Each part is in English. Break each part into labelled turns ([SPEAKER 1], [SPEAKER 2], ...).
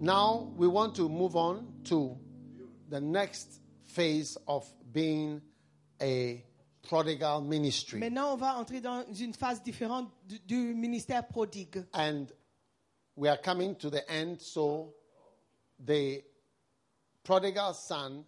[SPEAKER 1] Now we want to move on to the next phase of being a prodigal ministry.
[SPEAKER 2] Maintenant, on va entrer dans une phase différente du, du ministère prodigue.
[SPEAKER 1] And we are coming to the end, so the prodigal son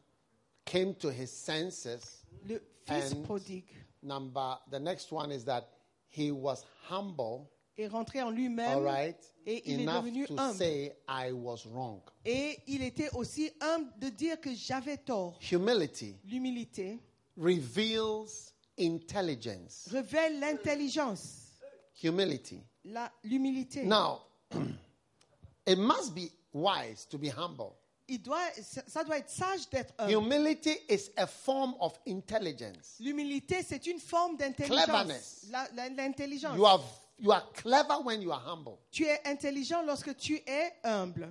[SPEAKER 1] came to his senses.
[SPEAKER 2] Le fils
[SPEAKER 1] And-
[SPEAKER 2] prodigue
[SPEAKER 1] Number the next one is that he was humble,
[SPEAKER 2] est rentré en lui-même
[SPEAKER 1] all right,
[SPEAKER 2] et il est
[SPEAKER 1] enough
[SPEAKER 2] devenu
[SPEAKER 1] to
[SPEAKER 2] humble.
[SPEAKER 1] say I was wrong.
[SPEAKER 2] Et il était aussi humble de dire que j'avais tort.
[SPEAKER 1] Humility
[SPEAKER 2] L'humilité
[SPEAKER 1] reveals intelligence.
[SPEAKER 2] révèle l'intelligence,
[SPEAKER 1] Humility.
[SPEAKER 2] la- l'humilité.
[SPEAKER 1] Now, it must be wise to be humble.
[SPEAKER 2] Il doit, ça ça doit être sage d'être humble.
[SPEAKER 1] Humility is a form of intelligence.
[SPEAKER 2] L'humilité, c'est une forme d'intelligence.
[SPEAKER 1] Cleverness.
[SPEAKER 2] La- la- L'intelligence.
[SPEAKER 1] You are you are clever when you are humble.
[SPEAKER 2] Tu es intelligent lorsque tu es humble.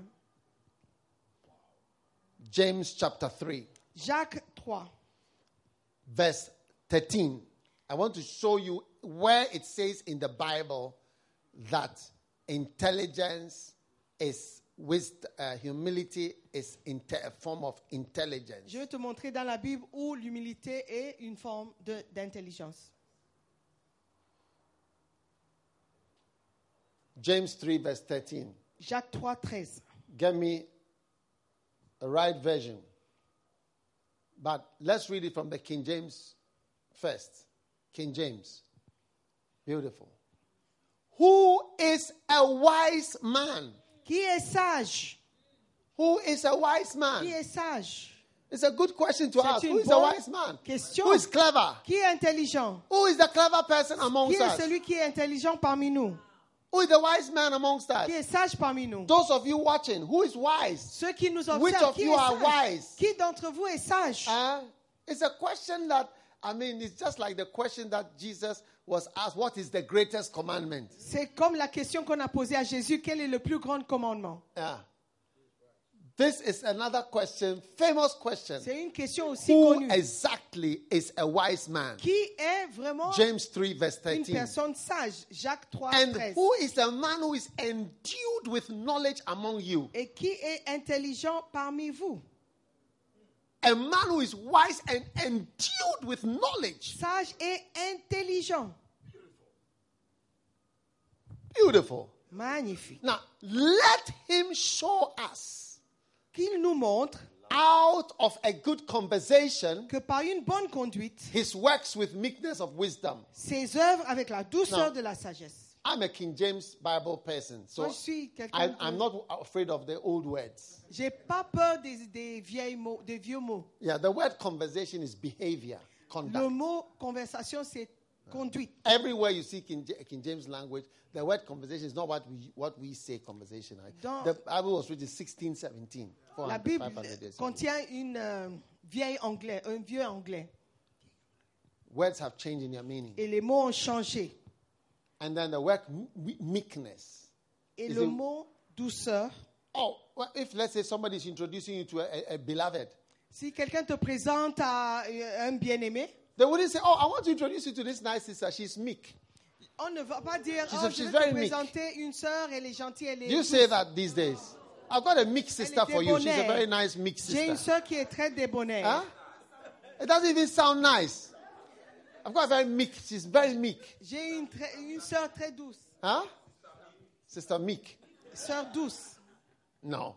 [SPEAKER 1] James chapter 3,
[SPEAKER 2] Jacques 3,
[SPEAKER 1] verse 13. I want to show you where it says in the Bible that intelligence is wisdom, uh, humility is inte- a form of intelligence.
[SPEAKER 2] je vais te montrer dans la Bible où l'humilité est une forme de- d'intelligence.
[SPEAKER 1] James 3, verse 13.
[SPEAKER 2] Jacques 3, 13.
[SPEAKER 1] Get me a right version. But let's read it from the King James first. King James. Beautiful. Who is a wise man?
[SPEAKER 2] Qui est sage
[SPEAKER 1] Who is a wise
[SPEAKER 2] Qui
[SPEAKER 1] man?
[SPEAKER 2] est sage
[SPEAKER 1] It's a good question to
[SPEAKER 2] C'est
[SPEAKER 1] ask.
[SPEAKER 2] une
[SPEAKER 1] Who is a
[SPEAKER 2] bonne
[SPEAKER 1] wise man?
[SPEAKER 2] question.
[SPEAKER 1] Who is clever?
[SPEAKER 2] Qui est intelligent
[SPEAKER 1] Who is the clever person
[SPEAKER 2] Qui
[SPEAKER 1] amongst
[SPEAKER 2] est
[SPEAKER 1] us?
[SPEAKER 2] celui qui est intelligent parmi nous
[SPEAKER 1] Who is the wise man amongst us?
[SPEAKER 2] Qui est sage parmi nous
[SPEAKER 1] Those of you watching, who is wise?
[SPEAKER 2] Ceux qui nous
[SPEAKER 1] Which
[SPEAKER 2] observent,
[SPEAKER 1] of
[SPEAKER 2] qui
[SPEAKER 1] you
[SPEAKER 2] est
[SPEAKER 1] are
[SPEAKER 2] sage
[SPEAKER 1] wise? Ah.
[SPEAKER 2] Qui d'entre vous est sage
[SPEAKER 1] Huh? It's a question that, I mean, it's just like the question that Jesus was asked what is the greatest commandment?
[SPEAKER 2] C'est comme la question qu'on a posée à Jésus, quel est le plus grand commandement
[SPEAKER 1] Yeah. This is another question, famous question.
[SPEAKER 2] C'est une question aussi
[SPEAKER 1] Who
[SPEAKER 2] connue.
[SPEAKER 1] exactly is a wise man?
[SPEAKER 2] Qui est vraiment
[SPEAKER 1] James 3, verse
[SPEAKER 2] une
[SPEAKER 1] 13.
[SPEAKER 2] personne sage Jacques 3,
[SPEAKER 1] And
[SPEAKER 2] 13.
[SPEAKER 1] who is a man who is endued with knowledge among you?
[SPEAKER 2] Et qui est intelligent parmi vous
[SPEAKER 1] A man who is wise and endued with knowledge.
[SPEAKER 2] Sage et intelligent.
[SPEAKER 1] Beautiful.
[SPEAKER 2] Magnifique.
[SPEAKER 1] Now, let him show us
[SPEAKER 2] Qu'il nous montre
[SPEAKER 1] out of a good conversation
[SPEAKER 2] que par une bonne conduite,
[SPEAKER 1] his works with meekness of wisdom.
[SPEAKER 2] ses œuvres avec la douceur
[SPEAKER 1] Non.
[SPEAKER 2] de la sagesse.
[SPEAKER 1] I'm a King James Bible person, so
[SPEAKER 2] Moi, je suis quelqu'un.
[SPEAKER 1] I,
[SPEAKER 2] de-
[SPEAKER 1] I'm not afraid of the old words.
[SPEAKER 2] J'ai pas peur des, des vieilles mots, des vieux mots.
[SPEAKER 1] Yeah, the word conversation is behavior,
[SPEAKER 2] Le
[SPEAKER 1] conduct.
[SPEAKER 2] mot conversation, c'est conduite.
[SPEAKER 1] Everywhere you see King, Ja- King James language, the word conversation is not what we, what we say conversation. I-
[SPEAKER 2] Don't-
[SPEAKER 1] the Bible was written 16, 17. 400,
[SPEAKER 2] La Bible
[SPEAKER 1] 500 years ago.
[SPEAKER 2] contient une euh, vieille anglais, un vieux anglais.
[SPEAKER 1] Words have changed in their meaning.
[SPEAKER 2] Et les mots ont changé.
[SPEAKER 1] And then the word m- m- meekness.
[SPEAKER 2] Et
[SPEAKER 1] Is
[SPEAKER 2] le
[SPEAKER 1] it-
[SPEAKER 2] mot douceur,
[SPEAKER 1] Oh, well, if let's say somebody is introducing you to a, a- a beloved,
[SPEAKER 2] si quelqu'un te présente à euh, un bien-aimé,
[SPEAKER 1] they wouldn't say, Oh, I want to introduce you to this nice sister. She's meek.
[SPEAKER 2] on ne va pas dire
[SPEAKER 1] She's
[SPEAKER 2] oh,
[SPEAKER 1] a-
[SPEAKER 2] je
[SPEAKER 1] she's
[SPEAKER 2] vais
[SPEAKER 1] very
[SPEAKER 2] te
[SPEAKER 1] meek.
[SPEAKER 2] présenter une sœur, elle est gentille, elle est.
[SPEAKER 1] You
[SPEAKER 2] douce.
[SPEAKER 1] say that these days. I've got a meek sister for you. She's a
[SPEAKER 2] debonair.
[SPEAKER 1] very nice meek
[SPEAKER 2] J'ai une
[SPEAKER 1] sister. Hein?
[SPEAKER 2] sœur qui est très débonnaire.
[SPEAKER 1] Huh? It doesn't even sound nice. I've got a very meek. She's very meek.
[SPEAKER 2] J'ai une, très- une sœur très douce,
[SPEAKER 1] Huh? Sister meek.
[SPEAKER 2] sœur douce.
[SPEAKER 1] No.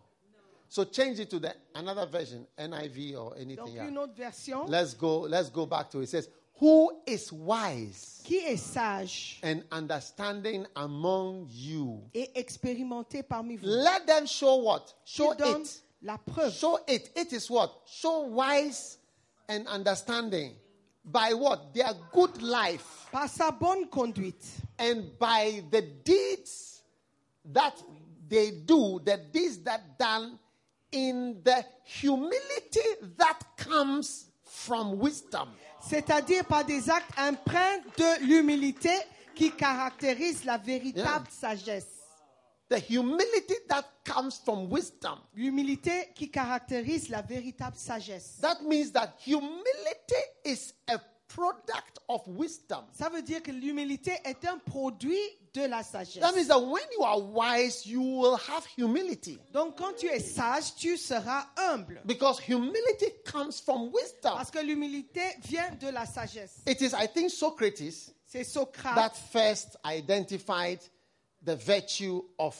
[SPEAKER 1] So change it to the another version, NIV or
[SPEAKER 2] Donc
[SPEAKER 1] anything else.
[SPEAKER 2] une autre version
[SPEAKER 1] Let's go. Let's go back to it. It says, "Who is wise
[SPEAKER 2] qui est sage
[SPEAKER 1] and understanding among you?
[SPEAKER 2] et expérimentée parmi vous.
[SPEAKER 1] Let them show what? Show
[SPEAKER 2] Qui donne
[SPEAKER 1] it.
[SPEAKER 2] la preuve.
[SPEAKER 1] Show it. It is what? Show wise and understanding by what? Their good life
[SPEAKER 2] par sa bonne conduite,
[SPEAKER 1] and by the deeds that they do, the deeds that done in the humility that comes from wisdom.
[SPEAKER 2] c'est-à-dire par des actes empreints de l'humilité qui caractérise la véritable
[SPEAKER 1] Yeah.
[SPEAKER 2] sagesse.
[SPEAKER 1] The humility that comes from wisdom.
[SPEAKER 2] L'humilité qui caractérise la véritable sagesse.
[SPEAKER 1] That means that humility is a product of wisdom.
[SPEAKER 2] Ça veut dire que l'humilité est un produit de la sagesse.
[SPEAKER 1] That means that when you are wise, you will have humility.
[SPEAKER 2] Donc quand tu es sage, tu seras humble.
[SPEAKER 1] Because humility comes from wisdom.
[SPEAKER 2] Parce que l'humilité vient de la sagesse.
[SPEAKER 1] It is, I think, Socrates
[SPEAKER 2] C'est
[SPEAKER 1] that
[SPEAKER 2] Socrate
[SPEAKER 1] first identified the virtue of.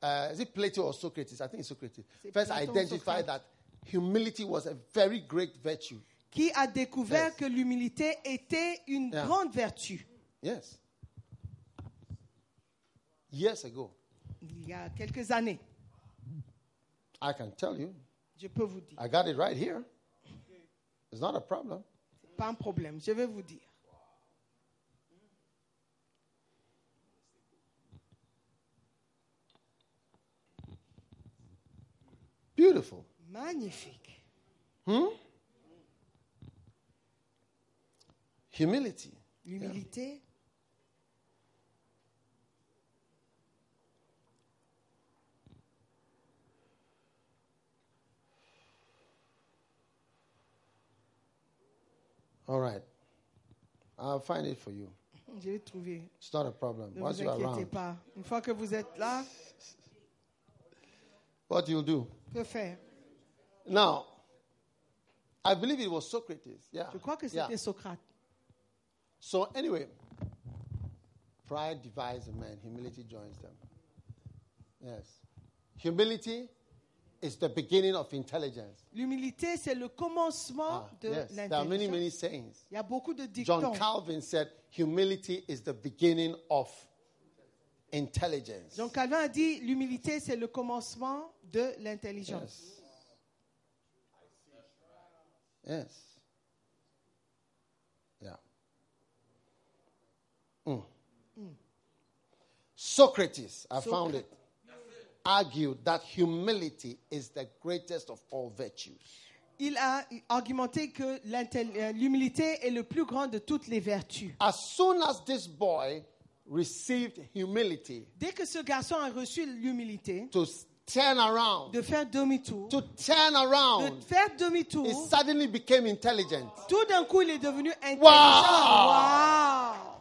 [SPEAKER 1] Uh, is it Plato or Socrates? I think it's Socrates.
[SPEAKER 2] C'est
[SPEAKER 1] First
[SPEAKER 2] Platon,
[SPEAKER 1] identified
[SPEAKER 2] Socrate.
[SPEAKER 1] that humility was a very great virtue.
[SPEAKER 2] qui a découvert
[SPEAKER 1] Yes.
[SPEAKER 2] que l'humilité était une
[SPEAKER 1] Yeah.
[SPEAKER 2] grande vertu
[SPEAKER 1] Yes. Years ago,
[SPEAKER 2] il y a quelques années.
[SPEAKER 1] I can tell you,
[SPEAKER 2] Je peux vous dire,
[SPEAKER 1] I got it right here. It's not a problem.
[SPEAKER 2] C'est pas un problème, je vais vous dire.
[SPEAKER 1] Beautiful.
[SPEAKER 2] Magnifique.
[SPEAKER 1] Hmm? Humility.
[SPEAKER 2] L'humilité,
[SPEAKER 1] All right. I'll find it for you.
[SPEAKER 2] je l'ai trouvé.
[SPEAKER 1] It's not a problem.
[SPEAKER 2] Ne
[SPEAKER 1] Once
[SPEAKER 2] vous
[SPEAKER 1] you're
[SPEAKER 2] inquiétez
[SPEAKER 1] around,
[SPEAKER 2] pas. Une fois que vous êtes là,
[SPEAKER 1] what you'll do.
[SPEAKER 2] que faire
[SPEAKER 1] Now, I believe it was Socrates. Yeah.
[SPEAKER 2] Je crois que
[SPEAKER 1] Yeah.
[SPEAKER 2] c'était Socrate.
[SPEAKER 1] So, anyway, pride divides a man, humility joins them. Yes. Humility is the beginning of intelligence.
[SPEAKER 2] L'humilité, c'est le commencement
[SPEAKER 1] Ah,
[SPEAKER 2] de
[SPEAKER 1] yes. There are many,
[SPEAKER 2] l'intelligence.
[SPEAKER 1] many sayings.
[SPEAKER 2] Il y a beaucoup de
[SPEAKER 1] John
[SPEAKER 2] dictons.
[SPEAKER 1] Calvin said, humility is the beginning of intelligence.
[SPEAKER 2] Jean Calvin a dit l'humilité, c'est le commencement de l'intelligence.
[SPEAKER 1] Yes. Yes. Yeah. Mm. Socrates, I found it, argued that humility is the greatest of all virtues.
[SPEAKER 2] Il a argumenté que l'intel- euh, l'humilité est le plus grand de toutes les vertus.
[SPEAKER 1] As soon as this boy received humility
[SPEAKER 2] Dès que ce garçon a reçu l'humilité,
[SPEAKER 1] to s- turn around,
[SPEAKER 2] de faire demi-tour,
[SPEAKER 1] to turn
[SPEAKER 2] de
[SPEAKER 1] around,
[SPEAKER 2] faire
[SPEAKER 1] he
[SPEAKER 2] demi-tour,
[SPEAKER 1] suddenly became intelligent.
[SPEAKER 2] tout d'un coup, il est devenu intelligent.
[SPEAKER 1] Wow!
[SPEAKER 2] Wow!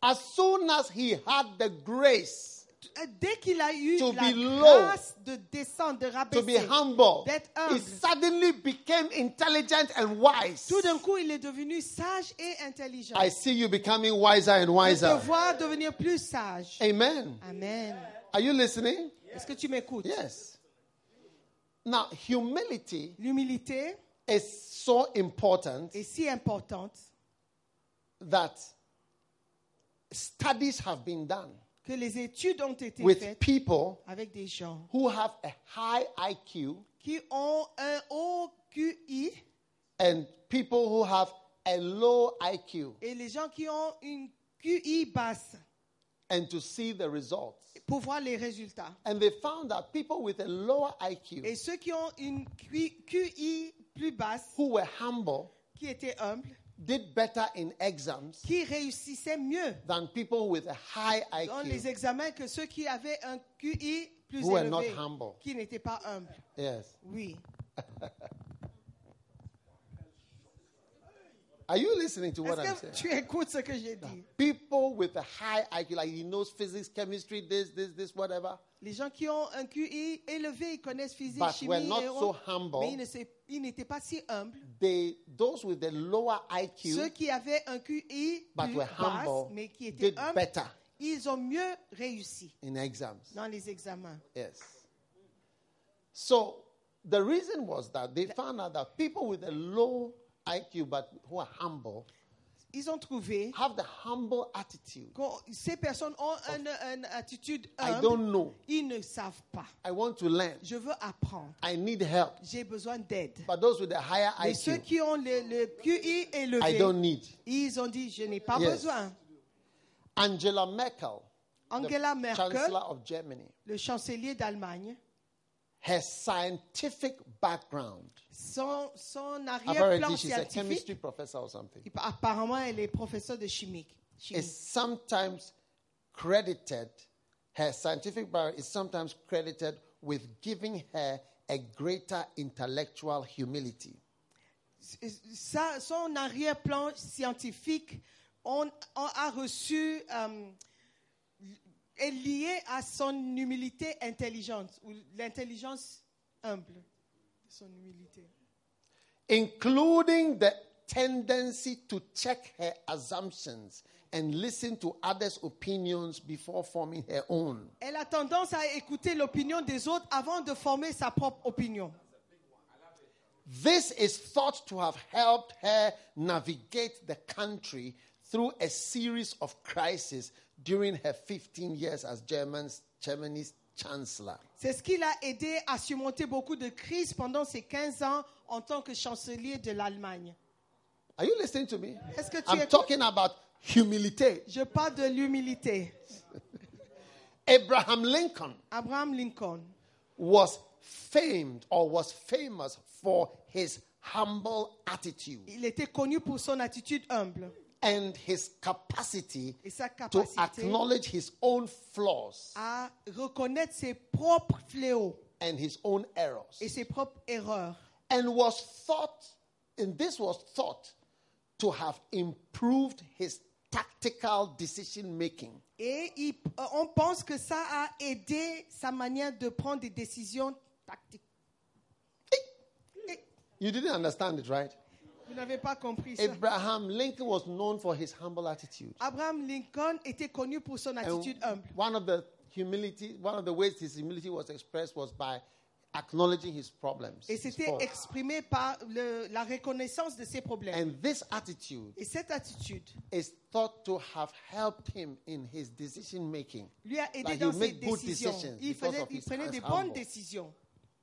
[SPEAKER 1] As soon as he had the grace
[SPEAKER 2] Euh, Dès qu'il a eu
[SPEAKER 1] To
[SPEAKER 2] la
[SPEAKER 1] be low.
[SPEAKER 2] grâce de descendre, de
[SPEAKER 1] to be
[SPEAKER 2] rabaisser,
[SPEAKER 1] humble,
[SPEAKER 2] That
[SPEAKER 1] he
[SPEAKER 2] humble.
[SPEAKER 1] suddenly became intelligent and wise.
[SPEAKER 2] tout d'un coup, il est devenu sage et intelligent.
[SPEAKER 1] I see you becoming wiser and
[SPEAKER 2] Je te
[SPEAKER 1] wiser.
[SPEAKER 2] vois devenir plus sage.
[SPEAKER 1] Amen.
[SPEAKER 2] Amen.
[SPEAKER 1] Are you listening?
[SPEAKER 2] Est-ce que tu m'écoutes?
[SPEAKER 1] Yes. Now, humility
[SPEAKER 2] L'humilité
[SPEAKER 1] is so important
[SPEAKER 2] est si importante
[SPEAKER 1] that studies have been done
[SPEAKER 2] que les études ont été
[SPEAKER 1] with
[SPEAKER 2] faites
[SPEAKER 1] people
[SPEAKER 2] avec des gens
[SPEAKER 1] who have a high IQ
[SPEAKER 2] qui ont un haut QI
[SPEAKER 1] and people who have a low IQ
[SPEAKER 2] et les gens qui ont une QI basse
[SPEAKER 1] and to see the results.
[SPEAKER 2] pour voir les résultats.
[SPEAKER 1] And they found that people with a lower IQ
[SPEAKER 2] Et ceux qui ont une QI QI plus basse,
[SPEAKER 1] who were humble
[SPEAKER 2] qui étaient humbles,
[SPEAKER 1] did better in exams
[SPEAKER 2] qui réussissaient mieux
[SPEAKER 1] than people with a high
[SPEAKER 2] dans les
[SPEAKER 1] IQ.
[SPEAKER 2] examens que ceux qui avaient un QI plus
[SPEAKER 1] Who were
[SPEAKER 2] élevé,
[SPEAKER 1] not humble.
[SPEAKER 2] qui n'étaient pas humbles.
[SPEAKER 1] Yes.
[SPEAKER 2] Oui.
[SPEAKER 1] Are you listening to what I'm
[SPEAKER 2] Est-ce
[SPEAKER 1] saying?
[SPEAKER 2] que tu écoutes ce que j'ai dit?
[SPEAKER 1] People with a high IQ, like he knows physics, chemistry, this, this, this, whatever.
[SPEAKER 2] Les gens qui ont un QI élevé, ils connaissent physique,
[SPEAKER 1] But
[SPEAKER 2] chimie,
[SPEAKER 1] we're not
[SPEAKER 2] et
[SPEAKER 1] so
[SPEAKER 2] autres,
[SPEAKER 1] humble.
[SPEAKER 2] mais ils ne s'est- ils n'étaient pas si humbles.
[SPEAKER 1] They, those with the lower
[SPEAKER 2] Ceux
[SPEAKER 1] IQ,
[SPEAKER 2] qui avaient un QI
[SPEAKER 1] but
[SPEAKER 2] plus
[SPEAKER 1] were
[SPEAKER 2] basse,
[SPEAKER 1] humble,
[SPEAKER 2] mais qui étaient
[SPEAKER 1] did
[SPEAKER 2] humbles,
[SPEAKER 1] better
[SPEAKER 2] ils ont mieux réussi
[SPEAKER 1] in exams.
[SPEAKER 2] dans les examens.
[SPEAKER 1] Yes. So the reason was that they found out that people with a low IQ, but who are humble,
[SPEAKER 2] Ils ont trouvé
[SPEAKER 1] have the humble attitude.
[SPEAKER 2] que ces personnes ont une, une attitude
[SPEAKER 1] I
[SPEAKER 2] humble.
[SPEAKER 1] don't know.
[SPEAKER 2] Ils ne savent pas.
[SPEAKER 1] I want to learn.
[SPEAKER 2] Je veux apprendre.
[SPEAKER 1] I need help.
[SPEAKER 2] J'ai besoin d'aide.
[SPEAKER 1] But those with a higher
[SPEAKER 2] Mais ceux
[SPEAKER 1] IQ,
[SPEAKER 2] qui ont le, le
[SPEAKER 1] I
[SPEAKER 2] QI élevé,
[SPEAKER 1] don't need.
[SPEAKER 2] ils ont dit, je n'ai pas
[SPEAKER 1] Yes.
[SPEAKER 2] besoin.
[SPEAKER 1] Angela Merkel, the
[SPEAKER 2] Angela Merkel,
[SPEAKER 1] Chancellor of Germany,
[SPEAKER 2] le chancelier d'Allemagne,
[SPEAKER 1] her scientific background.
[SPEAKER 2] son, son arrière-plan
[SPEAKER 1] Apparently, she's a
[SPEAKER 2] scientifique,
[SPEAKER 1] chemistry professor or something.
[SPEAKER 2] apparemment, elle est professeure de chimique. chimie.
[SPEAKER 1] Is sometimes credited. Her scientific background is sometimes credited with giving her a greater intellectual humility.
[SPEAKER 2] sa- son arrière-plan scientifique on, on a reçu euh, est lié à son humilité intelligente ou l'intelligence humble, son humilité,
[SPEAKER 1] including the tendency to check her assumptions and listen to others' opinions before forming her own.
[SPEAKER 2] Elle a tendance à écouter l'opinion des autres avant de former sa propre opinion.
[SPEAKER 1] This is thought to have helped her navigate the country through a series of crises during her 15 years as German's, Germany's chancellor.
[SPEAKER 2] C'est ce qui l'a aidé à surmonter beaucoup de crises pendant ses 15 ans en tant que chancelier de l'Allemagne.
[SPEAKER 1] Are you listening to me?
[SPEAKER 2] Est-ce que tu
[SPEAKER 1] I'm
[SPEAKER 2] écoutes?
[SPEAKER 1] talking about humility.
[SPEAKER 2] Je parle de l'humilité.
[SPEAKER 1] Abraham Lincoln
[SPEAKER 2] Abraham Lincoln
[SPEAKER 1] was famed or was famous for his humble attitude
[SPEAKER 2] Il était connu pour son attitude humble
[SPEAKER 1] and his capacity
[SPEAKER 2] et sa
[SPEAKER 1] to
[SPEAKER 2] capacité
[SPEAKER 1] acknowledge his own flaws
[SPEAKER 2] à reconnaître ses propres fléaux
[SPEAKER 1] and his own errors.
[SPEAKER 2] et ses propres erreurs.
[SPEAKER 1] and was thought, and this was thought to have improved his tactical decision making.
[SPEAKER 2] Et il- euh, on pense que ça a aidé sa manière de prendre des décisions tactiques.
[SPEAKER 1] You didn't understand it, right?
[SPEAKER 2] Vous n'avez pas compris ça.
[SPEAKER 1] Abraham Lincoln was known for his humble attitude.
[SPEAKER 2] Abraham Lincoln était connu pour son
[SPEAKER 1] And
[SPEAKER 2] attitude um, humble.
[SPEAKER 1] one of the humility, one of the ways his humility was expressed was by acknowledging his problems.
[SPEAKER 2] Et
[SPEAKER 1] his
[SPEAKER 2] c'était
[SPEAKER 1] faults.
[SPEAKER 2] exprimé par le- la reconnaissance de ses problèmes.
[SPEAKER 1] and this attitude
[SPEAKER 2] Et cette attitude
[SPEAKER 1] is thought to have helped him in his decision making.
[SPEAKER 2] lui a aidé
[SPEAKER 1] Like
[SPEAKER 2] dans
[SPEAKER 1] you
[SPEAKER 2] ses
[SPEAKER 1] make good
[SPEAKER 2] décisions.
[SPEAKER 1] decisions
[SPEAKER 2] Il,
[SPEAKER 1] because
[SPEAKER 2] faisait-
[SPEAKER 1] of
[SPEAKER 2] il
[SPEAKER 1] his
[SPEAKER 2] prenait des
[SPEAKER 1] humble.
[SPEAKER 2] bonnes décisions.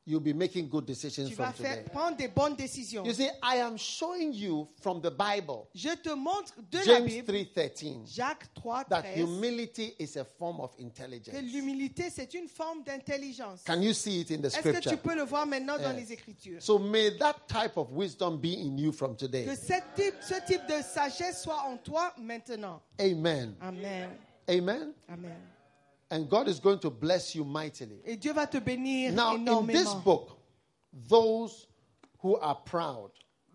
[SPEAKER 1] You'll be making good decisions
[SPEAKER 2] Tu
[SPEAKER 1] from
[SPEAKER 2] vas faire,
[SPEAKER 1] today.
[SPEAKER 2] prendre des bonnes décisions.
[SPEAKER 1] You see, I am showing you from the Bible,
[SPEAKER 2] Je te montre de la
[SPEAKER 1] James
[SPEAKER 2] Bible,
[SPEAKER 1] 3:13,
[SPEAKER 2] Jacques 3,
[SPEAKER 1] that
[SPEAKER 2] 13,
[SPEAKER 1] humility is a form of
[SPEAKER 2] que
[SPEAKER 1] intelligence.
[SPEAKER 2] l'humilité, c'est une forme d'intelligence.
[SPEAKER 1] Can you see it in the
[SPEAKER 2] Est-ce que tu
[SPEAKER 1] scripture? Eh.
[SPEAKER 2] peux le voir maintenant dans
[SPEAKER 1] Yeah.
[SPEAKER 2] les Écritures
[SPEAKER 1] So may that type of wisdom be in you from today.
[SPEAKER 2] Que cette type- ce type de sagesse soit en toi maintenant.
[SPEAKER 1] Amen.
[SPEAKER 2] Amen.
[SPEAKER 1] Amen.
[SPEAKER 2] Amen.
[SPEAKER 1] And God is going to bless you mightily.
[SPEAKER 2] Et Dieu va te bénir
[SPEAKER 1] Now, in this
[SPEAKER 2] énormément.
[SPEAKER 1] book, those who are proud,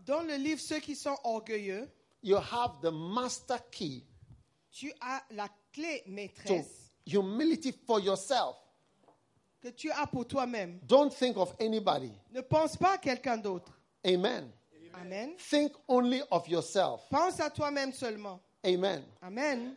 [SPEAKER 2] Dans le livre Ceux qui sont orgueilleux,
[SPEAKER 1] you have the master key
[SPEAKER 2] tu as la clé
[SPEAKER 1] to
[SPEAKER 2] maîtresse
[SPEAKER 1] humility for yourself.
[SPEAKER 2] que tu as pour toi-même.
[SPEAKER 1] Don't think of anybody.
[SPEAKER 2] Ne pense pas à quelqu'un d'autre.
[SPEAKER 1] Amen.
[SPEAKER 2] Amen.
[SPEAKER 1] Think only of yourself.
[SPEAKER 2] Pense à toi-même seulement.
[SPEAKER 1] Amen.
[SPEAKER 2] Amen.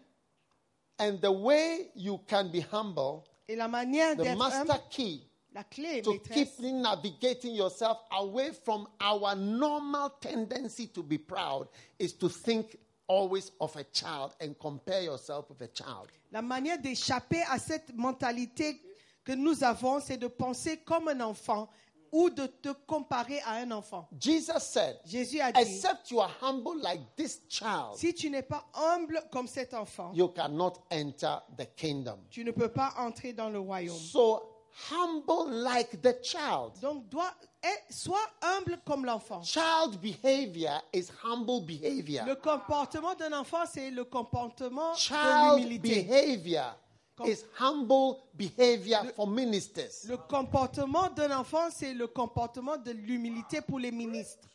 [SPEAKER 1] And the way you can be humble,
[SPEAKER 2] Et la manière
[SPEAKER 1] the
[SPEAKER 2] d'être
[SPEAKER 1] master
[SPEAKER 2] humble,
[SPEAKER 1] key
[SPEAKER 2] la clé
[SPEAKER 1] to keep
[SPEAKER 2] maîtresse,
[SPEAKER 1] navigating yourself away from our normal tendency to be proud is to think always of a child and compare yourself with a child.
[SPEAKER 2] la manière d'échapper à cette mentalité que nous avons, c'est de penser comme un enfant ou de te comparer à un enfant.
[SPEAKER 1] Jesus said,
[SPEAKER 2] Jésus a dit,
[SPEAKER 1] Except you are humble like this child,
[SPEAKER 2] si tu n'es pas humble comme cet enfant,
[SPEAKER 1] you cannot enter the kingdom.
[SPEAKER 2] tu ne peux pas entrer dans le royaume.
[SPEAKER 1] So, humble like the child.
[SPEAKER 2] Donc, dois, et- sois humble comme l'enfant.
[SPEAKER 1] Child behavior is humble behavior.
[SPEAKER 2] Le comportement d'un enfant, c'est le comportement de
[SPEAKER 1] Child
[SPEAKER 2] l'humilité.
[SPEAKER 1] behavior
[SPEAKER 2] Com-
[SPEAKER 1] is humble behavior for ministers.
[SPEAKER 2] Le comportement d'un enfant, c'est le comportement de l'humilité pour les ministres.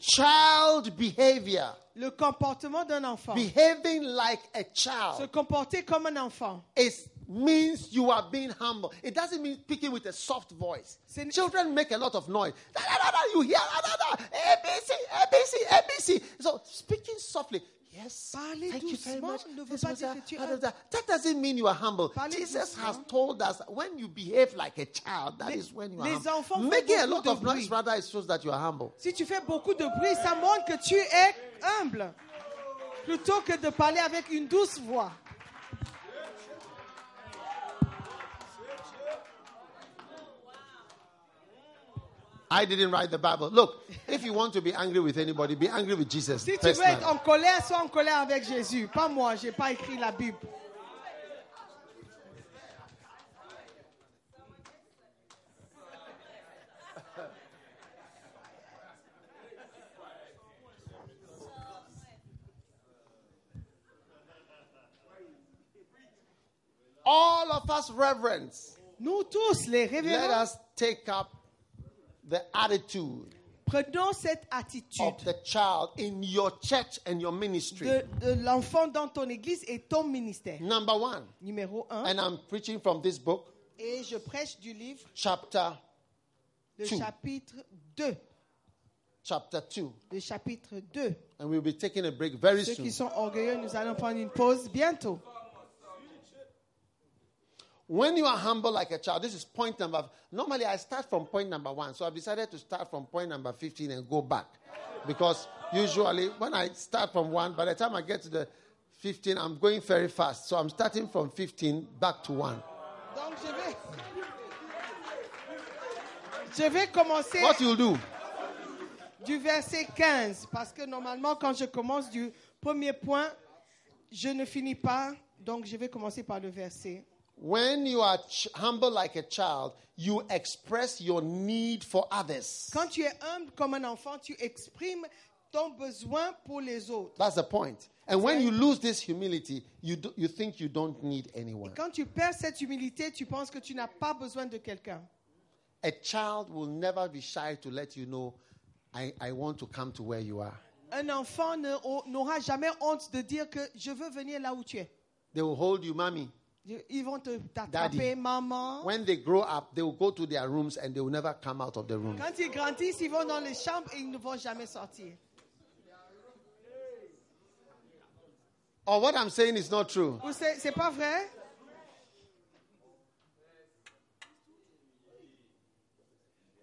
[SPEAKER 1] Child behavior,
[SPEAKER 2] Le comportement d'un enfant,
[SPEAKER 1] behaving like a
[SPEAKER 2] se
[SPEAKER 1] child,
[SPEAKER 2] comporter comme un enfant.
[SPEAKER 1] is means you are being humble. It doesn't mean speaking with a soft voice.
[SPEAKER 2] Sin-
[SPEAKER 1] Children make a lot of noise. Da, da, da, da, you hear da, da, da, ABC, ABC, ABC. So speaking softly. Yes.
[SPEAKER 2] Parler
[SPEAKER 1] thank you very
[SPEAKER 2] doucement
[SPEAKER 1] much.
[SPEAKER 2] ne veut
[SPEAKER 1] Yes,
[SPEAKER 2] pas
[SPEAKER 1] Mr.
[SPEAKER 2] dire que tu es
[SPEAKER 1] Da, da,
[SPEAKER 2] humble.
[SPEAKER 1] da. That doesn't mean you are humble.
[SPEAKER 2] Parler
[SPEAKER 1] Jesus has
[SPEAKER 2] doucement.
[SPEAKER 1] told us when you behave like a child, that is
[SPEAKER 2] Les-
[SPEAKER 1] when you are
[SPEAKER 2] les enfants
[SPEAKER 1] humble.
[SPEAKER 2] font
[SPEAKER 1] Making a
[SPEAKER 2] beaucoup
[SPEAKER 1] lot
[SPEAKER 2] de
[SPEAKER 1] of noise
[SPEAKER 2] bruit.
[SPEAKER 1] rather it shows that you are humble.
[SPEAKER 2] Si tu fais beaucoup de bruit, ça montre que tu es humble. Plutôt que de parler avec une douce voix.
[SPEAKER 1] I didn't write the Bible. Look, if you want to be angry with anybody, be angry with Jesus.
[SPEAKER 2] Si tu veux
[SPEAKER 1] personally.
[SPEAKER 2] être en colère, sois en colère avec Jésus. Pas moi, j'ai pas écrit la Bible.
[SPEAKER 1] All of us reverence.
[SPEAKER 2] Nous tous, les
[SPEAKER 1] Let
[SPEAKER 2] révérends,
[SPEAKER 1] us take up the attitude
[SPEAKER 2] Prenons cette attitude
[SPEAKER 1] of the child in your church and your ministry.
[SPEAKER 2] de, de l'enfant dans ton église et ton ministère.
[SPEAKER 1] Number one,
[SPEAKER 2] Numéro 1.
[SPEAKER 1] and I'm preaching from this book,
[SPEAKER 2] Et je prêche du livre,
[SPEAKER 1] chapter
[SPEAKER 2] le
[SPEAKER 1] Two.
[SPEAKER 2] chapitre 2.
[SPEAKER 1] chapter two,
[SPEAKER 2] Le chapitre 2.
[SPEAKER 1] and we'll be taking a break very
[SPEAKER 2] Ceux
[SPEAKER 1] soon.
[SPEAKER 2] qui sont orgueilleux, nous allons prendre une pause bientôt.
[SPEAKER 1] When you are humble like a child, this is point number. Normally, I start from point number one, so I've decided to start from point number 15 and go back. Because usually, when I start from one, by the time I get to the 15, I'm going very fast. So I'm starting from 15 back to one.
[SPEAKER 2] Donc je vais. Je vais commencer
[SPEAKER 1] What you'll do,
[SPEAKER 2] du verset 15 parce que normalement quand je commence du premier point, je ne finis pas. Donc je vais commencer par le verset.
[SPEAKER 1] when you are ch- humble like a child, you express your need for others.
[SPEAKER 2] Quand tu es humble comme un enfant, tu exprimes ton besoin pour les autres.
[SPEAKER 1] That's the point. And when you lose this humility, you, do, you think you don't need anyone.
[SPEAKER 2] Quand tu perds cette humilité, tu penses que tu n'as pas besoin de quelqu'un.
[SPEAKER 1] A child will never be shy to let you know, I, I want to come to where you are.
[SPEAKER 2] Un enfant ne- n'aura jamais honte de dire que je veux venir là où tu es.
[SPEAKER 1] They will hold you, mommy.
[SPEAKER 2] Ils vont te t'attraper,
[SPEAKER 1] Daddy.
[SPEAKER 2] maman.
[SPEAKER 1] When they grow up, they will go to their rooms and they will never come out of the room.
[SPEAKER 2] Quand ils grandissent, ils vont dans les chambres et ils ne vont jamais sortir.
[SPEAKER 1] Or what I'm saying is not true.
[SPEAKER 2] Vous savez, C'est pas vrai?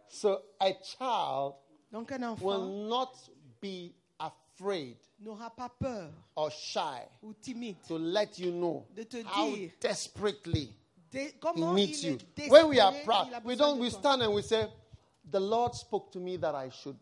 [SPEAKER 1] So a child
[SPEAKER 2] Donc un enfant
[SPEAKER 1] will not be afraid
[SPEAKER 2] n'aura pas peur
[SPEAKER 1] or shy
[SPEAKER 2] ou timide
[SPEAKER 1] to let you know
[SPEAKER 2] De te
[SPEAKER 1] how
[SPEAKER 2] dire.
[SPEAKER 1] desperately
[SPEAKER 2] de
[SPEAKER 1] he
[SPEAKER 2] comment
[SPEAKER 1] needs
[SPEAKER 2] il
[SPEAKER 1] you.
[SPEAKER 2] est désespéré,
[SPEAKER 1] When we are
[SPEAKER 2] il a
[SPEAKER 1] proud, we
[SPEAKER 2] besoin
[SPEAKER 1] don't
[SPEAKER 2] de
[SPEAKER 1] we
[SPEAKER 2] toi.
[SPEAKER 1] stand and we say, the Lord spoke to me that I should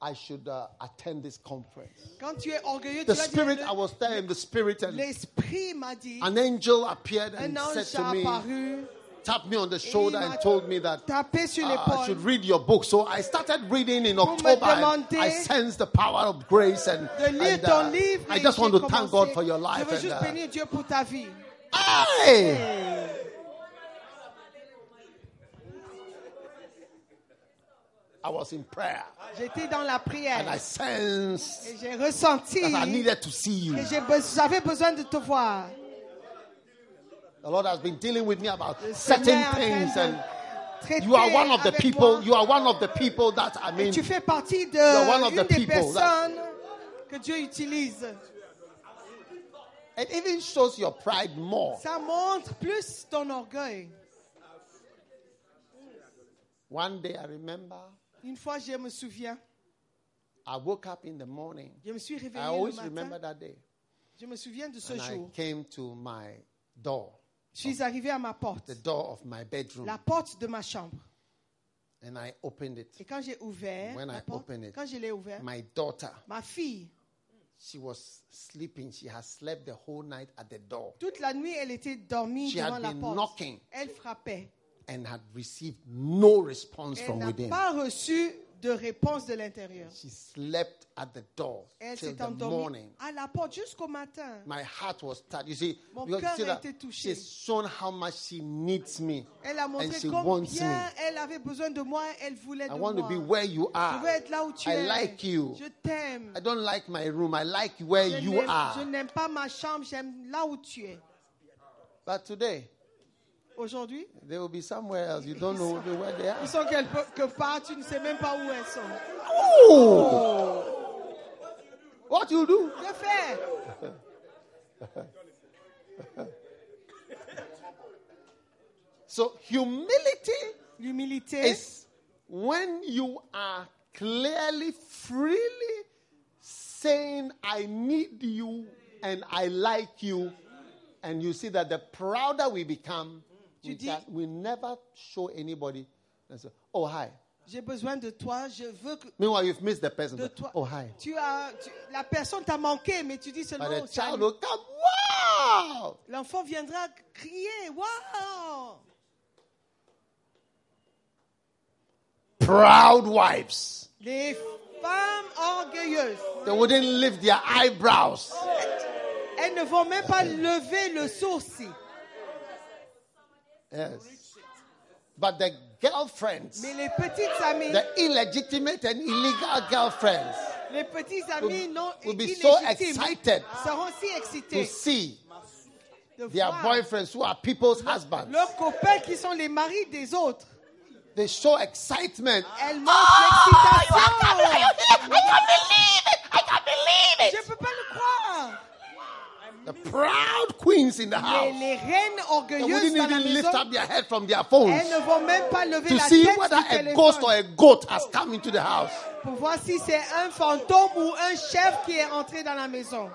[SPEAKER 1] I should uh, attend this conference.
[SPEAKER 2] Quand tu es orgueilleux,
[SPEAKER 1] The
[SPEAKER 2] tu vas
[SPEAKER 1] spirit
[SPEAKER 2] dire,
[SPEAKER 1] I was there in the spirit
[SPEAKER 2] le-
[SPEAKER 1] and
[SPEAKER 2] l'esprit m'a dit,
[SPEAKER 1] an angel appeared
[SPEAKER 2] un
[SPEAKER 1] and said to
[SPEAKER 2] ange a
[SPEAKER 1] me,
[SPEAKER 2] apparu,
[SPEAKER 1] tapped me on the
[SPEAKER 2] et
[SPEAKER 1] shoulder
[SPEAKER 2] il
[SPEAKER 1] and
[SPEAKER 2] m'a
[SPEAKER 1] told me that
[SPEAKER 2] tapé sur
[SPEAKER 1] uh, I should
[SPEAKER 2] l'épaule
[SPEAKER 1] read your book. So I started reading in
[SPEAKER 2] Vous me
[SPEAKER 1] October. and
[SPEAKER 2] demandez
[SPEAKER 1] I sensed the power of grace and,
[SPEAKER 2] de lire
[SPEAKER 1] and, uh,
[SPEAKER 2] ton livre.
[SPEAKER 1] I
[SPEAKER 2] et
[SPEAKER 1] just
[SPEAKER 2] j'ai
[SPEAKER 1] want to thank
[SPEAKER 2] commencé.
[SPEAKER 1] God for your life.
[SPEAKER 2] Je veux
[SPEAKER 1] And,
[SPEAKER 2] juste
[SPEAKER 1] uh,
[SPEAKER 2] bénir Dieu pour ta vie.
[SPEAKER 1] hey! I was in prayer
[SPEAKER 2] J'étais dans la
[SPEAKER 1] and I
[SPEAKER 2] prière
[SPEAKER 1] sensed
[SPEAKER 2] et j'ai ressenti
[SPEAKER 1] that I
[SPEAKER 2] que
[SPEAKER 1] needed to see you.
[SPEAKER 2] j'ai be- j'avais besoin de te voir.
[SPEAKER 1] The Lord has been dealing with me about
[SPEAKER 2] Le
[SPEAKER 1] certain
[SPEAKER 2] Seigneur est en train
[SPEAKER 1] things
[SPEAKER 2] de
[SPEAKER 1] and
[SPEAKER 2] traiter
[SPEAKER 1] you are one of the
[SPEAKER 2] avec
[SPEAKER 1] people,
[SPEAKER 2] moi.
[SPEAKER 1] you are one of the people that I mean
[SPEAKER 2] tu fais partie de
[SPEAKER 1] are one of
[SPEAKER 2] une
[SPEAKER 1] the
[SPEAKER 2] des
[SPEAKER 1] people that-
[SPEAKER 2] personnes que Dieu utilise.
[SPEAKER 1] it even shows your pride more.
[SPEAKER 2] Ça montre plus ton orgueil.
[SPEAKER 1] One day I remember
[SPEAKER 2] Une fois, je me souviens,
[SPEAKER 1] I woke up in the morning.
[SPEAKER 2] je me suis réveillé
[SPEAKER 1] I always
[SPEAKER 2] le
[SPEAKER 1] remember
[SPEAKER 2] matin.
[SPEAKER 1] that day.
[SPEAKER 2] Je me souviens de ce
[SPEAKER 1] And I
[SPEAKER 2] jour.
[SPEAKER 1] came to my door,
[SPEAKER 2] Je suis arrivé à ma porte,
[SPEAKER 1] the door of my bedroom,
[SPEAKER 2] la porte de ma chambre.
[SPEAKER 1] and I opened it.
[SPEAKER 2] Et quand j'ai ouvert,
[SPEAKER 1] When
[SPEAKER 2] la
[SPEAKER 1] I
[SPEAKER 2] porte,
[SPEAKER 1] opened it,
[SPEAKER 2] quand je l'ai ouvert,
[SPEAKER 1] My daughter,
[SPEAKER 2] ma fille,
[SPEAKER 1] she was sleeping. She has slept the whole night at the door
[SPEAKER 2] toute la nuit, elle était dormie
[SPEAKER 1] She
[SPEAKER 2] devant
[SPEAKER 1] had
[SPEAKER 2] la
[SPEAKER 1] been
[SPEAKER 2] porte.
[SPEAKER 1] knocking.
[SPEAKER 2] Elle frappait.
[SPEAKER 1] and had received no response
[SPEAKER 2] Elle
[SPEAKER 1] from
[SPEAKER 2] n'a
[SPEAKER 1] within.
[SPEAKER 2] pas reçu de réponse de l'intérieur.
[SPEAKER 1] She slept at the door
[SPEAKER 2] Elle
[SPEAKER 1] till
[SPEAKER 2] s'est
[SPEAKER 1] the
[SPEAKER 2] endormie
[SPEAKER 1] morning.
[SPEAKER 2] à la porte jusqu'au matin.
[SPEAKER 1] My heart was touched. You see,
[SPEAKER 2] Mon
[SPEAKER 1] because you
[SPEAKER 2] cœur
[SPEAKER 1] see
[SPEAKER 2] a
[SPEAKER 1] that
[SPEAKER 2] été touché.
[SPEAKER 1] she's shown how much she needs me
[SPEAKER 2] Elle a
[SPEAKER 1] and
[SPEAKER 2] montré
[SPEAKER 1] she wants me.
[SPEAKER 2] combien elle avait besoin de moi, elle voulait de
[SPEAKER 1] I want to
[SPEAKER 2] moi.
[SPEAKER 1] be where you
[SPEAKER 2] je
[SPEAKER 1] are.
[SPEAKER 2] veux être là où tu
[SPEAKER 1] I
[SPEAKER 2] es.
[SPEAKER 1] like you.
[SPEAKER 2] Je t'aime.
[SPEAKER 1] I don't like my room. I like where
[SPEAKER 2] Je
[SPEAKER 1] you
[SPEAKER 2] n'aime-
[SPEAKER 1] are.
[SPEAKER 2] Je n'aime pas ma chambre, j'aime là où tu es.
[SPEAKER 1] But today,
[SPEAKER 2] Aujourd'hui,
[SPEAKER 1] they will be somewhere else. You don't know who- where they
[SPEAKER 2] ils
[SPEAKER 1] are.
[SPEAKER 2] sont quelque que part, tu ne sais même pas où elles sont. Oh!
[SPEAKER 1] What you do?
[SPEAKER 2] Que faire
[SPEAKER 1] So humility
[SPEAKER 2] L'humilité,
[SPEAKER 1] is when you are clearly, freely saying, "I need you and I like you," and you see that the prouder we become,
[SPEAKER 2] Tu
[SPEAKER 1] we,
[SPEAKER 2] dis-
[SPEAKER 1] can- we never show anybody. and say, oh hi.
[SPEAKER 2] j'ai besoin de toi, je veux que
[SPEAKER 1] Meanwhile, you've missed the person.
[SPEAKER 2] de
[SPEAKER 1] but,
[SPEAKER 2] toi.
[SPEAKER 1] Oh hi.
[SPEAKER 2] Tu as, tu- la personne t'a manqué, mais tu dis seulement.
[SPEAKER 1] But the
[SPEAKER 2] oh,
[SPEAKER 1] child
[SPEAKER 2] salut.
[SPEAKER 1] will come. Wow!
[SPEAKER 2] L'enfant viendra crier, waouh
[SPEAKER 1] Proud wives.
[SPEAKER 2] Les femmes orgueilleuses.
[SPEAKER 1] They wouldn't lift their eyebrows.
[SPEAKER 2] Elles ne vont même pas lever le sourcil.
[SPEAKER 1] Yes. But the girlfriends,
[SPEAKER 2] Mais les petites amies,
[SPEAKER 1] the illegitimate and illegal girlfriends,
[SPEAKER 2] les petites amies non
[SPEAKER 1] will be so
[SPEAKER 2] illégitimes
[SPEAKER 1] excited
[SPEAKER 2] seront si
[SPEAKER 1] to
[SPEAKER 2] excitées
[SPEAKER 1] see
[SPEAKER 2] de
[SPEAKER 1] their
[SPEAKER 2] voir
[SPEAKER 1] boyfriends who are people's husbands.
[SPEAKER 2] leurs copains qui sont les maris des autres.
[SPEAKER 1] They show excitement.
[SPEAKER 2] Elles
[SPEAKER 1] Oh,
[SPEAKER 2] montrent l'excitation. Je ne peux pas le croire.
[SPEAKER 1] The proud queens in the
[SPEAKER 2] Et
[SPEAKER 1] house.
[SPEAKER 2] les reines
[SPEAKER 1] They
[SPEAKER 2] orgueilleuses
[SPEAKER 1] wouldn't
[SPEAKER 2] dans la
[SPEAKER 1] even lift
[SPEAKER 2] maison,
[SPEAKER 1] up their head from their
[SPEAKER 2] elles
[SPEAKER 1] phones
[SPEAKER 2] ne vont même pas lever
[SPEAKER 1] to
[SPEAKER 2] la
[SPEAKER 1] see
[SPEAKER 2] tête
[SPEAKER 1] whether
[SPEAKER 2] du
[SPEAKER 1] a ghost or
[SPEAKER 2] téléphone
[SPEAKER 1] a goat has come into the house.
[SPEAKER 2] pour voir si c'est un fantôme ou un chef qui est entré dans la maison.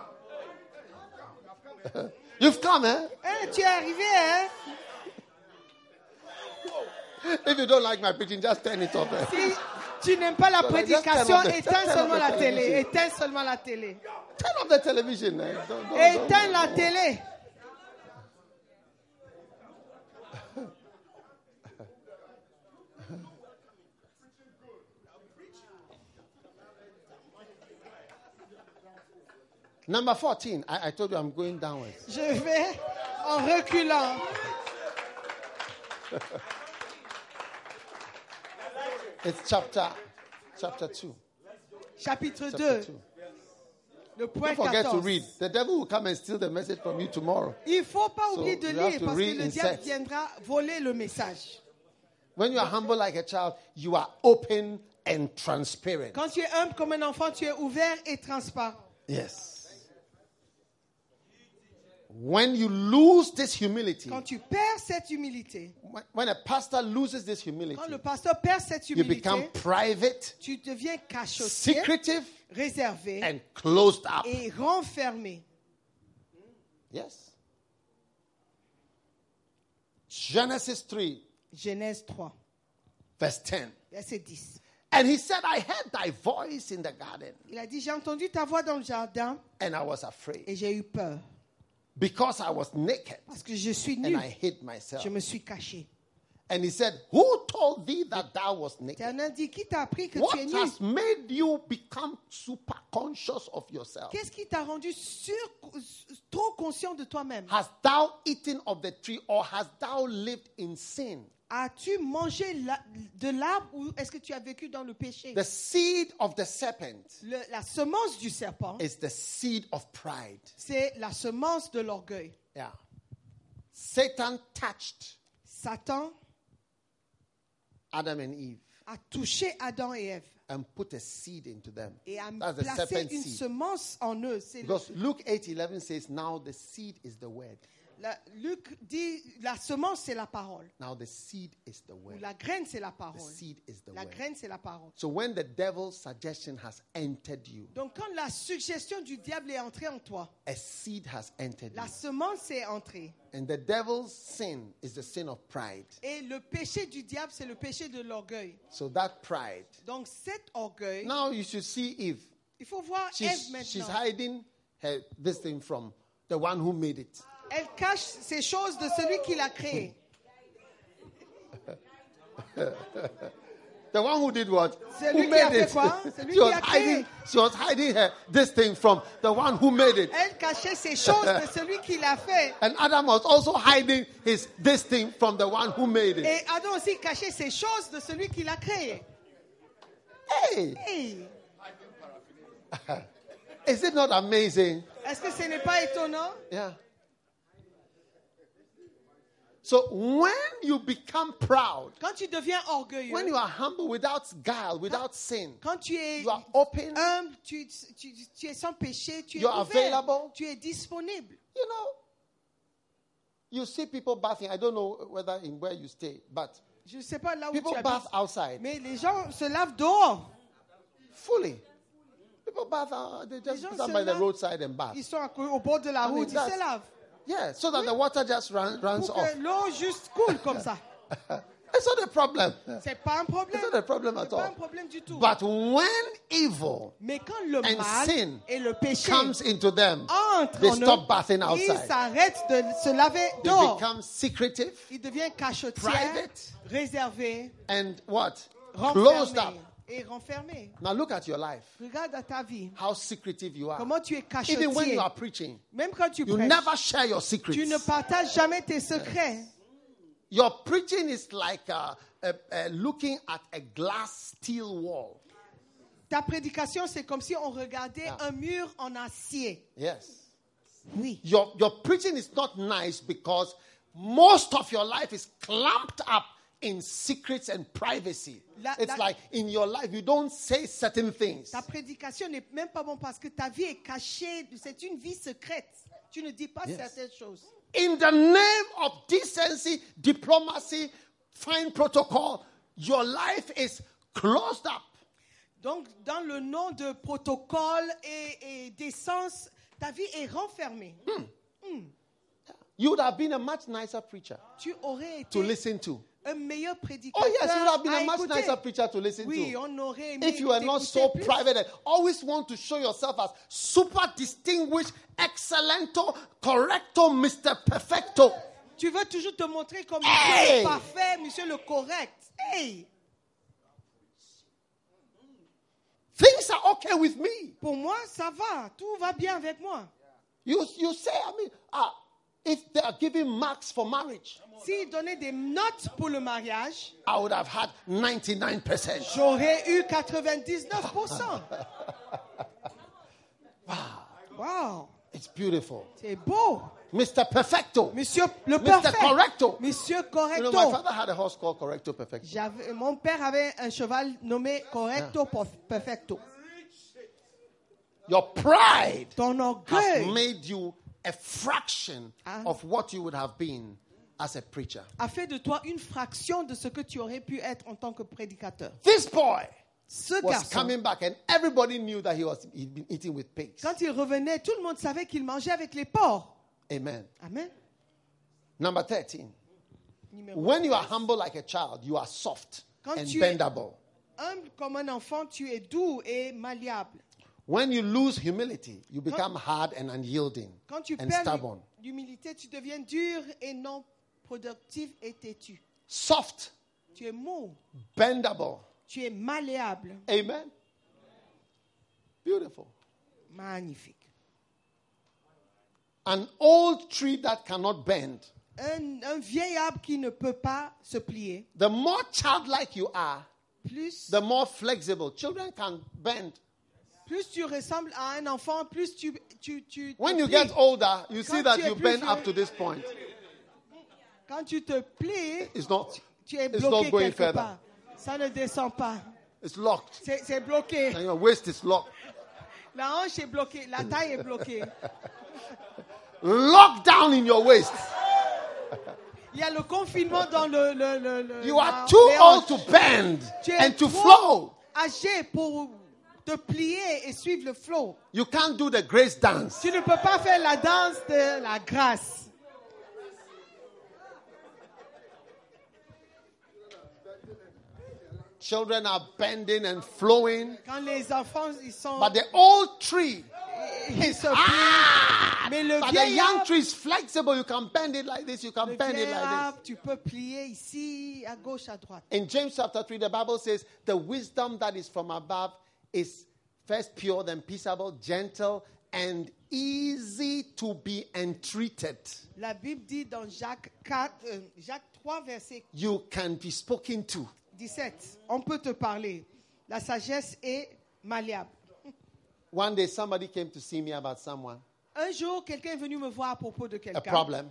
[SPEAKER 1] You've come, eh?
[SPEAKER 2] Hein, tu es arrivé, hein?
[SPEAKER 1] If you don't like my preaching, just turn it off. eh?
[SPEAKER 2] Si tu n'aimes pas la
[SPEAKER 1] Voilà,
[SPEAKER 2] prédication,
[SPEAKER 1] juste
[SPEAKER 2] éteins
[SPEAKER 1] tellement de-
[SPEAKER 2] seulement la
[SPEAKER 1] tellement de
[SPEAKER 2] télé.
[SPEAKER 1] télévision.
[SPEAKER 2] Éteins seulement la télé.
[SPEAKER 1] Turn off the television. eh? Don't- don't-
[SPEAKER 2] Éteins
[SPEAKER 1] don't-
[SPEAKER 2] la télé.
[SPEAKER 1] Number 14. I, I told you I'm going downwards.
[SPEAKER 2] Je vais en reculant.
[SPEAKER 1] It's chapter chapter 2.
[SPEAKER 2] Chapitre
[SPEAKER 1] Chapter
[SPEAKER 2] 2,
[SPEAKER 1] 2.
[SPEAKER 2] le point
[SPEAKER 1] Don't forget to
[SPEAKER 2] 14.
[SPEAKER 1] read. The devil will come and steal the message from you tomorrow.
[SPEAKER 2] Il ne faut pas oublier de
[SPEAKER 1] you have
[SPEAKER 2] lire
[SPEAKER 1] to
[SPEAKER 2] parce que le
[SPEAKER 1] reinsert.
[SPEAKER 2] diable viendra voler le message.
[SPEAKER 1] When you are humble like a child, you are open and transparent.
[SPEAKER 2] Quand tu es humble comme un enfant, tu es ouvert et transparent.
[SPEAKER 1] Yes. When you lose this humility,
[SPEAKER 2] Quand tu perds cette humilité,
[SPEAKER 1] when- when a pastor loses this
[SPEAKER 2] quand le
[SPEAKER 1] humility,
[SPEAKER 2] pasteur perd cette
[SPEAKER 1] you
[SPEAKER 2] humilité,
[SPEAKER 1] become private,
[SPEAKER 2] tu deviens cachotier,
[SPEAKER 1] secretive,
[SPEAKER 2] réservé
[SPEAKER 1] and closed up.
[SPEAKER 2] et renfermé.
[SPEAKER 1] Yes. Genesis 3,
[SPEAKER 2] Genèse 3,
[SPEAKER 1] verse 10.
[SPEAKER 2] verset 10.
[SPEAKER 1] And he said, I heard thy voice in the garden,
[SPEAKER 2] Il a dit, j'ai entendu ta voix dans le jardin
[SPEAKER 1] and I was afraid
[SPEAKER 2] et j'ai eu peur
[SPEAKER 1] because I was naked
[SPEAKER 2] parce que je suis nu.
[SPEAKER 1] and I hid myself.
[SPEAKER 2] Je me suis caché.
[SPEAKER 1] And he said, Who told thee that thou was naked?
[SPEAKER 2] Éternel dit, qui t'a appris que
[SPEAKER 1] What
[SPEAKER 2] tu es nu
[SPEAKER 1] has made you become super conscious of yourself?
[SPEAKER 2] Qu'est-ce qui t'a rendu sur, trop conscient de toi-même
[SPEAKER 1] Hast thou eaten of the tree or hast thou lived in sin?
[SPEAKER 2] As-tu mangé la- de l'arbre ou est-ce que tu as vécu dans le péché
[SPEAKER 1] The seed of the serpent
[SPEAKER 2] Le- La semence du serpent,
[SPEAKER 1] is the seed of pride.
[SPEAKER 2] c'est la semence de l'orgueil.
[SPEAKER 1] Yeah. Satan touched
[SPEAKER 2] Satan
[SPEAKER 1] Adam and Eve
[SPEAKER 2] a touché Adam et Ève
[SPEAKER 1] and put a seed into them.
[SPEAKER 2] et a
[SPEAKER 1] That's the
[SPEAKER 2] placé
[SPEAKER 1] serpent
[SPEAKER 2] une
[SPEAKER 1] seed.
[SPEAKER 2] semence en eux. C'est le-
[SPEAKER 1] Because Luke 8 11 says, Now the seed is the word.
[SPEAKER 2] la- Luc dit la semence c'est la parole
[SPEAKER 1] Now the seed is the
[SPEAKER 2] ou
[SPEAKER 1] word.
[SPEAKER 2] la graine c'est la
[SPEAKER 1] The
[SPEAKER 2] parole.
[SPEAKER 1] seed is the
[SPEAKER 2] La
[SPEAKER 1] word.
[SPEAKER 2] graine c'est la parole.
[SPEAKER 1] So when the devil's suggestion has entered you,
[SPEAKER 2] Donc quand la suggestion du diable est entrée en toi,
[SPEAKER 1] a seed has entered you.
[SPEAKER 2] la semence est entrée
[SPEAKER 1] And the devil's sin is the sin of pride.
[SPEAKER 2] et le péché du diable c'est le péché de l'orgueil.
[SPEAKER 1] So that pride.
[SPEAKER 2] Donc cet orgueil,
[SPEAKER 1] Now you should see Eve.
[SPEAKER 2] il faut voir
[SPEAKER 1] She's,
[SPEAKER 2] Ève
[SPEAKER 1] she's
[SPEAKER 2] maintenant.
[SPEAKER 1] hiding her, this thing from the one who made it.
[SPEAKER 2] Elle cache ces choses de celui qui l'a créé.
[SPEAKER 1] The one who did what?
[SPEAKER 2] C'est
[SPEAKER 1] who
[SPEAKER 2] lui qui
[SPEAKER 1] made
[SPEAKER 2] a fait
[SPEAKER 1] it.
[SPEAKER 2] quoi? C'est lui
[SPEAKER 1] she,
[SPEAKER 2] qui
[SPEAKER 1] was
[SPEAKER 2] a créé.
[SPEAKER 1] hiding, she was hiding her, this thing from the one who made it.
[SPEAKER 2] Elle cachait ces choses de celui qui l'a fait.
[SPEAKER 1] And Adam was also hiding his this thing from the one who made it.
[SPEAKER 2] Et Adam aussi cachait ces choses de celui qui l'a créé.
[SPEAKER 1] Hey,
[SPEAKER 2] Hey,
[SPEAKER 1] is it not amazing?
[SPEAKER 2] Est-ce que ce n'est pas étonnant?
[SPEAKER 1] Yeah. So when you become proud,
[SPEAKER 2] Quand tu deviens orgueilleux,
[SPEAKER 1] when you are humble without guile, without sin,
[SPEAKER 2] quand tu es
[SPEAKER 1] you are open,
[SPEAKER 2] humble, tu, tu- tu es sans péché, tu es
[SPEAKER 1] You are
[SPEAKER 2] ouvert,
[SPEAKER 1] available.
[SPEAKER 2] tu es disponible.
[SPEAKER 1] you know. You see people bathing. I don't know whether in where you stay, but
[SPEAKER 2] Je ne sais pas là où
[SPEAKER 1] people
[SPEAKER 2] tu
[SPEAKER 1] bath
[SPEAKER 2] habites,
[SPEAKER 1] outside
[SPEAKER 2] mais les gens se lavent dehors.
[SPEAKER 1] fully. People bath, uh, they just
[SPEAKER 2] gens
[SPEAKER 1] put
[SPEAKER 2] se
[SPEAKER 1] them by the
[SPEAKER 2] lavent.
[SPEAKER 1] roadside and bath.
[SPEAKER 2] Ils sont à co- au bord de la
[SPEAKER 1] I mean,
[SPEAKER 2] route, ils
[SPEAKER 1] that's-
[SPEAKER 2] se lavent.
[SPEAKER 1] Yeah, so that the water just run, runs
[SPEAKER 2] Pour
[SPEAKER 1] off.
[SPEAKER 2] que l'eau juste coule comme ça.
[SPEAKER 1] It's not a problem. It's
[SPEAKER 2] C'est pas un problème.
[SPEAKER 1] not a problem
[SPEAKER 2] C'est
[SPEAKER 1] at
[SPEAKER 2] pas un
[SPEAKER 1] all.
[SPEAKER 2] problème du tout.
[SPEAKER 1] But when evil
[SPEAKER 2] Mais quand le
[SPEAKER 1] and
[SPEAKER 2] mal
[SPEAKER 1] sin
[SPEAKER 2] et le péché
[SPEAKER 1] comes into them,
[SPEAKER 2] entrent
[SPEAKER 1] they
[SPEAKER 2] en eux,
[SPEAKER 1] stop bathing
[SPEAKER 2] ils
[SPEAKER 1] outside.
[SPEAKER 2] s'arrêtent de se laver
[SPEAKER 1] They
[SPEAKER 2] dehors.
[SPEAKER 1] become secretive
[SPEAKER 2] Ils deviennent cachotiers,
[SPEAKER 1] private,
[SPEAKER 2] réservés,
[SPEAKER 1] and what? Closed up.
[SPEAKER 2] renfermés et renfermés.
[SPEAKER 1] Now look at your life.
[SPEAKER 2] Regarde à ta vie
[SPEAKER 1] How secretive you are.
[SPEAKER 2] comment tu es cachotier.
[SPEAKER 1] Even when you are preaching,
[SPEAKER 2] Même quand tu
[SPEAKER 1] you
[SPEAKER 2] prêches,
[SPEAKER 1] never share your secrets.
[SPEAKER 2] tu ne partages jamais tes secrets.
[SPEAKER 1] Your preaching is like uh, uh, uh, looking at a glass steel wall.
[SPEAKER 2] Ta prédication, c'est comme si on regardait
[SPEAKER 1] Ah.
[SPEAKER 2] un mur en acier.
[SPEAKER 1] Yes.
[SPEAKER 2] Oui.
[SPEAKER 1] Your, your preaching is not nice because most of your life is clumped up in secrets and privacy.
[SPEAKER 2] La-
[SPEAKER 1] it's
[SPEAKER 2] la-
[SPEAKER 1] like in your life, you don't say certain things.
[SPEAKER 2] Ta prédication n'est même pas bonne parce que ta vie est cachée. C'est une vie secrète. Tu ne dis pas
[SPEAKER 1] Yes.
[SPEAKER 2] certaines choses.
[SPEAKER 1] In the name of decency, diplomacy, fine protocol, your life is closed up.
[SPEAKER 2] Donc, dans le nom de protocole et, et d'essence, ta vie est renfermée.
[SPEAKER 1] You would have been a much nicer preacher
[SPEAKER 2] Tu aurais
[SPEAKER 1] to
[SPEAKER 2] été
[SPEAKER 1] listen to.
[SPEAKER 2] un meilleur prédicateur.
[SPEAKER 1] Ah. Oh, yes, you would have been
[SPEAKER 2] à
[SPEAKER 1] a much
[SPEAKER 2] écouter.
[SPEAKER 1] nicer preacher to listen
[SPEAKER 2] Oui,
[SPEAKER 1] to.
[SPEAKER 2] on aurait aimé.
[SPEAKER 1] if you are not
[SPEAKER 2] t'écouter
[SPEAKER 1] so
[SPEAKER 2] plus.
[SPEAKER 1] private and always want to show yourself as super distinguished, excellento, correcto, Mr. Perfecto.
[SPEAKER 2] Tu veux toujours te montrer comme
[SPEAKER 1] Hey!
[SPEAKER 2] monsieur le parfait, monsieur le correct. Hey,
[SPEAKER 1] Things are okay with me.
[SPEAKER 2] pour moi, ça va. Tout va bien avec moi.
[SPEAKER 1] You, you say, I mean, uh, if they are giving marks for marriage,
[SPEAKER 2] S'il donnait des notes pour le mariage,
[SPEAKER 1] I would have had 99%.
[SPEAKER 2] j'aurais eu 99%. Wow,
[SPEAKER 1] It's beautiful.
[SPEAKER 2] c'est beau.
[SPEAKER 1] Mr. Perfecto.
[SPEAKER 2] Monsieur le
[SPEAKER 1] Mr.
[SPEAKER 2] parfait.
[SPEAKER 1] Correcto.
[SPEAKER 2] Monsieur
[SPEAKER 1] You know,
[SPEAKER 2] Correcto.
[SPEAKER 1] my father had a horse called Correcto Perfecto.
[SPEAKER 2] J'avais- mon père avait un cheval nommé
[SPEAKER 1] Ah.
[SPEAKER 2] Correcto Perf- Perfecto.
[SPEAKER 1] Your pride
[SPEAKER 2] Ton
[SPEAKER 1] has
[SPEAKER 2] orgueil
[SPEAKER 1] made you a fraction
[SPEAKER 2] Ah.
[SPEAKER 1] of what you would have been as a preacher.
[SPEAKER 2] a fait de toi une fraction de ce que tu aurais pu être en tant que prédicateur.
[SPEAKER 1] This boy
[SPEAKER 2] Ce
[SPEAKER 1] was
[SPEAKER 2] garçon,
[SPEAKER 1] coming back, and everybody knew that he was he'd been eating with pigs.
[SPEAKER 2] quand il revenait, tout le monde savait qu'il mangeait avec les porcs.
[SPEAKER 1] Amen.
[SPEAKER 2] Amen.
[SPEAKER 1] Number thirteen.
[SPEAKER 2] Numéro
[SPEAKER 1] When you are humble like a child, you are soft
[SPEAKER 2] Quand
[SPEAKER 1] and
[SPEAKER 2] tu es-
[SPEAKER 1] bendable.
[SPEAKER 2] Humble comme un enfant, tu es doux et malléable.
[SPEAKER 1] When you lose humility, you become hard and unyielding
[SPEAKER 2] Quand tu
[SPEAKER 1] and
[SPEAKER 2] perds
[SPEAKER 1] stubborn.
[SPEAKER 2] l'hu- l'humilité, tu deviens dur et non productif et têtu.
[SPEAKER 1] Soft,
[SPEAKER 2] Tu es mou,
[SPEAKER 1] bendable.
[SPEAKER 2] tu es malléable.
[SPEAKER 1] Amen. Beautiful.
[SPEAKER 2] Magnifique.
[SPEAKER 1] An old tree that cannot bend.
[SPEAKER 2] Un, un vieil arbre qui ne peut pas se plier.
[SPEAKER 1] The more childlike you are,
[SPEAKER 2] Plus,
[SPEAKER 1] the more flexible. Children can bend.
[SPEAKER 2] plus tu ressembles à un enfant, plus tu... tu, tu te
[SPEAKER 1] When you
[SPEAKER 2] plies.
[SPEAKER 1] get older, you see
[SPEAKER 2] Quand
[SPEAKER 1] that
[SPEAKER 2] tu es
[SPEAKER 1] you
[SPEAKER 2] plus
[SPEAKER 1] bend
[SPEAKER 2] vieux-
[SPEAKER 1] up to this point.
[SPEAKER 2] Quand tu te plies,
[SPEAKER 1] It's not.
[SPEAKER 2] tu es
[SPEAKER 1] It's not
[SPEAKER 2] bloqué
[SPEAKER 1] going
[SPEAKER 2] quelque
[SPEAKER 1] further.
[SPEAKER 2] part. Ça ne descend pas.
[SPEAKER 1] It's locked.
[SPEAKER 2] C'est c'est bloqué.
[SPEAKER 1] And your waist is locked.
[SPEAKER 2] La hanche est bloquée. La taille est bloquée.
[SPEAKER 1] Locked down in your waist.
[SPEAKER 2] Il y a le confinement dans le... le, le, le-
[SPEAKER 1] You
[SPEAKER 2] la-
[SPEAKER 1] are too
[SPEAKER 2] les
[SPEAKER 1] old
[SPEAKER 2] hanches.
[SPEAKER 1] to bend
[SPEAKER 2] Tu es
[SPEAKER 1] and to
[SPEAKER 2] trop
[SPEAKER 1] flow.
[SPEAKER 2] Âgé pour te plier et suivre le flow.
[SPEAKER 1] You can't do the grace dance.
[SPEAKER 2] Tu ne peux pas faire la danse de la grâce.
[SPEAKER 1] Children are bending and flowing.
[SPEAKER 2] Quand les enfants, ils sont...
[SPEAKER 1] But the old tree,
[SPEAKER 2] Ils se plient.
[SPEAKER 1] Ah,
[SPEAKER 2] Mais le
[SPEAKER 1] but the
[SPEAKER 2] vieil
[SPEAKER 1] young
[SPEAKER 2] arbre,
[SPEAKER 1] tree is flexible. You can bend it like this. You
[SPEAKER 2] le
[SPEAKER 1] can bend it
[SPEAKER 2] vieil
[SPEAKER 1] like
[SPEAKER 2] arbre,
[SPEAKER 1] this.
[SPEAKER 2] tu peux plier ici, à gauche, à droite.
[SPEAKER 1] In James chapter 3, the Bible says, The wisdom that is from above is first pure, then peaceable, gentle, and easy to be entreated.
[SPEAKER 2] La Bible dit dans Jacques, 4, euh, Jacques 3, verset
[SPEAKER 1] You can be spoken to.
[SPEAKER 2] 17, on peut te parler. La sagesse est malléable.
[SPEAKER 1] One day somebody came to see me about someone,
[SPEAKER 2] Un jour, quelqu'un est venu me voir à propos de
[SPEAKER 1] a
[SPEAKER 2] quelqu'un,
[SPEAKER 1] problem.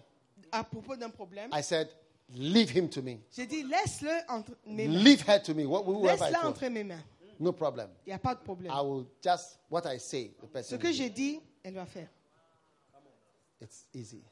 [SPEAKER 2] à propos d'un problème.
[SPEAKER 1] I said, Leave him to me.
[SPEAKER 2] J'ai dit, laisse-le entre mes mains.
[SPEAKER 1] Leave her to me. Wh- Whoever it
[SPEAKER 2] Laisse-la
[SPEAKER 1] was.
[SPEAKER 2] entre mes mains.
[SPEAKER 1] No problem.
[SPEAKER 2] Il n'y a pas de problème.
[SPEAKER 1] I will just, what I say, the
[SPEAKER 2] Ce
[SPEAKER 1] person.
[SPEAKER 2] que
[SPEAKER 1] will do.
[SPEAKER 2] j'ai dit, elle va faire.
[SPEAKER 1] It's easy.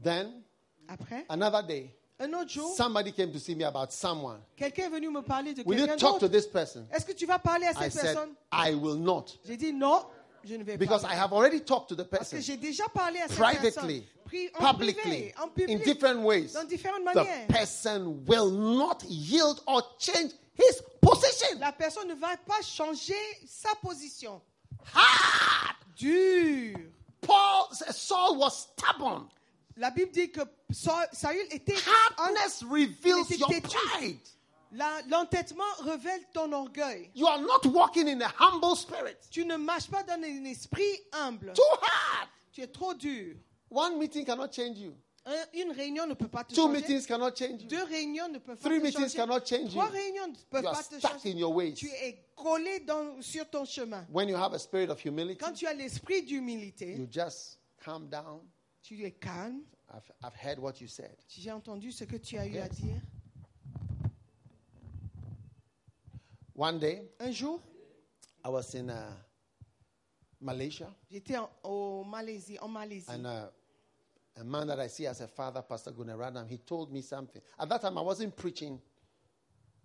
[SPEAKER 1] Then
[SPEAKER 2] Après,
[SPEAKER 1] another day,
[SPEAKER 2] un autre jour,
[SPEAKER 1] somebody came to see me about someone.
[SPEAKER 2] quelqu'un est venu me parler de
[SPEAKER 1] Will
[SPEAKER 2] quelqu'un
[SPEAKER 1] you talk to
[SPEAKER 2] d'autre.
[SPEAKER 1] this person?
[SPEAKER 2] Est-ce que tu vas parler à
[SPEAKER 1] I
[SPEAKER 2] cette
[SPEAKER 1] said,
[SPEAKER 2] personne
[SPEAKER 1] I will not.
[SPEAKER 2] J'ai dit non, je ne vais
[SPEAKER 1] Because
[SPEAKER 2] pas.
[SPEAKER 1] I have already talked to the
[SPEAKER 2] Parce que
[SPEAKER 1] person
[SPEAKER 2] j'ai déjà parlé à cette
[SPEAKER 1] privately,
[SPEAKER 2] personne. Pri- en
[SPEAKER 1] publicly,
[SPEAKER 2] privé, en
[SPEAKER 1] in
[SPEAKER 2] public,
[SPEAKER 1] different ways.
[SPEAKER 2] dans différentes
[SPEAKER 1] The
[SPEAKER 2] manières.
[SPEAKER 1] person will not yield or change his position.
[SPEAKER 2] La personne ne va pas changer sa position.
[SPEAKER 1] Hard.
[SPEAKER 2] Dur.
[SPEAKER 1] Paul, Saul was stubborn.
[SPEAKER 2] La Bible dit que Sa- Saül était
[SPEAKER 1] Hardness reveals
[SPEAKER 2] était
[SPEAKER 1] your
[SPEAKER 2] têtu.
[SPEAKER 1] pride.
[SPEAKER 2] La- L'entêtement révèle ton orgueil.
[SPEAKER 1] You are not walking in a humble spirit.
[SPEAKER 2] Tu ne marches pas dans un esprit humble.
[SPEAKER 1] Too hard.
[SPEAKER 2] Tu es trop dur.
[SPEAKER 1] One meeting cannot change you.
[SPEAKER 2] Un- une réunion ne peut pas te
[SPEAKER 1] Two
[SPEAKER 2] changer.
[SPEAKER 1] meetings cannot change you.
[SPEAKER 2] Deux réunions ne peuvent
[SPEAKER 1] Three
[SPEAKER 2] pas te
[SPEAKER 1] meetings
[SPEAKER 2] changer.
[SPEAKER 1] cannot change
[SPEAKER 2] Trois
[SPEAKER 1] you.
[SPEAKER 2] réunions ne peuvent
[SPEAKER 1] You are
[SPEAKER 2] pas te
[SPEAKER 1] stuck
[SPEAKER 2] changer.
[SPEAKER 1] in your ways.
[SPEAKER 2] Tu es collé dans- sur ton chemin.
[SPEAKER 1] When you have a spirit of humility,
[SPEAKER 2] Quand tu as l'esprit d'humilité,
[SPEAKER 1] you just calm down.
[SPEAKER 2] tu es calme.
[SPEAKER 1] I've, I've heard what you said.
[SPEAKER 2] J'ai entendu ce que tu as eu
[SPEAKER 1] Yes.
[SPEAKER 2] à dire.
[SPEAKER 1] One day,
[SPEAKER 2] Un jour,
[SPEAKER 1] I was in uh, Malaysia,
[SPEAKER 2] j'étais en au Malaisie, en Malaisie.
[SPEAKER 1] and uh, a man that I see as a father, Pastor Gunaradam, he told me something. At that time, I wasn't preaching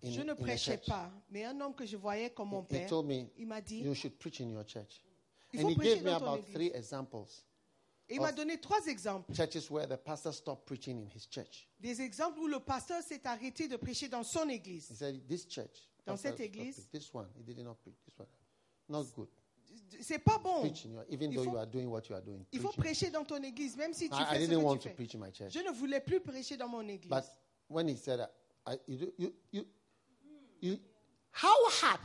[SPEAKER 1] uh, in,
[SPEAKER 2] je
[SPEAKER 1] in
[SPEAKER 2] ne
[SPEAKER 1] a
[SPEAKER 2] prêchais
[SPEAKER 1] church.
[SPEAKER 2] pas, mais un homme que je voyais comme mon
[SPEAKER 1] He
[SPEAKER 2] père,
[SPEAKER 1] told me,
[SPEAKER 2] il m'a dit,
[SPEAKER 1] you should preach in your church.
[SPEAKER 2] Il
[SPEAKER 1] And
[SPEAKER 2] faut
[SPEAKER 1] he
[SPEAKER 2] prêcher
[SPEAKER 1] gave me
[SPEAKER 2] dans ton
[SPEAKER 1] about
[SPEAKER 2] église.
[SPEAKER 1] three examples.
[SPEAKER 2] et il m'a donné trois exemples.
[SPEAKER 1] Churches where the pastor stopped preaching in his church.
[SPEAKER 2] Des exemples où le pasteur s'est arrêté de prêcher dans son
[SPEAKER 1] He
[SPEAKER 2] église.
[SPEAKER 1] said, this church.
[SPEAKER 2] Dans
[SPEAKER 1] pastor
[SPEAKER 2] cette
[SPEAKER 1] stopped
[SPEAKER 2] église.
[SPEAKER 1] preaching. This one. He did not preach. This one. Not good.
[SPEAKER 2] C'est pas bon.
[SPEAKER 1] Preach in your, even
[SPEAKER 2] Il
[SPEAKER 1] though
[SPEAKER 2] faut-
[SPEAKER 1] you are doing what you are doing.
[SPEAKER 2] Il faut
[SPEAKER 1] preach in-
[SPEAKER 2] prêcher dans ton église, même si tu
[SPEAKER 1] I, I
[SPEAKER 2] fais ce
[SPEAKER 1] didn't
[SPEAKER 2] que
[SPEAKER 1] want
[SPEAKER 2] tu
[SPEAKER 1] to
[SPEAKER 2] fais.
[SPEAKER 1] preach in my church.
[SPEAKER 2] Je ne voulais plus prêcher dans mon église.
[SPEAKER 1] But when he said, that, I, you, do- you, you, you, how hard,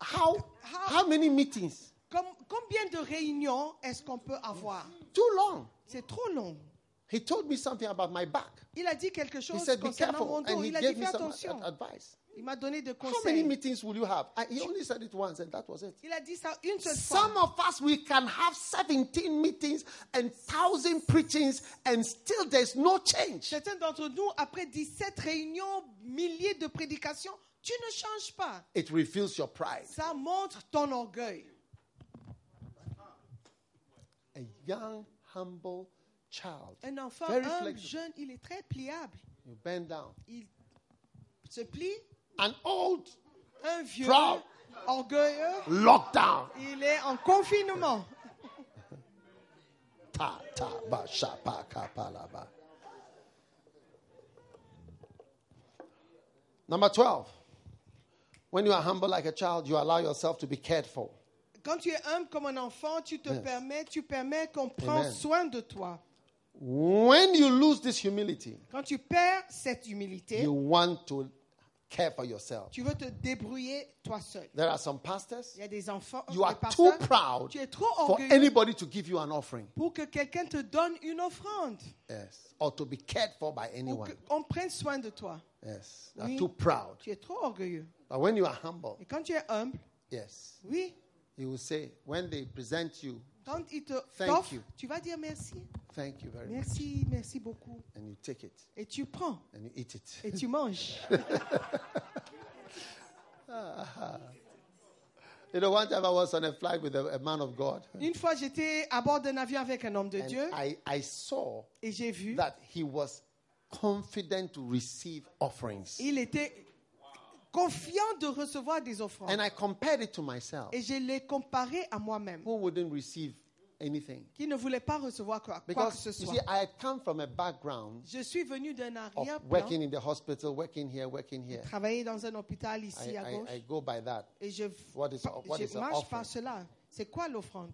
[SPEAKER 1] how,
[SPEAKER 2] How-
[SPEAKER 1] how many meetings?
[SPEAKER 2] Com- combien de réunions est-ce qu'on peut avoir
[SPEAKER 1] Too long.
[SPEAKER 2] C'est trop long.
[SPEAKER 1] He told me something about my back.
[SPEAKER 2] Il a dit quelque
[SPEAKER 1] He
[SPEAKER 2] chose
[SPEAKER 1] said, be
[SPEAKER 2] concernant
[SPEAKER 1] careful.
[SPEAKER 2] mon
[SPEAKER 1] And
[SPEAKER 2] dos.
[SPEAKER 1] he
[SPEAKER 2] Il a dit,
[SPEAKER 1] gave
[SPEAKER 2] fais
[SPEAKER 1] me some ad-
[SPEAKER 2] attention.
[SPEAKER 1] advice.
[SPEAKER 2] Il m'a donné des
[SPEAKER 1] How many
[SPEAKER 2] conseils.
[SPEAKER 1] meetings will you have? I, he only said it once, and that was it.
[SPEAKER 2] Il a dit ça une seule
[SPEAKER 1] Some
[SPEAKER 2] fois.
[SPEAKER 1] of us, we can have 17 meetings and 1,000 preachings, and still there's no change.
[SPEAKER 2] Certains d'entre nous, après 17 réunions, milliers de prédications, tu ne changes pas.
[SPEAKER 1] It reveals your pride.
[SPEAKER 2] Ça montre ton orgueil.
[SPEAKER 1] A young, humble child.
[SPEAKER 2] Un enfant
[SPEAKER 1] Very
[SPEAKER 2] humble,
[SPEAKER 1] flexible.
[SPEAKER 2] jeune, il est très pliable.
[SPEAKER 1] You bend down.
[SPEAKER 2] Il se plie.
[SPEAKER 1] An old
[SPEAKER 2] Un vieux,
[SPEAKER 1] Proud.
[SPEAKER 2] orgueilleux,
[SPEAKER 1] lockdown.
[SPEAKER 2] il est en confinement.
[SPEAKER 1] Ta, ta, ba, sha, pa, ka, pa, la, ba. Number 12. When you are humble like a child, you allow yourself to be cared for.
[SPEAKER 2] Quand tu es humble comme un enfant, tu te
[SPEAKER 1] Yes.
[SPEAKER 2] permets, tu permets qu'on prenne
[SPEAKER 1] Amen.
[SPEAKER 2] soin de toi.
[SPEAKER 1] When you lose this humility,
[SPEAKER 2] Quand tu perds cette humilité,
[SPEAKER 1] you want to care for yourself.
[SPEAKER 2] tu veux te débrouiller toi seul.
[SPEAKER 1] There are some pastors,
[SPEAKER 2] Il y a des enfants,
[SPEAKER 1] you are
[SPEAKER 2] des
[SPEAKER 1] too
[SPEAKER 2] pasteurs,
[SPEAKER 1] proud
[SPEAKER 2] tu es trop
[SPEAKER 1] for
[SPEAKER 2] orgueilleux
[SPEAKER 1] anybody to give you an offering
[SPEAKER 2] pour que quelqu'un te donne une offrande,
[SPEAKER 1] yes. or to be cared for by
[SPEAKER 2] pour
[SPEAKER 1] anyone.
[SPEAKER 2] qu'on prenne soin de toi.
[SPEAKER 1] Yes, you are
[SPEAKER 2] Oui.
[SPEAKER 1] too proud.
[SPEAKER 2] Tu es trop orgueilleux.
[SPEAKER 1] But when you are humble,
[SPEAKER 2] Et quand tu es humble,
[SPEAKER 1] yes,
[SPEAKER 2] oui,
[SPEAKER 1] you will say, when they present you,
[SPEAKER 2] quand il te
[SPEAKER 1] Thank
[SPEAKER 2] t'offre,
[SPEAKER 1] you.
[SPEAKER 2] tu vas dire merci.
[SPEAKER 1] thank you very much.
[SPEAKER 2] Merci, merci beaucoup.
[SPEAKER 1] And you take it
[SPEAKER 2] Et tu prends
[SPEAKER 1] and you eat it.
[SPEAKER 2] et tu manges.
[SPEAKER 1] You know, one time I was on a flight with a, a man of God,
[SPEAKER 2] Une fois, j'étais à bord d'un avion avec un homme de
[SPEAKER 1] and
[SPEAKER 2] Dieu
[SPEAKER 1] I, I saw
[SPEAKER 2] et j'ai vu,
[SPEAKER 1] that he was confident to receive offerings.
[SPEAKER 2] il était confiant de recevoir des offrandes.
[SPEAKER 1] And I compared it to myself.
[SPEAKER 2] Et je l'ai comparé à moi-même,
[SPEAKER 1] Who wouldn't receive anything?
[SPEAKER 2] qui ne voulait pas recevoir quoi, quoi que
[SPEAKER 1] Because
[SPEAKER 2] ce
[SPEAKER 1] you
[SPEAKER 2] soit.
[SPEAKER 1] see, I had come from a background
[SPEAKER 2] Je suis venu d'un
[SPEAKER 1] of
[SPEAKER 2] arrière-plan,
[SPEAKER 1] working in the hospital, working here, working here.
[SPEAKER 2] travailler dans un hôpital
[SPEAKER 1] I,
[SPEAKER 2] ici à
[SPEAKER 1] I-
[SPEAKER 2] gauche,
[SPEAKER 1] I go by that.
[SPEAKER 2] et je,
[SPEAKER 1] What is- what
[SPEAKER 2] je
[SPEAKER 1] is an
[SPEAKER 2] marche
[SPEAKER 1] offering?
[SPEAKER 2] par cela. C'est quoi l'offrande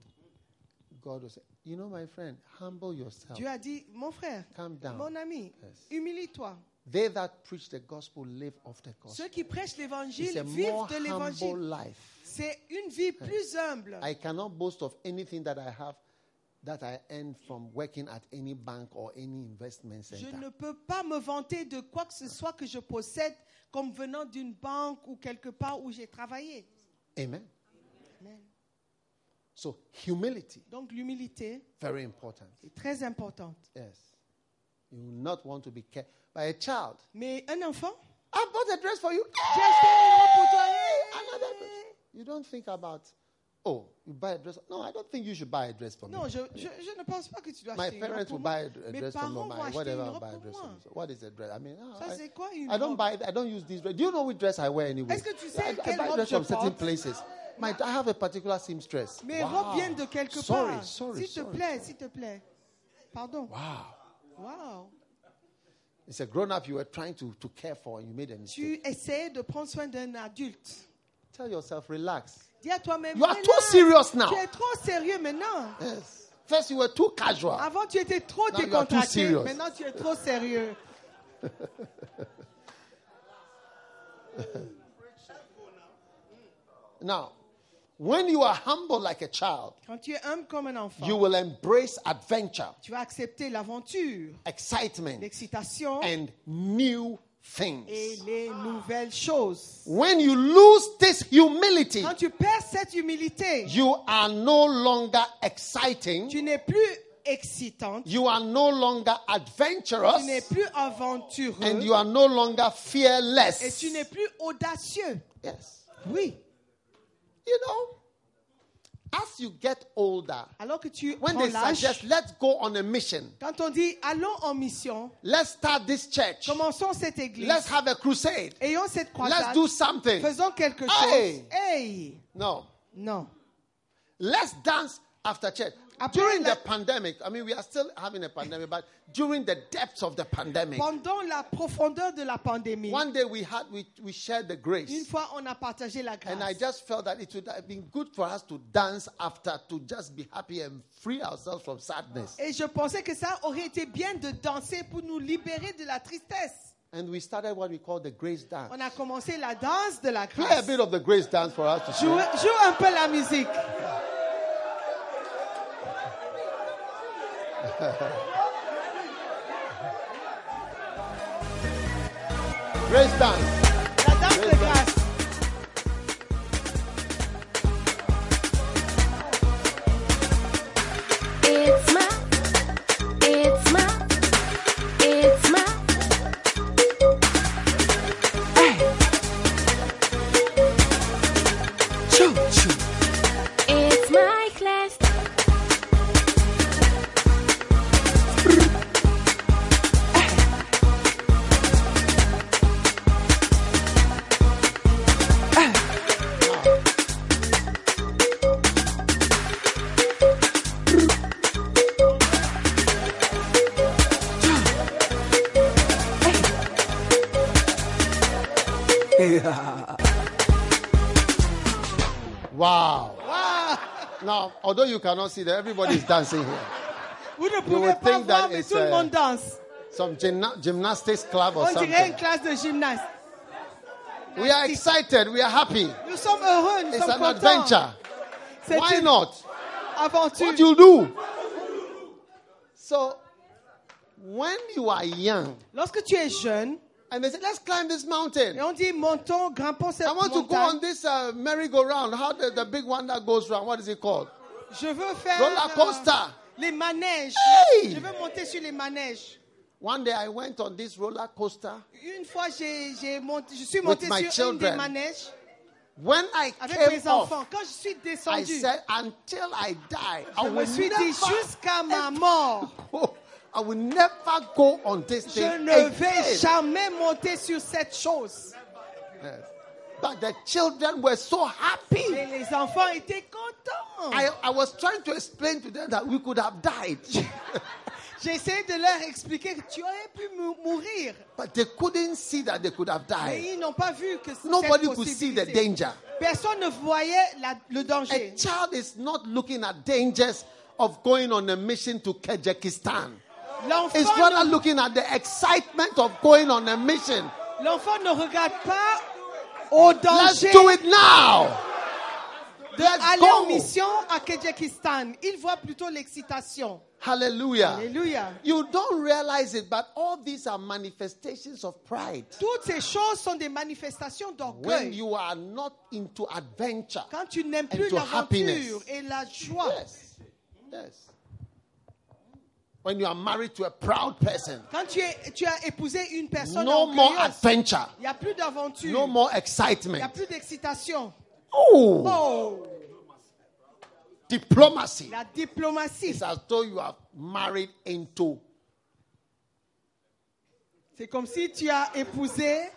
[SPEAKER 1] God will say, You know, my friend, humble yourself.
[SPEAKER 2] Dieu a dit, mon frère,
[SPEAKER 1] Calm down.
[SPEAKER 2] mon ami,
[SPEAKER 1] Yes.
[SPEAKER 2] humilie-toi.
[SPEAKER 1] They that preach the gospel live of the gospel.
[SPEAKER 2] Ceux qui prêchent
[SPEAKER 1] It's
[SPEAKER 2] l'évangile
[SPEAKER 1] a more
[SPEAKER 2] vivent de
[SPEAKER 1] humble
[SPEAKER 2] l'évangile.
[SPEAKER 1] life.
[SPEAKER 2] C'est une vie plus humble.
[SPEAKER 1] I cannot boast of anything that I have that I earn from working at any bank or any investment
[SPEAKER 2] Je
[SPEAKER 1] center.
[SPEAKER 2] ne peux pas me vanter de quoi que ce soit que je possède comme venant d'une banque ou quelque part où j'ai travaillé.
[SPEAKER 1] Amen.
[SPEAKER 2] Amen.
[SPEAKER 1] So humility,
[SPEAKER 2] Donc l'humilité
[SPEAKER 1] very important.
[SPEAKER 2] est très importante.
[SPEAKER 1] Yes. You will not want to be cared by a child.
[SPEAKER 2] Mais un enfant,
[SPEAKER 1] I bought a dress for you.
[SPEAKER 2] j'ai acheté une robe pour toi.
[SPEAKER 1] Another dress. You don't think about, oh, you buy a dress. No, I don't think you should buy a dress for
[SPEAKER 2] Non,
[SPEAKER 1] me.
[SPEAKER 2] je, je, je ne pense pas que tu dois
[SPEAKER 1] My
[SPEAKER 2] acheter une robe
[SPEAKER 1] parents will
[SPEAKER 2] pour
[SPEAKER 1] buy
[SPEAKER 2] moi.
[SPEAKER 1] a dr- a
[SPEAKER 2] Mes
[SPEAKER 1] dress for
[SPEAKER 2] parents
[SPEAKER 1] me.
[SPEAKER 2] vont
[SPEAKER 1] My,
[SPEAKER 2] acheter
[SPEAKER 1] whatever,
[SPEAKER 2] une
[SPEAKER 1] I'll
[SPEAKER 2] robe
[SPEAKER 1] buy a
[SPEAKER 2] pour
[SPEAKER 1] dress for
[SPEAKER 2] moi.
[SPEAKER 1] me. So What is a dress? I mean, ah,
[SPEAKER 2] Ça,
[SPEAKER 1] I-
[SPEAKER 2] c'est quoi une
[SPEAKER 1] I don't
[SPEAKER 2] robe?
[SPEAKER 1] buy. I don't use this dress. Do you know which dress I wear anyway?
[SPEAKER 2] Est-ce que tu sais
[SPEAKER 1] I, I
[SPEAKER 2] quelle
[SPEAKER 1] buy
[SPEAKER 2] robe
[SPEAKER 1] dress
[SPEAKER 2] je
[SPEAKER 1] from certain
[SPEAKER 2] porte?
[SPEAKER 1] places. My, I have a particular seamstress.
[SPEAKER 2] Mes
[SPEAKER 1] Wow.
[SPEAKER 2] robes viennent de quelque
[SPEAKER 1] sorry,
[SPEAKER 2] part.
[SPEAKER 1] Sorry,
[SPEAKER 2] s'il te
[SPEAKER 1] sorry.
[SPEAKER 2] plaît, s'il te plaît. Pardon.
[SPEAKER 1] Wow.
[SPEAKER 2] Wow.
[SPEAKER 1] It's a grown up you were trying to, to care for and you made a mistake.
[SPEAKER 2] Tu essaies de prendre soin d'un adulte.
[SPEAKER 1] Tell yourself, relax.
[SPEAKER 2] Dis à toi-même.
[SPEAKER 1] You are
[SPEAKER 2] relax.
[SPEAKER 1] too serious now.
[SPEAKER 2] Tu es trop sérieux maintenant.
[SPEAKER 1] Yes. First, you were too casual.
[SPEAKER 2] Avant, tu étais trop
[SPEAKER 1] Now you are too
[SPEAKER 2] décontracté.
[SPEAKER 1] serious.
[SPEAKER 2] Maintenant, tu es trop sérieux.
[SPEAKER 1] Now, When you are humble like a child,
[SPEAKER 2] Quand tu es humble comme un enfant,
[SPEAKER 1] you will embrace adventure,
[SPEAKER 2] tu vas accepter l'aventure,
[SPEAKER 1] excitement,
[SPEAKER 2] l'excitation
[SPEAKER 1] and new
[SPEAKER 2] et
[SPEAKER 1] things.
[SPEAKER 2] les nouvelles choses.
[SPEAKER 1] When you lose this humility,
[SPEAKER 2] Quand tu perds cette humilité,
[SPEAKER 1] you are no longer exciting,
[SPEAKER 2] tu n'es plus excitante,
[SPEAKER 1] you are no longer
[SPEAKER 2] tu n'es
[SPEAKER 1] adventurous,
[SPEAKER 2] plus
[SPEAKER 1] and
[SPEAKER 2] aventureux
[SPEAKER 1] you are no longer
[SPEAKER 2] et
[SPEAKER 1] fearless.
[SPEAKER 2] tu n'es plus audacieux.
[SPEAKER 1] Yes.
[SPEAKER 2] Oui.
[SPEAKER 1] You know, as you get older,
[SPEAKER 2] Alors que tu
[SPEAKER 1] when
[SPEAKER 2] prends
[SPEAKER 1] they
[SPEAKER 2] l'âge,
[SPEAKER 1] suggest let's go on a mission,
[SPEAKER 2] quand on dit allons en mission,
[SPEAKER 1] let's start this church,
[SPEAKER 2] commençons cette église,
[SPEAKER 1] let's have a crusade,
[SPEAKER 2] ayons cette
[SPEAKER 1] let's
[SPEAKER 2] croisade,
[SPEAKER 1] do something.
[SPEAKER 2] faisons quelque
[SPEAKER 1] Hey!
[SPEAKER 2] chose. Hey!
[SPEAKER 1] No.
[SPEAKER 2] Non.
[SPEAKER 1] Let's dance after church.
[SPEAKER 2] Après
[SPEAKER 1] During
[SPEAKER 2] la-
[SPEAKER 1] the pandemic, I mean, we are still having a pandemic, but during the depths of the pandemic,
[SPEAKER 2] Pendant la profondeur de la pandémie,
[SPEAKER 1] one day we had we, we shared the
[SPEAKER 2] une
[SPEAKER 1] grace,
[SPEAKER 2] fois on a partagé la grâce.
[SPEAKER 1] and I just felt that it would have been good for us to dance after to just be happy and free ourselves from sadness.
[SPEAKER 2] Et je pensais que ça aurait été bien de danser pour nous libérer de la tristesse.
[SPEAKER 1] And we started what we call the grace dance.
[SPEAKER 2] On a commencé la danse de la
[SPEAKER 1] Play a
[SPEAKER 2] grâce.
[SPEAKER 1] bit of the grace dance for us to
[SPEAKER 2] Joue,
[SPEAKER 1] show.
[SPEAKER 2] joue un peu la musique.
[SPEAKER 1] Grace dance.
[SPEAKER 2] La danse de grâce.
[SPEAKER 3] It's my, it's my, it's my. It's my class.
[SPEAKER 1] Wow. Now, although you cannot see that everybody is dancing here.
[SPEAKER 2] Vous ne
[SPEAKER 1] You
[SPEAKER 2] pouvez
[SPEAKER 1] would
[SPEAKER 2] pas
[SPEAKER 1] think that
[SPEAKER 2] voir, mais
[SPEAKER 1] it's
[SPEAKER 2] tout le
[SPEAKER 1] a-
[SPEAKER 2] monde danse.
[SPEAKER 1] Some gymna- gymnastics club or
[SPEAKER 2] On dirait
[SPEAKER 1] something.
[SPEAKER 2] une classe de gymnase.
[SPEAKER 1] We are excited. We are happy.
[SPEAKER 2] Nous sommes heureux, nous
[SPEAKER 1] It's
[SPEAKER 2] sommes
[SPEAKER 1] an
[SPEAKER 2] contents.
[SPEAKER 1] adventure.
[SPEAKER 2] C'est
[SPEAKER 1] Why
[SPEAKER 2] une
[SPEAKER 1] not?
[SPEAKER 2] aventure.
[SPEAKER 1] What do you do? So, when you are young,
[SPEAKER 2] Lorsque tu es jeune,
[SPEAKER 1] and they say, let's climb this
[SPEAKER 2] et
[SPEAKER 1] mountain.
[SPEAKER 2] on dit montons, grimpons cette
[SPEAKER 1] I want to go on
[SPEAKER 2] montagne,
[SPEAKER 1] this uh, merry-go-round. How the, the big one that goes round? What is it called?
[SPEAKER 2] je veux faire
[SPEAKER 1] Roller
[SPEAKER 2] euh,
[SPEAKER 1] coaster.
[SPEAKER 2] les manèges.
[SPEAKER 1] Hey!
[SPEAKER 2] Je veux monter sur les manèges.
[SPEAKER 1] One day I went on this roller coaster.
[SPEAKER 2] Une fois, j'ai, j'ai monté, je suis monté
[SPEAKER 1] my
[SPEAKER 2] sur une
[SPEAKER 1] children.
[SPEAKER 2] des manèges
[SPEAKER 1] When I
[SPEAKER 2] avec
[SPEAKER 1] came
[SPEAKER 2] mes
[SPEAKER 1] off,
[SPEAKER 2] enfants. Quand je suis
[SPEAKER 1] I
[SPEAKER 2] descendu,
[SPEAKER 1] said, until I die, I
[SPEAKER 2] je me
[SPEAKER 1] will
[SPEAKER 2] suis dit
[SPEAKER 1] never
[SPEAKER 2] jusqu'à ma mort,
[SPEAKER 1] go. I will never go on this
[SPEAKER 2] je
[SPEAKER 1] thing
[SPEAKER 2] ne
[SPEAKER 1] again."
[SPEAKER 2] vais jamais monter sur cette chose.
[SPEAKER 1] Yes. But the children were so happy.
[SPEAKER 2] Et les enfants étaient contents.
[SPEAKER 1] I, I was trying to explain to them that we could have died,
[SPEAKER 2] J'ai essayé de leur expliquer que tu aurais pu mou- mourir.
[SPEAKER 1] but they couldn't see that they could have died.
[SPEAKER 2] Mais ils n'ont pas vu que c'était
[SPEAKER 1] Nobody
[SPEAKER 2] cette
[SPEAKER 1] could see the
[SPEAKER 2] possibilité.
[SPEAKER 1] danger.
[SPEAKER 2] Personne ne voyait la- le
[SPEAKER 1] A
[SPEAKER 2] danger.
[SPEAKER 1] child is not looking at dangers of going on a mission to Kazakhstan.
[SPEAKER 2] L'enfant
[SPEAKER 1] Is
[SPEAKER 2] ne-
[SPEAKER 1] rather looking at the excitement of going on a mission.
[SPEAKER 2] l'enfant ne regarde pas au
[SPEAKER 1] Let's
[SPEAKER 2] danger
[SPEAKER 1] do it now. Let's
[SPEAKER 2] d'aller en
[SPEAKER 1] go.
[SPEAKER 2] mission à Kazakhstan. Il voit plutôt l'excitation.
[SPEAKER 1] Hallelujah.
[SPEAKER 2] Alléluia.
[SPEAKER 1] You don't realize it, but all these are manifestations of pride.
[SPEAKER 2] Toutes ces choses sont des manifestations
[SPEAKER 1] When
[SPEAKER 2] d'orgueil.
[SPEAKER 1] you are not into adventure.
[SPEAKER 2] Quand tu n'aimes
[SPEAKER 1] and
[SPEAKER 2] plus
[SPEAKER 1] to
[SPEAKER 2] l'aventure
[SPEAKER 1] happiness.
[SPEAKER 2] et la joie.
[SPEAKER 1] Yes. Yes. When you are married to a proud person.
[SPEAKER 2] Quand tu, es- tu as épousé une personne
[SPEAKER 1] No more
[SPEAKER 2] orgueilleuse,
[SPEAKER 1] adventure.
[SPEAKER 2] il n'y a plus d'aventure.
[SPEAKER 1] No more
[SPEAKER 2] Il n'y a
[SPEAKER 1] excitement.
[SPEAKER 2] plus d'excitation.
[SPEAKER 1] Oh,
[SPEAKER 2] Oh,
[SPEAKER 1] diplomacy.
[SPEAKER 2] la diplomatie.
[SPEAKER 1] It's as though you are married into
[SPEAKER 2] C'est comme si tu as épousé.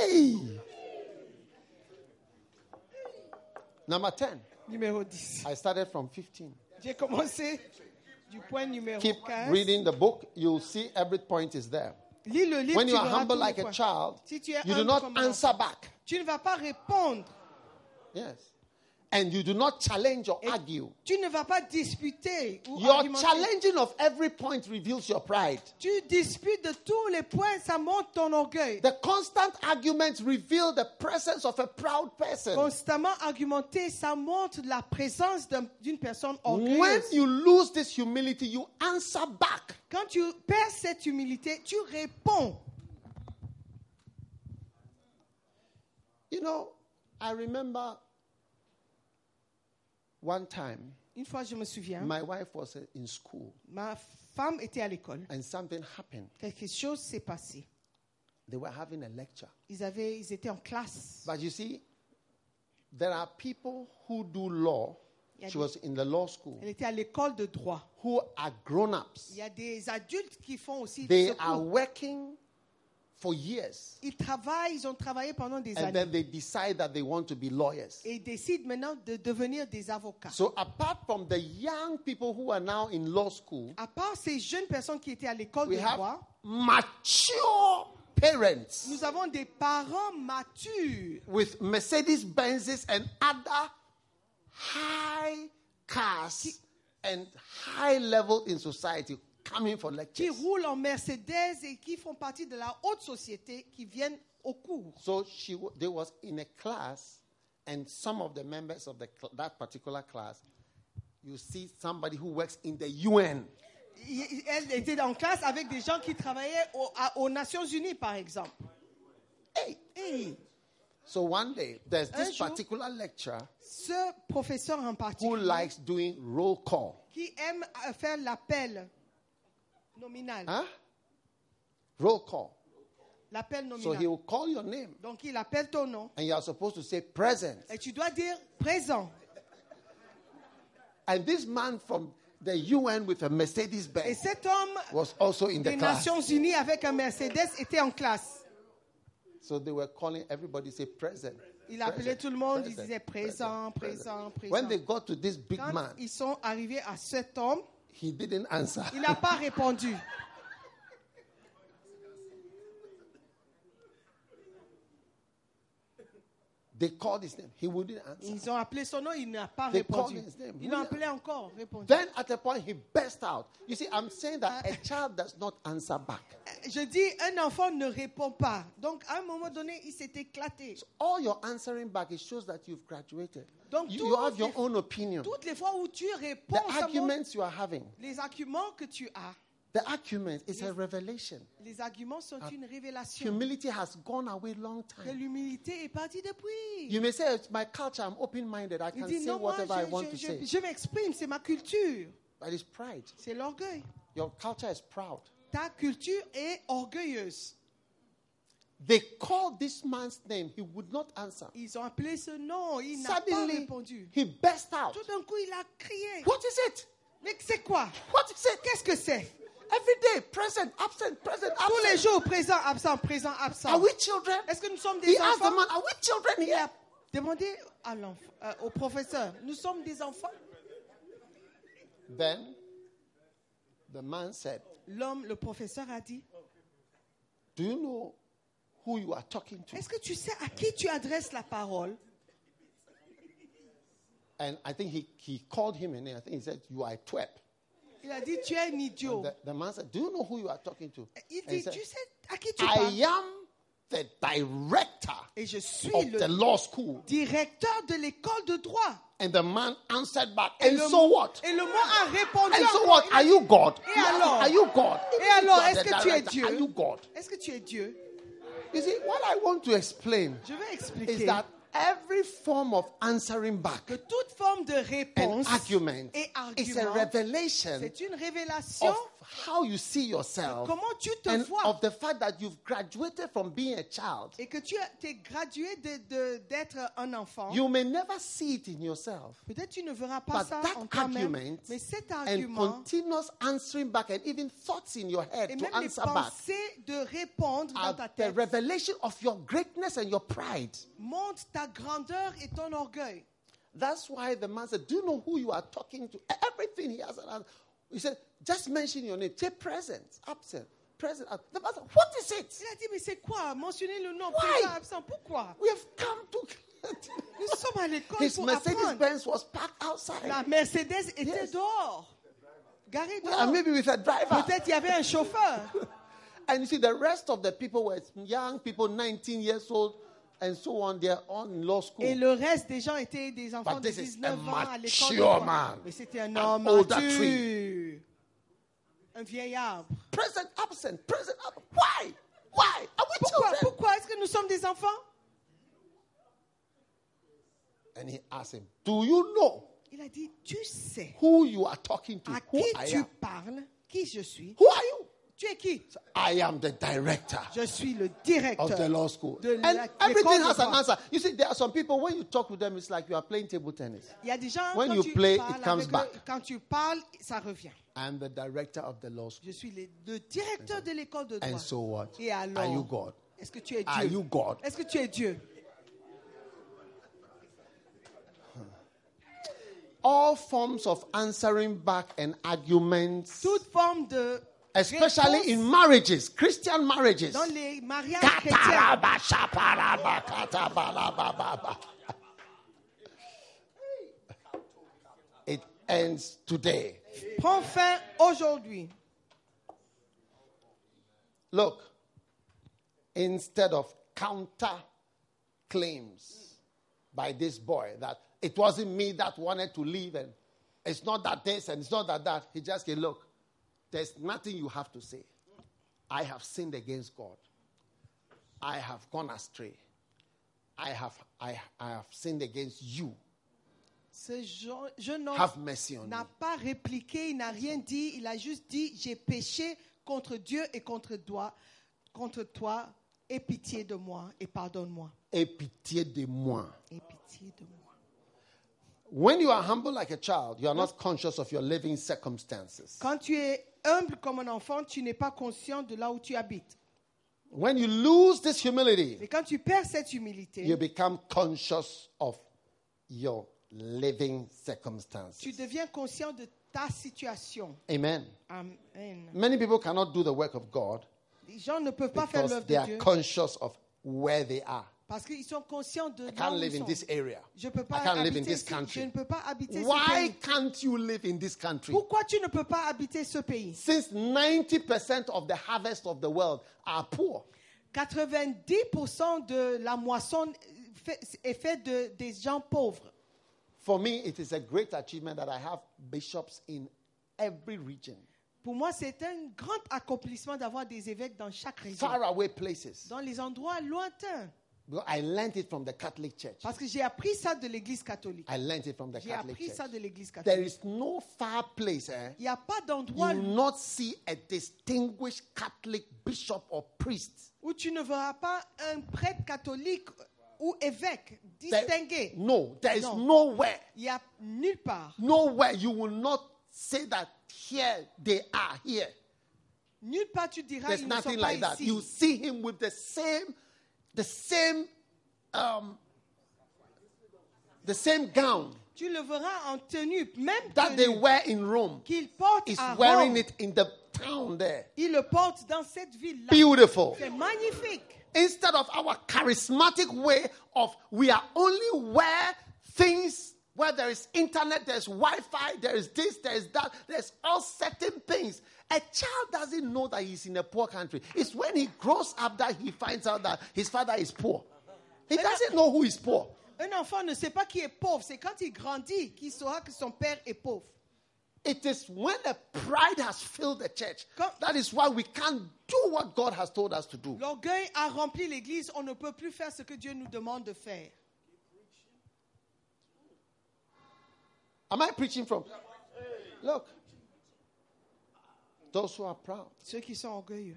[SPEAKER 1] Hey. Number 10.
[SPEAKER 2] Numéro 10.
[SPEAKER 1] I started from 15.
[SPEAKER 2] J'ai commencé du point numéro
[SPEAKER 1] Keep
[SPEAKER 2] 15.
[SPEAKER 1] reading the book. You'll see every point is there.
[SPEAKER 2] Lis le livre.
[SPEAKER 1] When
[SPEAKER 2] tu
[SPEAKER 1] you are
[SPEAKER 2] verras
[SPEAKER 1] humble
[SPEAKER 2] tous les
[SPEAKER 1] like a
[SPEAKER 2] points.
[SPEAKER 1] child,
[SPEAKER 2] si tu es
[SPEAKER 1] you do
[SPEAKER 2] humble
[SPEAKER 1] not
[SPEAKER 2] comme un
[SPEAKER 1] answer
[SPEAKER 2] enfant,
[SPEAKER 1] back.
[SPEAKER 2] Tu ne vas pas répondre.
[SPEAKER 1] Yes. and you do not challenge or argue.
[SPEAKER 2] Tu ne vas pas disputer ou
[SPEAKER 1] Your
[SPEAKER 2] argumenter.
[SPEAKER 1] challenging of every point reveals your pride.
[SPEAKER 2] Tu disputes de tous les points, ça montre ton orgueil.
[SPEAKER 1] The constant arguments reveal the presence of a proud person.
[SPEAKER 2] Constamment argumenter, ça montre la présence d'un- d'une personne
[SPEAKER 1] When
[SPEAKER 2] orgueilleuse.
[SPEAKER 1] you lose this humility, you answer back.
[SPEAKER 2] Quand tu perds cette humilité, tu réponds.
[SPEAKER 1] You know, I remember one time
[SPEAKER 2] Une fois, je me souviens,
[SPEAKER 1] my wife was uh, in school
[SPEAKER 2] ma femme était à l'école.
[SPEAKER 1] and something happened.
[SPEAKER 2] Quelque chose s'est passé.
[SPEAKER 1] They were having a lecture.
[SPEAKER 2] Ils, avaient, ils étaient en classe.
[SPEAKER 1] But you see, there are people who do law.
[SPEAKER 2] Yeah,
[SPEAKER 1] She
[SPEAKER 2] the-
[SPEAKER 1] was in the law school.
[SPEAKER 2] Elle était à l'école de droit.
[SPEAKER 1] Who are grown
[SPEAKER 2] Il
[SPEAKER 1] ups.
[SPEAKER 2] y a des adultes qui font aussi
[SPEAKER 1] They
[SPEAKER 2] ce
[SPEAKER 1] are
[SPEAKER 2] cours.
[SPEAKER 1] working for years.
[SPEAKER 2] Ils travaillent, ils ont travaillé pendant des
[SPEAKER 1] And
[SPEAKER 2] années.
[SPEAKER 1] then they decide that they want to be lawyers.
[SPEAKER 2] Et ils décident maintenant de devenir des avocats.
[SPEAKER 1] So, apart from the young people who are now in law school,
[SPEAKER 2] À part ces jeunes personnes qui étaient à l'école
[SPEAKER 1] we
[SPEAKER 2] de
[SPEAKER 1] have
[SPEAKER 2] droit,
[SPEAKER 1] mature parents
[SPEAKER 2] nous avons des parents matures
[SPEAKER 1] with Mercedes Benzes and other high cars and high level in society coming for
[SPEAKER 2] qui
[SPEAKER 1] lectures.
[SPEAKER 2] roulent en Mercedes et qui font partie de la haute société qui viennent au cours.
[SPEAKER 1] So she wa- they was in a class, and some of the members of the cl- that particular class, you see somebody who works in the UN.
[SPEAKER 2] Il- il- Elle était en classe avec des gens qui travaillaient au- à- aux Nations Unies, par exemple.
[SPEAKER 1] Hey. So one day there's this
[SPEAKER 2] jour-
[SPEAKER 1] particular lecturer
[SPEAKER 2] Ce professeur en
[SPEAKER 1] who
[SPEAKER 2] particulier
[SPEAKER 1] likes doing roll call.
[SPEAKER 2] qui aime euh, faire l'appel nominal.
[SPEAKER 1] Huh? Roll call.
[SPEAKER 2] L'appel
[SPEAKER 1] So
[SPEAKER 2] nominal.
[SPEAKER 1] he will call your name,
[SPEAKER 2] Donc il appelle ton nom
[SPEAKER 1] and you are supposed to say present.
[SPEAKER 2] et tu dois dire présent.
[SPEAKER 1] And this man from the UN with a Mercedes
[SPEAKER 2] Et
[SPEAKER 1] Benz
[SPEAKER 2] cet homme
[SPEAKER 1] was also in the
[SPEAKER 2] des
[SPEAKER 1] class.
[SPEAKER 2] Nations Unies avec un Mercedes était en classe.
[SPEAKER 1] So they were calling everybody say present.
[SPEAKER 2] Il appelait
[SPEAKER 1] present,
[SPEAKER 2] tout le monde, il
[SPEAKER 1] present,
[SPEAKER 2] disait présent, présent,
[SPEAKER 1] When
[SPEAKER 2] présent.
[SPEAKER 1] they got to this big
[SPEAKER 2] Quand
[SPEAKER 1] man,
[SPEAKER 2] ils sont arrivés à cet homme,
[SPEAKER 1] he didn't answer.
[SPEAKER 2] il n'a pas répondu.
[SPEAKER 1] They called his name. He wouldn't answer.
[SPEAKER 2] Ils ont appelé son nom, il n'a pas
[SPEAKER 1] They
[SPEAKER 2] répondu.
[SPEAKER 1] called his name.
[SPEAKER 2] Ils l'ont appelé encore, répondu.
[SPEAKER 1] Then at a point he burst out. You see, I'm saying that a child does not answer back.
[SPEAKER 2] Je dis, un enfant ne répond pas. Donc, à un moment donné, il s'est éclaté.
[SPEAKER 1] All your answering back, it shows that you've graduated.
[SPEAKER 2] Donc,
[SPEAKER 1] you,
[SPEAKER 2] tout
[SPEAKER 1] you have your
[SPEAKER 2] le-
[SPEAKER 1] own opinion.
[SPEAKER 2] Toutes les fois où tu réponds,
[SPEAKER 1] The
[SPEAKER 2] ça montre
[SPEAKER 1] arguments you are having,
[SPEAKER 2] les arguments que tu as,
[SPEAKER 1] the argument is a revelation.
[SPEAKER 2] les arguments sont une révélation.
[SPEAKER 1] Humility has gone away long
[SPEAKER 2] Que
[SPEAKER 1] time.
[SPEAKER 2] l'humilité est partie depuis.
[SPEAKER 1] You may say, it's my culture, I'm open-minded. I
[SPEAKER 2] Il
[SPEAKER 1] can
[SPEAKER 2] dit,
[SPEAKER 1] say
[SPEAKER 2] non, moi,
[SPEAKER 1] whatever I want
[SPEAKER 2] je,
[SPEAKER 1] to
[SPEAKER 2] je-
[SPEAKER 1] say.
[SPEAKER 2] je- je m'exprime, c'est ma culture,
[SPEAKER 1] But it's pride.
[SPEAKER 2] c'est l'orgueil.
[SPEAKER 1] Your culture is proud.
[SPEAKER 2] Ta culture est orgueilleuse.
[SPEAKER 1] They called this man's name. He would not answer.
[SPEAKER 2] Ils ont appelé ce nom, il n'a pas
[SPEAKER 1] Suddenly,
[SPEAKER 2] répondu.
[SPEAKER 1] he burst out.
[SPEAKER 2] Tout d'un coup, il a crié.
[SPEAKER 1] What is it?
[SPEAKER 2] Mais c'est quoi
[SPEAKER 1] What is it?
[SPEAKER 2] Qu'est-ce que c'est
[SPEAKER 1] Every day, present, absent, present,
[SPEAKER 2] Tous les
[SPEAKER 1] absent. Ah
[SPEAKER 2] jours, présent, absent, présent,
[SPEAKER 1] Are
[SPEAKER 2] absent.
[SPEAKER 1] we children?
[SPEAKER 2] Est-ce que nous sommes des
[SPEAKER 1] He asked the
[SPEAKER 2] enfants
[SPEAKER 1] man, Are we children
[SPEAKER 2] Il
[SPEAKER 1] here?
[SPEAKER 2] a demandé à l'enf- euh, au professeur, nous sommes des enfants
[SPEAKER 1] Then the man said,
[SPEAKER 2] L'homme, le professeur a dit,
[SPEAKER 1] Do you know who you are talking to?
[SPEAKER 2] est-ce que tu sais à qui tu adresses la parole
[SPEAKER 1] And I think he, he called him and I think he said, You are a twerp.
[SPEAKER 2] Il a dit, tu es un idiot.
[SPEAKER 1] The, the man said, Do you know who Oh. you are talking to?
[SPEAKER 2] Il
[SPEAKER 1] And he
[SPEAKER 2] dit,
[SPEAKER 1] said,
[SPEAKER 2] tu sais à qui tu
[SPEAKER 1] I
[SPEAKER 2] parles
[SPEAKER 1] am the director
[SPEAKER 2] Et je suis
[SPEAKER 1] of the
[SPEAKER 2] le
[SPEAKER 1] law school.
[SPEAKER 2] directeur de l'école de droit.
[SPEAKER 1] And the man answered back,
[SPEAKER 2] Et
[SPEAKER 1] And
[SPEAKER 2] le-
[SPEAKER 1] so what?
[SPEAKER 2] Et le mot a répondu.
[SPEAKER 1] And so
[SPEAKER 2] encore.
[SPEAKER 1] what?
[SPEAKER 2] Il a
[SPEAKER 1] Are you God?
[SPEAKER 2] Et
[SPEAKER 1] He asked,
[SPEAKER 2] alors?
[SPEAKER 1] Are you God?
[SPEAKER 2] Et alors,
[SPEAKER 1] You are
[SPEAKER 2] est-ce
[SPEAKER 1] the
[SPEAKER 2] que tu es
[SPEAKER 1] director.
[SPEAKER 2] Dieu?
[SPEAKER 1] Are you God?
[SPEAKER 2] Est-ce que tu es Dieu
[SPEAKER 1] You see, what I want to explain
[SPEAKER 2] Je vais
[SPEAKER 1] is
[SPEAKER 2] expliquer
[SPEAKER 1] that every form of answering back
[SPEAKER 2] que toute forme de
[SPEAKER 1] and
[SPEAKER 2] réponse
[SPEAKER 1] argument
[SPEAKER 2] et
[SPEAKER 1] is a
[SPEAKER 2] argument,
[SPEAKER 1] revelation
[SPEAKER 2] c'est une révélation.
[SPEAKER 1] of how you see yourself
[SPEAKER 2] Comment tu te
[SPEAKER 1] and
[SPEAKER 2] vois
[SPEAKER 1] of the fact that you've graduated from being a child.
[SPEAKER 2] Et que tu as- t'es gradué d'être de, d'être un enfant.
[SPEAKER 1] You may never see it in yourself.
[SPEAKER 2] Peut-être tu ne verras pas
[SPEAKER 1] But
[SPEAKER 2] ça
[SPEAKER 1] that
[SPEAKER 2] en toi-même.
[SPEAKER 1] argument
[SPEAKER 2] Mais cet
[SPEAKER 1] and
[SPEAKER 2] argument
[SPEAKER 1] continuous answering back and even thoughts in your
[SPEAKER 2] et
[SPEAKER 1] head
[SPEAKER 2] même
[SPEAKER 1] to
[SPEAKER 2] les
[SPEAKER 1] answer back
[SPEAKER 2] pensées de répondre dans
[SPEAKER 1] are
[SPEAKER 2] ta
[SPEAKER 1] the
[SPEAKER 2] tête
[SPEAKER 1] revelation of your greatness and your pride.
[SPEAKER 2] montrent ta grandeur et ton orgueil.
[SPEAKER 1] That's why the man said, Do you know who you are talking to? Everything he has an answer. He said, Just mention your name. Say present, absent. present. at- The pastor, what is it?
[SPEAKER 2] Il a dit, mais c'est quoi Mentionner le nom,
[SPEAKER 1] Why?
[SPEAKER 2] présent, absent. Pourquoi
[SPEAKER 1] We have come to.
[SPEAKER 2] Nous sommes à l'école
[SPEAKER 1] His
[SPEAKER 2] pour
[SPEAKER 1] Mercedes
[SPEAKER 2] apprendre.
[SPEAKER 1] Benz was parked outside.
[SPEAKER 2] La Mercedes était
[SPEAKER 1] Yes.
[SPEAKER 2] dehors. Garée dehors.
[SPEAKER 1] And maybe with a driver.
[SPEAKER 2] Peut-être il y avait un chauffeur.
[SPEAKER 1] And you see, the rest of the people were young people, 19 years old, and so on. They're all in law school.
[SPEAKER 2] Et le reste des gens étaient des enfants
[SPEAKER 1] But
[SPEAKER 2] de
[SPEAKER 1] this is
[SPEAKER 2] 19
[SPEAKER 1] a
[SPEAKER 2] ans à l'école. de
[SPEAKER 1] mature
[SPEAKER 2] droit.
[SPEAKER 1] man.
[SPEAKER 2] Mais c'était un
[SPEAKER 1] An
[SPEAKER 2] homme
[SPEAKER 1] older
[SPEAKER 2] mature. Un vieil arbre.
[SPEAKER 1] Present, absent, present, absent. Why? Why? Are we
[SPEAKER 2] Pourquoi,
[SPEAKER 1] children?
[SPEAKER 2] pourquoi est-ce que nous sommes des enfants
[SPEAKER 1] And he asked him, Do you know
[SPEAKER 2] Il a dit, tu sais
[SPEAKER 1] who you are talking to?
[SPEAKER 2] à
[SPEAKER 1] Who
[SPEAKER 2] qui
[SPEAKER 1] I
[SPEAKER 2] tu
[SPEAKER 1] am?
[SPEAKER 2] parles, qui je suis.
[SPEAKER 1] Who are you?
[SPEAKER 2] Tu es qui
[SPEAKER 1] I am the director
[SPEAKER 2] Je suis le
[SPEAKER 1] of the
[SPEAKER 2] directeur
[SPEAKER 1] law school.
[SPEAKER 2] de
[SPEAKER 1] And
[SPEAKER 2] la- l'école
[SPEAKER 1] everything
[SPEAKER 2] de
[SPEAKER 1] has an
[SPEAKER 2] droit.
[SPEAKER 1] answer. You see, there are some people, when you talk with them, it's like you are playing table tennis.
[SPEAKER 2] Il y a des gens,
[SPEAKER 1] When
[SPEAKER 2] quand
[SPEAKER 1] you
[SPEAKER 2] tu
[SPEAKER 1] play,
[SPEAKER 2] parles
[SPEAKER 1] it comes
[SPEAKER 2] avec eux,
[SPEAKER 1] back.
[SPEAKER 2] quand tu parles, ça revient.
[SPEAKER 1] I'm the director of the law school.
[SPEAKER 2] Je suis le, le directeur de l'école de droit.
[SPEAKER 1] And so what?
[SPEAKER 2] Et alors
[SPEAKER 1] Are you God?
[SPEAKER 2] Est-ce que tu es
[SPEAKER 1] Are you
[SPEAKER 2] Dieu
[SPEAKER 1] God?
[SPEAKER 2] Est-ce que tu es Dieu
[SPEAKER 1] All forms of answering back and arguments,
[SPEAKER 2] Toute forme de
[SPEAKER 1] especially in
[SPEAKER 2] réponse
[SPEAKER 1] marriages, Christian marriages.
[SPEAKER 2] dans les mariages chrétiens.
[SPEAKER 1] Katarabashaparabakatabalabababa. It ends today.
[SPEAKER 2] Prends fin aujourd'hui.
[SPEAKER 1] Look, instead of counter claims by this boy that it wasn't me that wanted to leave and it's not that this and it's not that that, he just said, Look, there's nothing you have to say. I have sinned against God. I have gone astray. I have, I, I have sinned against you.
[SPEAKER 2] Ce jeune jeune homme
[SPEAKER 1] Have mercy on me.
[SPEAKER 2] n'a pas répliqué, il n'a rien dit, il a juste dit j'ai péché contre Dieu et contre toi, contre toi, aie pitié de moi et pardonne-moi.
[SPEAKER 1] Aie pitié de moi.
[SPEAKER 2] Aie pitié de moi.
[SPEAKER 1] When you are humble like a child, you are not conscious of your living circumstances.
[SPEAKER 2] Quand tu es humble comme un enfant, tu n'es pas conscient de là où tu habites.
[SPEAKER 1] When you lose this humility,
[SPEAKER 2] Mais quand tu perds cette humilité,
[SPEAKER 1] you become conscious of your living circumstances.
[SPEAKER 2] tu deviens conscient de ta situation.
[SPEAKER 1] Amen.
[SPEAKER 2] Amen.
[SPEAKER 1] Many people cannot do the work of God
[SPEAKER 2] Les gens ne peuvent pas faire
[SPEAKER 1] because
[SPEAKER 2] l'œuvre
[SPEAKER 1] they
[SPEAKER 2] de
[SPEAKER 1] are
[SPEAKER 2] Dieu
[SPEAKER 1] conscious of where they are.
[SPEAKER 2] parce qu'ils sont conscients de
[SPEAKER 1] I can't
[SPEAKER 2] là où
[SPEAKER 1] live
[SPEAKER 2] ils
[SPEAKER 1] in
[SPEAKER 2] sont.
[SPEAKER 1] this area.
[SPEAKER 2] Je peux
[SPEAKER 1] I
[SPEAKER 2] pas
[SPEAKER 1] can't live in
[SPEAKER 2] habiter
[SPEAKER 1] this
[SPEAKER 2] ce- je ne
[SPEAKER 1] country.
[SPEAKER 2] peux pas habiter ce
[SPEAKER 1] Why
[SPEAKER 2] pays.
[SPEAKER 1] can't you live in this country?
[SPEAKER 2] Pourquoi tu ne peux pas habiter ce pays
[SPEAKER 1] Since 90% of the harvest of the world are poor.
[SPEAKER 2] 90% de la moisson fait- est faite de, des gens pauvres.
[SPEAKER 1] For me, it is a great achievement that I have bishops in every region,
[SPEAKER 2] Pour moi, c'est un grand accomplissement d'avoir des évêques dans chaque région,
[SPEAKER 1] faraway places.
[SPEAKER 2] dans les endroits lointains.
[SPEAKER 1] Because I learned it from the Catholic Church.
[SPEAKER 2] Parce que j'ai appris ça de l'Église catholique.
[SPEAKER 1] I learned it from the
[SPEAKER 2] J'ai
[SPEAKER 1] Catholic
[SPEAKER 2] appris ça
[SPEAKER 1] Church.
[SPEAKER 2] de l'Église catholique.
[SPEAKER 1] There is no far place, eh?
[SPEAKER 2] Il n'y a pas
[SPEAKER 1] You
[SPEAKER 2] d'endroit
[SPEAKER 1] will not see a distinguished Catholic bishop or priest.
[SPEAKER 2] où tu ne verras pas un prêtre catholique ou évêque
[SPEAKER 1] There-
[SPEAKER 2] distingué.
[SPEAKER 1] no, there is
[SPEAKER 2] No.
[SPEAKER 1] nowhere,
[SPEAKER 2] Il n'y a nulle part,
[SPEAKER 1] nowhere you will not say that here they are here.
[SPEAKER 2] nulle part tu diras
[SPEAKER 1] There's
[SPEAKER 2] ils ne sont
[SPEAKER 1] nothing
[SPEAKER 2] pas
[SPEAKER 1] like that.
[SPEAKER 2] ici.
[SPEAKER 1] You see him with the same, the same, um, the same gown
[SPEAKER 2] Tu le verras en tenue, même
[SPEAKER 1] that they
[SPEAKER 2] tenue
[SPEAKER 1] wear in Rome.
[SPEAKER 2] qu'il porte
[SPEAKER 1] Is
[SPEAKER 2] à
[SPEAKER 1] wearing
[SPEAKER 2] Rome.
[SPEAKER 1] it in the town there.
[SPEAKER 2] Il le porte dans cette ville-là.
[SPEAKER 1] Beautiful.
[SPEAKER 2] C'est magnifique.
[SPEAKER 1] Instead of our charismatic way of we are only where things where there is internet, there's Wi-Fi, there is this, there is that, there's all certain things. A child doesn't know that he's in a poor country. It's when he grows up that he finds out that his father is poor. He doesn't know who is poor.
[SPEAKER 2] Un enfant ne sait pas qui est pauvre. C'est quand il grandit qu'il saura que son père est pauvre.
[SPEAKER 1] It is when a pride has filled the church.
[SPEAKER 2] Come-
[SPEAKER 1] That is why we can't do what God has told us to do.
[SPEAKER 2] L'orgueil a rempli l'Église. On ne peut plus faire ce que Dieu nous demande de faire.
[SPEAKER 1] Am I preaching from? Look, those who are proud.
[SPEAKER 2] Ceux qui sont orgueilleux.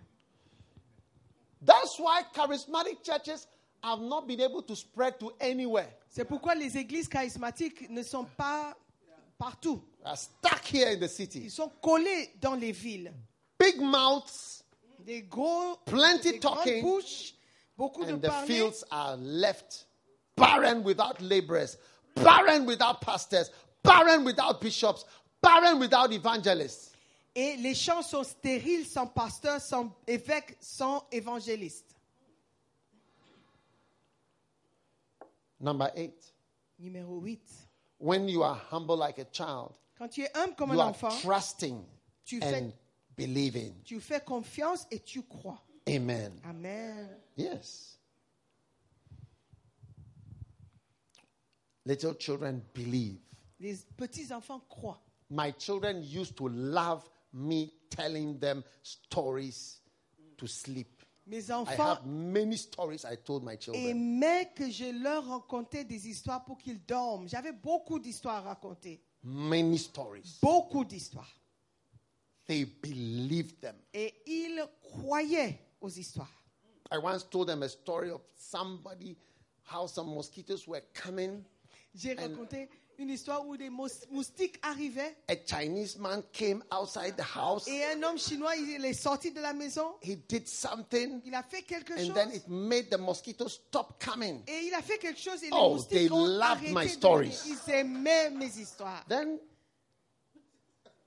[SPEAKER 1] That's why charismatic churches have not been able to spread to anywhere.
[SPEAKER 2] C'est pourquoi les églises charismatiques ne sont pas partout.
[SPEAKER 1] Are stuck here in the city.
[SPEAKER 2] Ils sont collés dans les villes.
[SPEAKER 1] Big mouths
[SPEAKER 2] Des gros,
[SPEAKER 1] Plenty
[SPEAKER 2] des grandes
[SPEAKER 1] talking.
[SPEAKER 2] bouches, beaucoup de
[SPEAKER 1] and the
[SPEAKER 2] parler.
[SPEAKER 1] fields are left barren without laborers, barren without pastors, barren without bishops, barren without evangelists.
[SPEAKER 2] Et les champs sont stériles sans pasteur, sans évêque, sans évangéliste.
[SPEAKER 1] Number eight,
[SPEAKER 2] Numéro 8.
[SPEAKER 1] when you are humble like a child,
[SPEAKER 2] Quand tu es humble comme
[SPEAKER 1] you
[SPEAKER 2] un
[SPEAKER 1] are
[SPEAKER 2] enfant,
[SPEAKER 1] trusting
[SPEAKER 2] Tu fais-
[SPEAKER 1] and believing.
[SPEAKER 2] tu fais confiance et tu crois.
[SPEAKER 1] Amen.
[SPEAKER 2] Amen.
[SPEAKER 1] Yes. Little children believe.
[SPEAKER 2] Les petits-enfants croient.
[SPEAKER 1] My children used to love me telling them stories to sleep.
[SPEAKER 2] Mes
[SPEAKER 1] I
[SPEAKER 2] enfants
[SPEAKER 1] have many stories I told my children.
[SPEAKER 2] aimaient que je leur racontais des histoires pour qu'ils dorment. J'avais beaucoup d'histoires à raconter.
[SPEAKER 1] Many stories.
[SPEAKER 2] Beaucoup d'histoires.
[SPEAKER 1] They believed them.
[SPEAKER 2] Et ils croyaient aux histoires.
[SPEAKER 1] I once told them a story of somebody, how some mosquitoes were coming.
[SPEAKER 2] J'ai raconté une histoire où des mous- moustiques arrivaient
[SPEAKER 1] A Chinese man came outside the house.
[SPEAKER 2] et un homme chinois, il est sorti de la maison,
[SPEAKER 1] He did something.
[SPEAKER 2] il a fait quelque
[SPEAKER 1] and
[SPEAKER 2] chose
[SPEAKER 1] then it made the mosquitoes stop coming.
[SPEAKER 2] et il a fait quelque chose et les
[SPEAKER 1] Oh, they
[SPEAKER 2] moustiques ont
[SPEAKER 1] loved
[SPEAKER 2] arrêté
[SPEAKER 1] my
[SPEAKER 2] de-
[SPEAKER 1] stories.
[SPEAKER 2] Ils aimaient mes histoires.
[SPEAKER 1] Then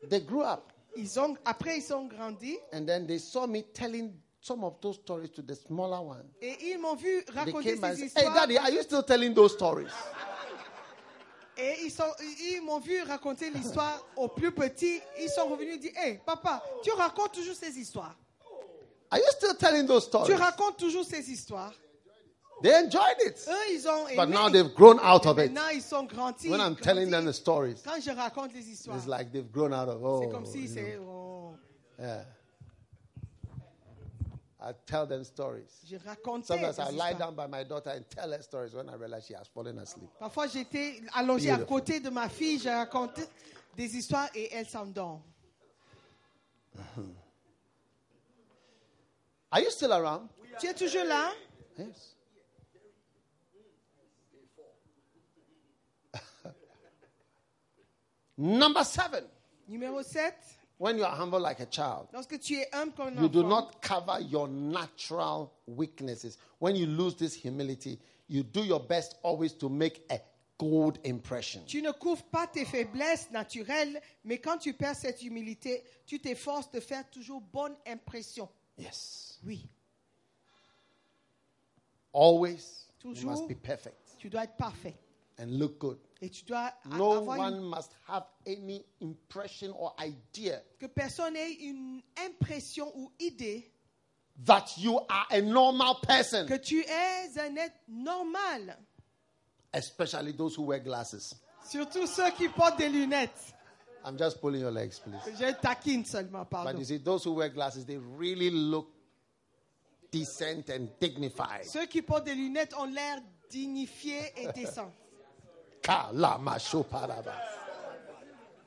[SPEAKER 1] they grew up,
[SPEAKER 2] Ils ont, après, ils ont grandi
[SPEAKER 1] and then they saw me telling some of those stories to the smaller one.
[SPEAKER 2] et ils m'ont vu
[SPEAKER 1] They
[SPEAKER 2] raconter
[SPEAKER 1] came and
[SPEAKER 2] ces
[SPEAKER 1] said, "Hey,
[SPEAKER 2] histoires
[SPEAKER 1] Daddy, are you still telling those stories?"
[SPEAKER 2] et ils, sont- ils m'ont vu raconter l'histoire aux plus petits. Ils sont revenus et dit, hé, papa, tu racontes toujours ces histoires.
[SPEAKER 1] Are you still telling those
[SPEAKER 2] Tu
[SPEAKER 1] stories?
[SPEAKER 2] racontes toujours ces histoires.
[SPEAKER 1] They enjoyed it,
[SPEAKER 2] Eux, ils ont aimé.
[SPEAKER 1] but now they've grown out of it.
[SPEAKER 2] Maintenant, ils sont grandis.
[SPEAKER 1] When I'm
[SPEAKER 2] grandis.
[SPEAKER 1] telling them the stories,
[SPEAKER 2] Quand je raconte les histoires,
[SPEAKER 1] it's like they've grown out of.
[SPEAKER 2] c'est
[SPEAKER 1] Oh,
[SPEAKER 2] comme si
[SPEAKER 1] you know,
[SPEAKER 2] c'est. oh,
[SPEAKER 1] I tell them stories.
[SPEAKER 2] je racontais.
[SPEAKER 1] Sometimes
[SPEAKER 2] des
[SPEAKER 1] I lie
[SPEAKER 2] histoires.
[SPEAKER 1] down by my daughter and tell her stories when I realize she has fallen asleep.
[SPEAKER 2] Parfois, j'étais allongée à
[SPEAKER 1] Beautiful.
[SPEAKER 2] côté de ma fille, je racontais des histoires et elle s'endort.
[SPEAKER 1] Are you still around?
[SPEAKER 2] Tu es toujours là?
[SPEAKER 1] Yes. Number seven,
[SPEAKER 2] Numéro 7.
[SPEAKER 1] when you are humble like a child,
[SPEAKER 2] Lorsque tu es humble comme un
[SPEAKER 1] you do
[SPEAKER 2] enfant,
[SPEAKER 1] not cover your natural weaknesses. When you lose this humility, you do your best always to make a good impression.
[SPEAKER 2] tu ne couvres pas tes faiblesses naturelles, mais quand tu perds cette humilité, tu t'efforces de faire toujours bonne impression.
[SPEAKER 1] Yes.
[SPEAKER 2] Oui,
[SPEAKER 1] Always, you
[SPEAKER 2] Toujours.
[SPEAKER 1] must be perfect
[SPEAKER 2] tu dois être parfait
[SPEAKER 1] and look good.
[SPEAKER 2] et tu dois a-
[SPEAKER 1] No
[SPEAKER 2] avoir
[SPEAKER 1] one
[SPEAKER 2] une-
[SPEAKER 1] must have any impression or idea
[SPEAKER 2] que personne ait une impression ou idée
[SPEAKER 1] that you are a normal person.
[SPEAKER 2] que tu es un être normal,
[SPEAKER 1] especially those who wear glasses.
[SPEAKER 2] surtout ceux qui portent des lunettes.
[SPEAKER 1] I'm just pulling your legs, please.
[SPEAKER 2] Je taquine seulement,
[SPEAKER 1] But
[SPEAKER 2] pardon.
[SPEAKER 1] you see, those who wear glasses, they really look decent and dignified.
[SPEAKER 2] Ceux qui portent des lunettes ont l'air dignifiés et décents.
[SPEAKER 1] Kalamashoparaba.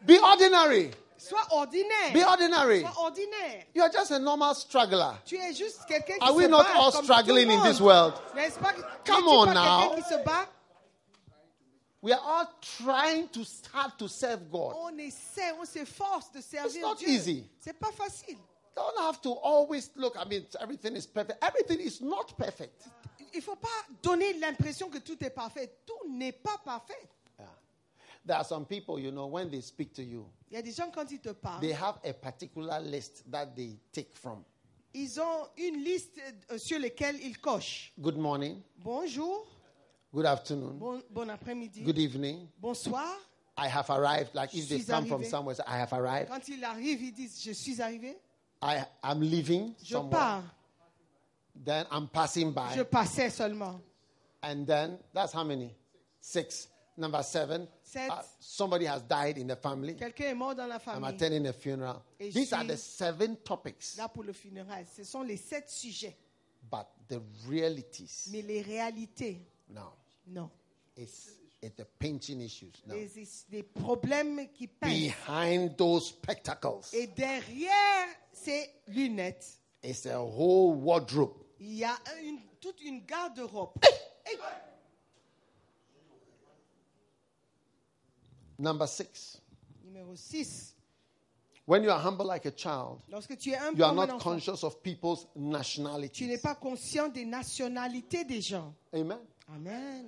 [SPEAKER 1] Be ordinary.
[SPEAKER 2] Sois ordinaire.
[SPEAKER 1] Be ordinary.
[SPEAKER 2] Sois ordinaire.
[SPEAKER 1] You are just a normal struggler.
[SPEAKER 2] Tu es juste quelqu'un qui
[SPEAKER 1] Are
[SPEAKER 2] se
[SPEAKER 1] we not
[SPEAKER 2] bat
[SPEAKER 1] all
[SPEAKER 2] comme
[SPEAKER 1] struggling
[SPEAKER 2] tout le
[SPEAKER 1] in
[SPEAKER 2] monde.
[SPEAKER 1] this world?
[SPEAKER 2] N'est-ce pas?
[SPEAKER 1] Come
[SPEAKER 2] N'es-tu
[SPEAKER 1] on
[SPEAKER 2] pas
[SPEAKER 1] now.
[SPEAKER 2] Quelqu'un qui se bat,
[SPEAKER 1] We are all trying to start to serve God.
[SPEAKER 2] on essaie, on s'efforce de servir
[SPEAKER 1] not
[SPEAKER 2] Dieu.
[SPEAKER 1] easy.
[SPEAKER 2] C'est pas facile.
[SPEAKER 1] Don't have to always look. I mean, everything is perfect. Everything is not perfect.
[SPEAKER 2] Il faut pas donner l'impression que tout est parfait. Tout n'est pas parfait.
[SPEAKER 1] Yeah. There are some people, you know, when they speak to you,
[SPEAKER 2] Il y a des gens quand ils te parlent,
[SPEAKER 1] they have a particular list that they take from.
[SPEAKER 2] ils ont une liste euh, sur laquelle ils cochent.
[SPEAKER 1] Good morning,
[SPEAKER 2] Bonjour,
[SPEAKER 1] good afternoon,
[SPEAKER 2] bon, bon après-midi,
[SPEAKER 1] good evening.
[SPEAKER 2] bonsoir.
[SPEAKER 1] I have arrived. Like if they
[SPEAKER 2] She's
[SPEAKER 1] come from
[SPEAKER 2] arrivée.
[SPEAKER 1] somewhere, say, I have arrived.
[SPEAKER 2] Quand ils arrivent, ils disent je suis arrivé,
[SPEAKER 1] I am leaving
[SPEAKER 2] je
[SPEAKER 1] somewhere.
[SPEAKER 2] pars,
[SPEAKER 1] Then I'm passing by.
[SPEAKER 2] je passais seulement.
[SPEAKER 1] And then that's how many? Six. Number seven. Uh,
[SPEAKER 2] Sept.
[SPEAKER 1] somebody has died in the family.
[SPEAKER 2] Quelqu'un est mort dans la
[SPEAKER 1] I'm
[SPEAKER 2] famille.
[SPEAKER 1] attending a funeral.
[SPEAKER 2] Et
[SPEAKER 1] These are
[SPEAKER 2] suis-
[SPEAKER 1] the seven topics.
[SPEAKER 2] Là pour le funérail, ce sont les sept sujets.
[SPEAKER 1] But the realities
[SPEAKER 2] Mais les réalités,
[SPEAKER 1] now
[SPEAKER 2] non.
[SPEAKER 1] is it's the pinching issues now.
[SPEAKER 2] Les, les problèmes qui pèsent.
[SPEAKER 1] Behind those spectacles.
[SPEAKER 2] Et derrière ces lunettes,
[SPEAKER 1] It's a whole wardrobe.
[SPEAKER 2] il y a un- une- toute une garde-robe.
[SPEAKER 1] Number six,
[SPEAKER 2] Numéro 6.
[SPEAKER 1] when you are humble like a child,
[SPEAKER 2] Lorsque tu es un
[SPEAKER 1] you are
[SPEAKER 2] comme un
[SPEAKER 1] not
[SPEAKER 2] enfant,
[SPEAKER 1] conscious of people's
[SPEAKER 2] tu n'es
[SPEAKER 1] nationality.
[SPEAKER 2] pas conscient des nationalités des gens.
[SPEAKER 1] Amen.
[SPEAKER 2] Amen.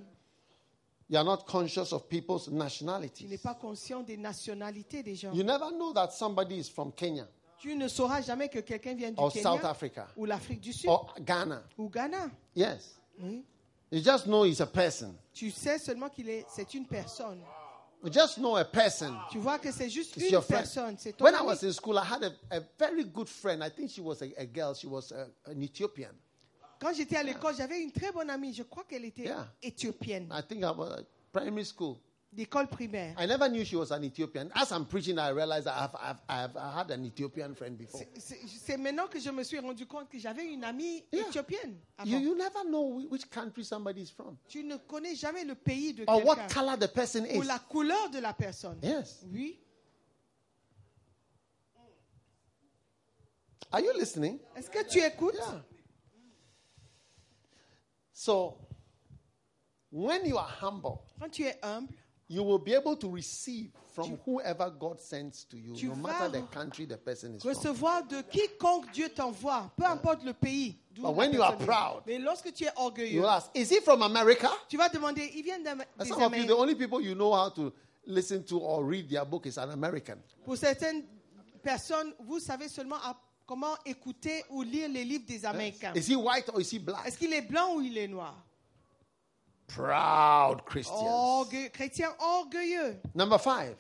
[SPEAKER 1] You are not conscious of people's
[SPEAKER 2] Tu n'es
[SPEAKER 1] nationality.
[SPEAKER 2] pas conscient des nationalités des gens.
[SPEAKER 1] You never know that somebody is from Kenya
[SPEAKER 2] Tu ne sauras jamais que quelqu'un vient du
[SPEAKER 1] Or
[SPEAKER 2] Kenya
[SPEAKER 1] South Africa.
[SPEAKER 2] ou l'Afrique du Sud
[SPEAKER 1] or Ghana.
[SPEAKER 2] ou Ghana.
[SPEAKER 1] Yes.
[SPEAKER 2] Oui.
[SPEAKER 1] You just know he's a person.
[SPEAKER 2] Tu sais seulement qu'il est, c'est une personne.
[SPEAKER 1] You just know a person.
[SPEAKER 2] Tu vois que c'est juste
[SPEAKER 1] It's
[SPEAKER 2] une
[SPEAKER 1] your friend.
[SPEAKER 2] personne. C'est ton
[SPEAKER 1] When I
[SPEAKER 2] ami.
[SPEAKER 1] was in school, I had a, a very good friend. I think she was a, a girl. She was a, an Ethiopian.
[SPEAKER 2] Quand j'étais à l'école, j'avais une très bonne amie. Je crois qu'elle était
[SPEAKER 1] Yeah.
[SPEAKER 2] éthiopienne,
[SPEAKER 1] I think I was at primary school.
[SPEAKER 2] d'école primaire.
[SPEAKER 1] I never knew she was an Ethiopian. As I'm preaching, I realized I have, I have, I have I had an Ethiopian friend before.
[SPEAKER 2] C'est- C'est c'est maintenant que je me suis rendu compte que j'avais une amie
[SPEAKER 1] Yeah.
[SPEAKER 2] éthiopienne. avant.
[SPEAKER 1] You, you never know wh- which country somebody is from
[SPEAKER 2] Tu ne connais jamais le pays de
[SPEAKER 1] or what
[SPEAKER 2] quelqu'un
[SPEAKER 1] color the person
[SPEAKER 2] ou
[SPEAKER 1] is.
[SPEAKER 2] la couleur de la personne.
[SPEAKER 1] Yes.
[SPEAKER 2] Oui.
[SPEAKER 1] Are you listening?
[SPEAKER 2] Est-ce que tu écoutes
[SPEAKER 1] Yeah. So, when you are humble,
[SPEAKER 2] Quand tu es humble,
[SPEAKER 1] you will be able to receive from whoever God sends to you,
[SPEAKER 2] Tu
[SPEAKER 1] no matter the
[SPEAKER 2] vas
[SPEAKER 1] country the person is from.
[SPEAKER 2] recevoir de quiconque Dieu t'envoie, peu importe le pays. d'où
[SPEAKER 1] But
[SPEAKER 2] la
[SPEAKER 1] when you are
[SPEAKER 2] personne est.
[SPEAKER 1] proud,
[SPEAKER 2] Mais lorsque tu es orgueilleux,
[SPEAKER 1] You ask, is he from America?
[SPEAKER 2] tu vas demander, il vient d'Am-
[SPEAKER 1] And
[SPEAKER 2] des
[SPEAKER 1] some of you, the
[SPEAKER 2] Amériques.
[SPEAKER 1] only people you know how to listen to or read their book is an American.
[SPEAKER 2] Pour certaines personnes, vous savez seulement à- comment écouter ou lire les livres des Américains.
[SPEAKER 1] Is he white or is he black?
[SPEAKER 2] Est-ce qu'il est blanc ou il est noir
[SPEAKER 1] Proud Christians.
[SPEAKER 2] Oh, Orgueilleux, chrétien orgueilleux.
[SPEAKER 1] Number five,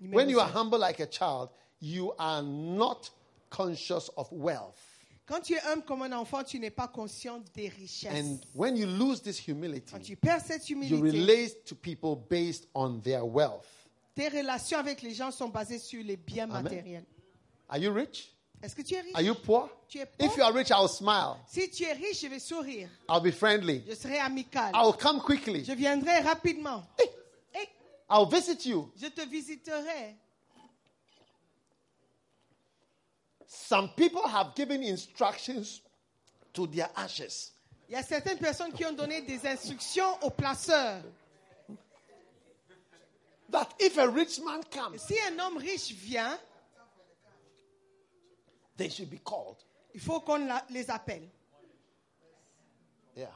[SPEAKER 2] Numéro
[SPEAKER 1] when you are
[SPEAKER 2] cinq.
[SPEAKER 1] humble like a child, you are not conscious of wealth.
[SPEAKER 2] Quand tu es humble comme un enfant, tu n'es pas conscient des richesses.
[SPEAKER 1] And when you lose this
[SPEAKER 2] Quand
[SPEAKER 1] humility,
[SPEAKER 2] tu perds cette
[SPEAKER 1] you
[SPEAKER 2] humilité,
[SPEAKER 1] relate to people based on their wealth.
[SPEAKER 2] tes relations avec les gens sont basées sur les biens
[SPEAKER 1] Amen.
[SPEAKER 2] matériels.
[SPEAKER 1] Are you rich?
[SPEAKER 2] Est-ce que tu es riche
[SPEAKER 1] Are you poor?
[SPEAKER 2] Tu es
[SPEAKER 1] If
[SPEAKER 2] pauvre?
[SPEAKER 1] you are rich, I'll smile.
[SPEAKER 2] Si tu es riche, je vais sourire.
[SPEAKER 1] I'll be friendly.
[SPEAKER 2] Je serai amical.
[SPEAKER 1] I'll come quickly.
[SPEAKER 2] Je viendrai rapidement. Hey,
[SPEAKER 1] I'll visit you.
[SPEAKER 2] je te visiterai.
[SPEAKER 1] Some people have given instructions to their ashes.
[SPEAKER 2] Il y a certaines personnes qui ont donné des instructions aux placeurs.
[SPEAKER 1] That if a rich man comes,
[SPEAKER 2] Si un homme riche vient,
[SPEAKER 1] they should be called.
[SPEAKER 2] il faut qu'on la- les appelle.
[SPEAKER 1] Yeah.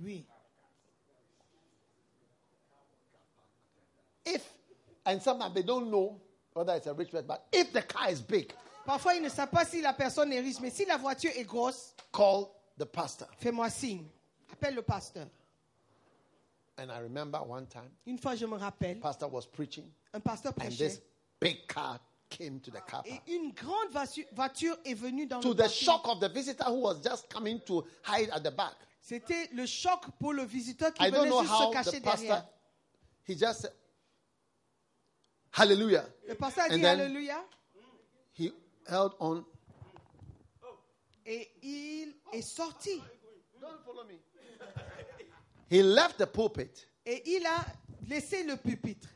[SPEAKER 2] Oui.
[SPEAKER 1] If, and sometimes they don't know whether it's a rich man, but if the car is big,
[SPEAKER 2] Parfois, ils ne savent pas si la personne est riche, mais si la voiture est grosse,
[SPEAKER 1] call the pastor.
[SPEAKER 2] fais-moi signe. Appelle le pasteur.
[SPEAKER 1] And I remember one time,
[SPEAKER 2] Une fois, je me rappelle,
[SPEAKER 1] pastor was preaching,
[SPEAKER 2] un pasteur
[SPEAKER 1] and this
[SPEAKER 2] prêchait
[SPEAKER 1] big car came to the car park.
[SPEAKER 2] et une grande voitu- voiture est venue dans
[SPEAKER 1] To
[SPEAKER 2] le
[SPEAKER 1] the
[SPEAKER 2] parking.
[SPEAKER 1] shock of the visitor who was just coming to hide at the back.
[SPEAKER 2] C'était le choc pour le visiteur qui
[SPEAKER 1] I don't
[SPEAKER 2] venait
[SPEAKER 1] know
[SPEAKER 2] juste se
[SPEAKER 1] how the
[SPEAKER 2] cacher
[SPEAKER 1] pastor,
[SPEAKER 2] derrière.
[SPEAKER 1] he just said, Hallelujah.
[SPEAKER 2] Le pasteur a
[SPEAKER 1] And
[SPEAKER 2] dit
[SPEAKER 1] then-
[SPEAKER 2] Alléluia
[SPEAKER 1] He held on.
[SPEAKER 2] et il est sorti.
[SPEAKER 1] Don't follow me. He left the pulpit
[SPEAKER 2] Et il a laissé le pupitre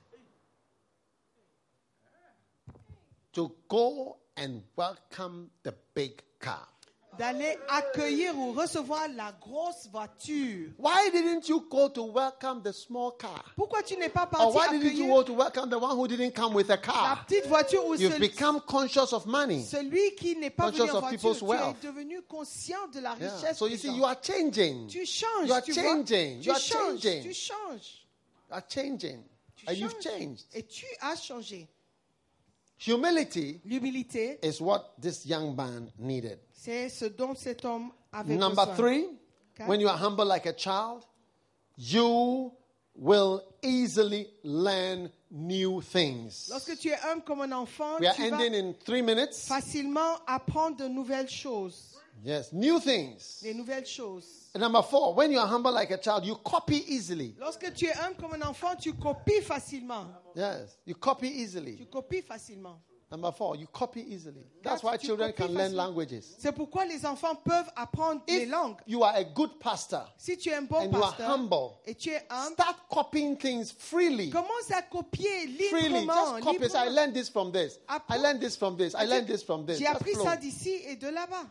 [SPEAKER 1] to go and welcome the big car.
[SPEAKER 2] d'aller accueillir ou recevoir la grosse voiture.
[SPEAKER 1] Why didn't you go to welcome the small car?
[SPEAKER 2] Pourquoi tu n'es pas
[SPEAKER 1] Or
[SPEAKER 2] parti
[SPEAKER 1] why didn't you go
[SPEAKER 2] accueillir
[SPEAKER 1] to welcome the one who didn't come with a
[SPEAKER 2] la
[SPEAKER 1] car?
[SPEAKER 2] petite voiture ou
[SPEAKER 1] You've
[SPEAKER 2] celui,
[SPEAKER 1] become conscious of money.
[SPEAKER 2] celui qui n'est pas venu
[SPEAKER 1] Conscious
[SPEAKER 2] en
[SPEAKER 1] of
[SPEAKER 2] voiture
[SPEAKER 1] people's
[SPEAKER 2] Tu
[SPEAKER 1] wealth.
[SPEAKER 2] es devenu conscient de la
[SPEAKER 1] Yeah.
[SPEAKER 2] richesse.
[SPEAKER 1] So you
[SPEAKER 2] des
[SPEAKER 1] see,
[SPEAKER 2] gens.
[SPEAKER 1] you are changing.
[SPEAKER 2] tu
[SPEAKER 1] You are
[SPEAKER 2] changes, tu vois.
[SPEAKER 1] changing.
[SPEAKER 2] Tu
[SPEAKER 1] You are
[SPEAKER 2] changes,
[SPEAKER 1] changing.
[SPEAKER 2] tu changes.
[SPEAKER 1] You are changing.
[SPEAKER 2] Tu
[SPEAKER 1] And you've
[SPEAKER 2] changes.
[SPEAKER 1] changed.
[SPEAKER 2] Et tu as changé.
[SPEAKER 1] Humility
[SPEAKER 2] L'humilité,
[SPEAKER 1] is what this young man needed.
[SPEAKER 2] c'est ce dont cet homme avait
[SPEAKER 1] Number
[SPEAKER 2] besoin.
[SPEAKER 1] three,
[SPEAKER 2] Okay.
[SPEAKER 1] when you are humble like a child, you will easily learn new things.
[SPEAKER 2] Lorsque tu es humble comme un enfant,
[SPEAKER 1] We are
[SPEAKER 2] tu vas
[SPEAKER 1] ending in three minutes.
[SPEAKER 2] facilement apprendre de nouvelles choses.
[SPEAKER 1] Yes, new things.
[SPEAKER 2] Des nouvelles choses.
[SPEAKER 1] Number four, when you are humble like a child, you copy easily.
[SPEAKER 2] Lorsque tu es humble comme un enfant, tu copies facilement.
[SPEAKER 1] Yes, you copy
[SPEAKER 2] Tu
[SPEAKER 1] easily.
[SPEAKER 2] copies facilement.
[SPEAKER 1] Number four, you copy easily. That's
[SPEAKER 2] That's-
[SPEAKER 1] why
[SPEAKER 2] you
[SPEAKER 1] children
[SPEAKER 2] copy
[SPEAKER 1] can learn
[SPEAKER 2] facil-
[SPEAKER 1] languages.
[SPEAKER 2] C'est pourquoi les enfants peuvent apprendre les
[SPEAKER 1] If
[SPEAKER 2] langues.
[SPEAKER 1] you are a good pastor,
[SPEAKER 2] Si tu es un bon
[SPEAKER 1] and you are
[SPEAKER 2] pasteur
[SPEAKER 1] humble,
[SPEAKER 2] et tu es humble,
[SPEAKER 1] start copying things freely.
[SPEAKER 2] commence à copier
[SPEAKER 1] Freely,
[SPEAKER 2] librement.
[SPEAKER 1] just copy. Say, I
[SPEAKER 2] librement.
[SPEAKER 1] learned this from this. I
[SPEAKER 2] Apprends.
[SPEAKER 1] learned this from this. I
[SPEAKER 2] Tu-
[SPEAKER 1] learned this from this.
[SPEAKER 2] J'ai
[SPEAKER 1] Just
[SPEAKER 2] appris
[SPEAKER 1] flow.
[SPEAKER 2] ça d'ici et de là-bas.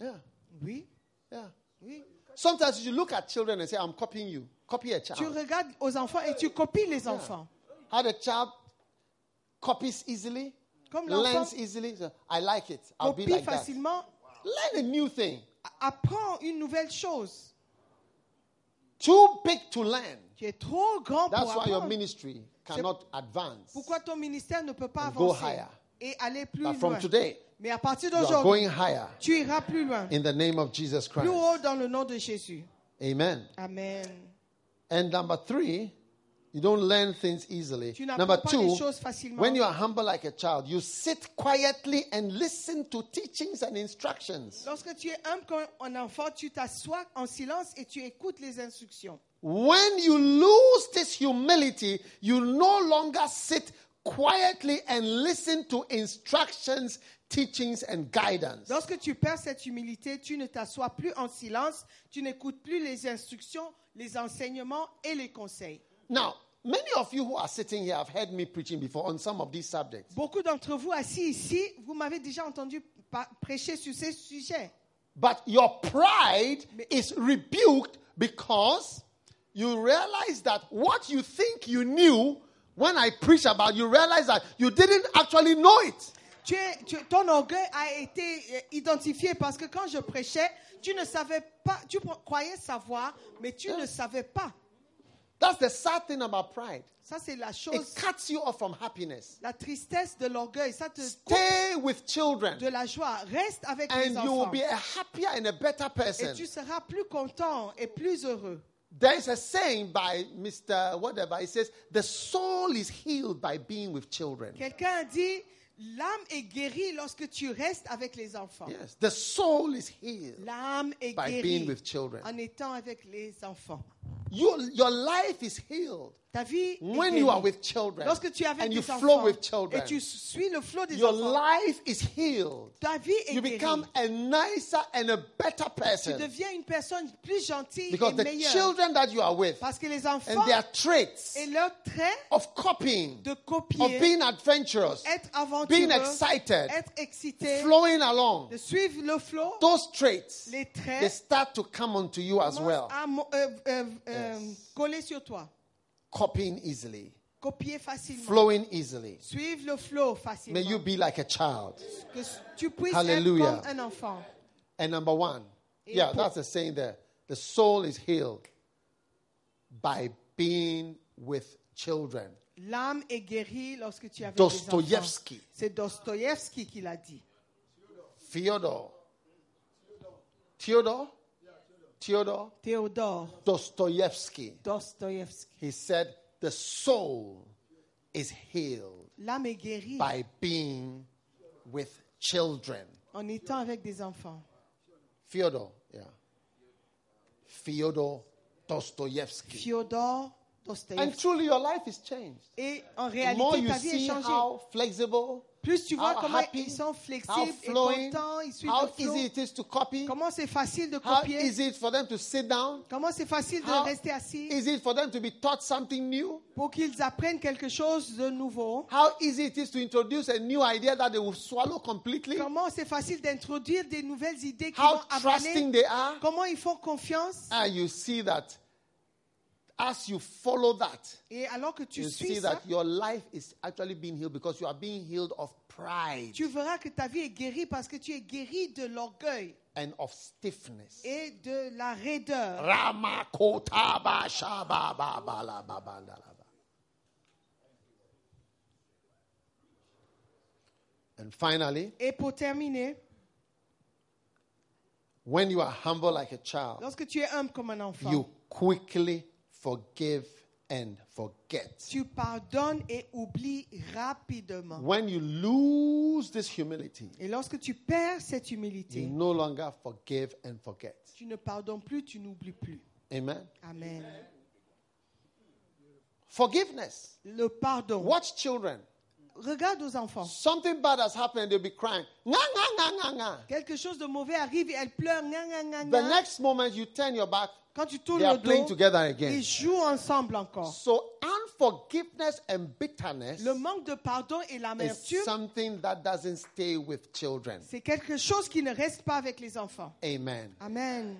[SPEAKER 1] Yeah,
[SPEAKER 2] Oui,
[SPEAKER 1] yeah.
[SPEAKER 2] oui.
[SPEAKER 1] Sometimes you look at children and say, I'm copying you. Copy a
[SPEAKER 2] Tu
[SPEAKER 1] child.
[SPEAKER 2] regardes aux enfants et tu copies les enfants.
[SPEAKER 1] How the child copies easily,
[SPEAKER 2] Comme
[SPEAKER 1] learns
[SPEAKER 2] l'enfant
[SPEAKER 1] easily. So, I like it. I'll be
[SPEAKER 2] copie
[SPEAKER 1] like that.
[SPEAKER 2] facilement,
[SPEAKER 1] Learn a new thing.
[SPEAKER 2] apprends une nouvelle chose.
[SPEAKER 1] Too big to learn.
[SPEAKER 2] Tu es trop grand
[SPEAKER 1] That's
[SPEAKER 2] pour
[SPEAKER 1] why your
[SPEAKER 2] apprendre.
[SPEAKER 1] ministry cannot advance.
[SPEAKER 2] Pourquoi ton ministère ne peut pas
[SPEAKER 1] And go
[SPEAKER 2] avancer
[SPEAKER 1] higher.
[SPEAKER 2] et aller plus
[SPEAKER 1] But from
[SPEAKER 2] loin
[SPEAKER 1] today,
[SPEAKER 2] Mais à partir
[SPEAKER 1] You are
[SPEAKER 2] d'aujourd'hui,
[SPEAKER 1] going higher
[SPEAKER 2] tu iras plus loin,
[SPEAKER 1] in the name of Jesus
[SPEAKER 2] plus
[SPEAKER 1] Christ.
[SPEAKER 2] haut dans le nom de Jésus.
[SPEAKER 1] Amen.
[SPEAKER 2] Amen.
[SPEAKER 1] And number three, you don't learn things easily.
[SPEAKER 2] Tu n'apprends
[SPEAKER 1] Number
[SPEAKER 2] pas les
[SPEAKER 1] two,
[SPEAKER 2] choses facilement.
[SPEAKER 1] when you are humble like a child, you sit quietly and listen to teachings and instructions.
[SPEAKER 2] Lorsque tu es humble comme un enfant, tu t'assois en silence et tu écoutes les instructions.
[SPEAKER 1] When you lose this humility, you no longer sit quietly and listen to instructions, teachings, and guidance.
[SPEAKER 2] Lorsque tu perds cette humilité, tu ne t'assois plus en silence, tu n'écoutes plus les instructions, les enseignements et les conseils.
[SPEAKER 1] Now, many of you who are sitting here have heard me preaching before on some of these subjects.
[SPEAKER 2] Beaucoup d'entre vous assis ici, vous m'avez déjà entendu pa- prêcher sur ces sujets.
[SPEAKER 1] But your pride is rebuked because you realize that what you think you knew when I preach about, you realize that you didn't actually know it.
[SPEAKER 2] Tu es- tu- ton orgueil a été euh, identifié parce que quand je prêchais, tu ne savais pas, tu pr- croyais savoir, mais tu ne savais pas.
[SPEAKER 1] That's the sad thing about pride.
[SPEAKER 2] Ça, c'est la
[SPEAKER 1] It
[SPEAKER 2] chose,
[SPEAKER 1] cuts you off from happiness.
[SPEAKER 2] la tristesse de l'orgueil. Ça te coupe
[SPEAKER 1] Stay with children,
[SPEAKER 2] de la joie. Reste avec
[SPEAKER 1] and
[SPEAKER 2] les
[SPEAKER 1] you will
[SPEAKER 2] enfants
[SPEAKER 1] be a happier and a better
[SPEAKER 2] et
[SPEAKER 1] person.
[SPEAKER 2] tu seras plus content et plus heureux.
[SPEAKER 1] There is a saying by Mr. Whatever. It says, The soul is healed by being with children.
[SPEAKER 2] Quelqu'un a dit, l'âme est guérie lorsque tu restes avec les enfants.
[SPEAKER 1] Yes, the soul is healed.
[SPEAKER 2] L'âme est
[SPEAKER 1] By being
[SPEAKER 2] guérie
[SPEAKER 1] with children.
[SPEAKER 2] en étant avec les enfants.
[SPEAKER 1] You, your life is healed
[SPEAKER 2] Ta vie est
[SPEAKER 1] when
[SPEAKER 2] guérie.
[SPEAKER 1] you are with children
[SPEAKER 2] lorsque tu es avec
[SPEAKER 1] and you
[SPEAKER 2] les
[SPEAKER 1] flow
[SPEAKER 2] enfants
[SPEAKER 1] with children.
[SPEAKER 2] et tu suis le flot des
[SPEAKER 1] Your
[SPEAKER 2] enfants,
[SPEAKER 1] life is healed.
[SPEAKER 2] ta vie est
[SPEAKER 1] You
[SPEAKER 2] guérie.
[SPEAKER 1] become a nicer and a better
[SPEAKER 2] Tu
[SPEAKER 1] person
[SPEAKER 2] deviens une personne plus gentille et
[SPEAKER 1] because the
[SPEAKER 2] meilleure.
[SPEAKER 1] children that you are with
[SPEAKER 2] parce que les
[SPEAKER 1] and
[SPEAKER 2] enfants
[SPEAKER 1] their traits
[SPEAKER 2] et leur trait
[SPEAKER 1] of copying,
[SPEAKER 2] de
[SPEAKER 1] of
[SPEAKER 2] copier,
[SPEAKER 1] being adventurous,
[SPEAKER 2] être aventureux,
[SPEAKER 1] being excited,
[SPEAKER 2] être excité,
[SPEAKER 1] flowing along,
[SPEAKER 2] de suivre le flot,
[SPEAKER 1] those traits,
[SPEAKER 2] les
[SPEAKER 1] they
[SPEAKER 2] traits
[SPEAKER 1] start to come onto you as
[SPEAKER 2] commencent
[SPEAKER 1] well.
[SPEAKER 2] à mo- euh, euh, euh,
[SPEAKER 1] Yes.
[SPEAKER 2] coller sur toi.
[SPEAKER 1] Copying easily,
[SPEAKER 2] Copier facilement.
[SPEAKER 1] flowing easily.
[SPEAKER 2] Suivre le flot
[SPEAKER 1] May
[SPEAKER 2] facilement.
[SPEAKER 1] you be like a child.
[SPEAKER 2] que tu puisses
[SPEAKER 1] Hallelujah.
[SPEAKER 2] être comme un enfant.
[SPEAKER 1] And number one,
[SPEAKER 2] Et
[SPEAKER 1] yeah,
[SPEAKER 2] pour-
[SPEAKER 1] that's the saying there. The soul is healed by being with children.
[SPEAKER 2] L'âme est guérie lorsque tu es avec les enfants.
[SPEAKER 1] Dostoevsky,
[SPEAKER 2] C'est Dostoïevski qui l'a dit.
[SPEAKER 1] Fyodor, Theodore, Theodore,
[SPEAKER 2] Théodore
[SPEAKER 1] Dostoevsky.
[SPEAKER 2] Dostoïevski.
[SPEAKER 1] He said, The soul is healed
[SPEAKER 2] L'âme est guérie
[SPEAKER 1] by being with children.
[SPEAKER 2] en étant avec des enfants.
[SPEAKER 1] Fyodor, yeah. Fyodor Dostoevsky.
[SPEAKER 2] Fyodor
[SPEAKER 1] And
[SPEAKER 2] Dostoïevski.
[SPEAKER 1] truly, your life is changed.
[SPEAKER 2] Et en
[SPEAKER 1] The more
[SPEAKER 2] réalité,
[SPEAKER 1] you
[SPEAKER 2] ta vie est
[SPEAKER 1] see
[SPEAKER 2] changée.
[SPEAKER 1] how flexible,
[SPEAKER 2] Plus tu vois
[SPEAKER 1] how
[SPEAKER 2] comment
[SPEAKER 1] happy,
[SPEAKER 2] ils sont
[SPEAKER 1] how
[SPEAKER 2] flexibles et
[SPEAKER 1] flowing,
[SPEAKER 2] contents, ils suivent
[SPEAKER 1] how
[SPEAKER 2] le flot.
[SPEAKER 1] easy it is to copy,
[SPEAKER 2] Comment c'est facile de
[SPEAKER 1] how
[SPEAKER 2] copier.
[SPEAKER 1] easy it is for them to sit down,
[SPEAKER 2] Comment c'est facile de
[SPEAKER 1] how
[SPEAKER 2] rester assis
[SPEAKER 1] easy it for them to be taught something new,
[SPEAKER 2] pour qu'ils apprennent quelque chose de nouveau.
[SPEAKER 1] how easy it is to introduce a new idea that they will swallow completely,
[SPEAKER 2] Comment c'est facile d'introduire des nouvelles idées qui
[SPEAKER 1] how
[SPEAKER 2] vont avaler.
[SPEAKER 1] trusting they are.
[SPEAKER 2] Comment ils font confiance.
[SPEAKER 1] And you see that as you follow that,
[SPEAKER 2] Et alors que tu
[SPEAKER 1] you
[SPEAKER 2] suis
[SPEAKER 1] see
[SPEAKER 2] ça,
[SPEAKER 1] that your life is actually being healed because you are being healed of pride
[SPEAKER 2] tu verras que ta vie est guérie parce que tu es guéri de l'orgueil
[SPEAKER 1] and of stiffness.
[SPEAKER 2] et de la raideur.
[SPEAKER 1] Ramakotaba shabababalababandalaba. And finally,
[SPEAKER 2] Et pour terminer,
[SPEAKER 1] when you are humble like a child,
[SPEAKER 2] lorsque tu es humble comme un enfant,
[SPEAKER 1] you quickly forgive and forget.
[SPEAKER 2] tu pardonnes et oublies rapidement.
[SPEAKER 1] When you lose this humility,
[SPEAKER 2] Et lorsque tu perds cette
[SPEAKER 1] you
[SPEAKER 2] humilité,
[SPEAKER 1] no longer forgive and forget.
[SPEAKER 2] tu ne pardonnes plus, tu n'oublies plus.
[SPEAKER 1] Amen.
[SPEAKER 2] Amen.
[SPEAKER 1] Forgiveness.
[SPEAKER 2] Le pardon.
[SPEAKER 1] Watch children.
[SPEAKER 2] Regarde aux enfants.
[SPEAKER 1] Something bad has happened, they'll be crying. Nga, nga, nga, nga, nga.
[SPEAKER 2] Quelque chose de mauvais arrive et elle pleure. gna, gna, gna,
[SPEAKER 1] The
[SPEAKER 2] gna.
[SPEAKER 1] next moment you turn your back,
[SPEAKER 2] Quand tu tournes
[SPEAKER 1] they are
[SPEAKER 2] le
[SPEAKER 1] playing
[SPEAKER 2] dos,
[SPEAKER 1] together again.
[SPEAKER 2] ils jouent ensemble encore.
[SPEAKER 1] So unforgiveness and bitterness
[SPEAKER 2] Le manque de pardon et
[SPEAKER 1] is
[SPEAKER 2] l'amertume
[SPEAKER 1] something that doesn't stay with children.
[SPEAKER 2] C'est quelque chose qui ne reste pas avec les enfants.
[SPEAKER 1] Amen.
[SPEAKER 2] Amen.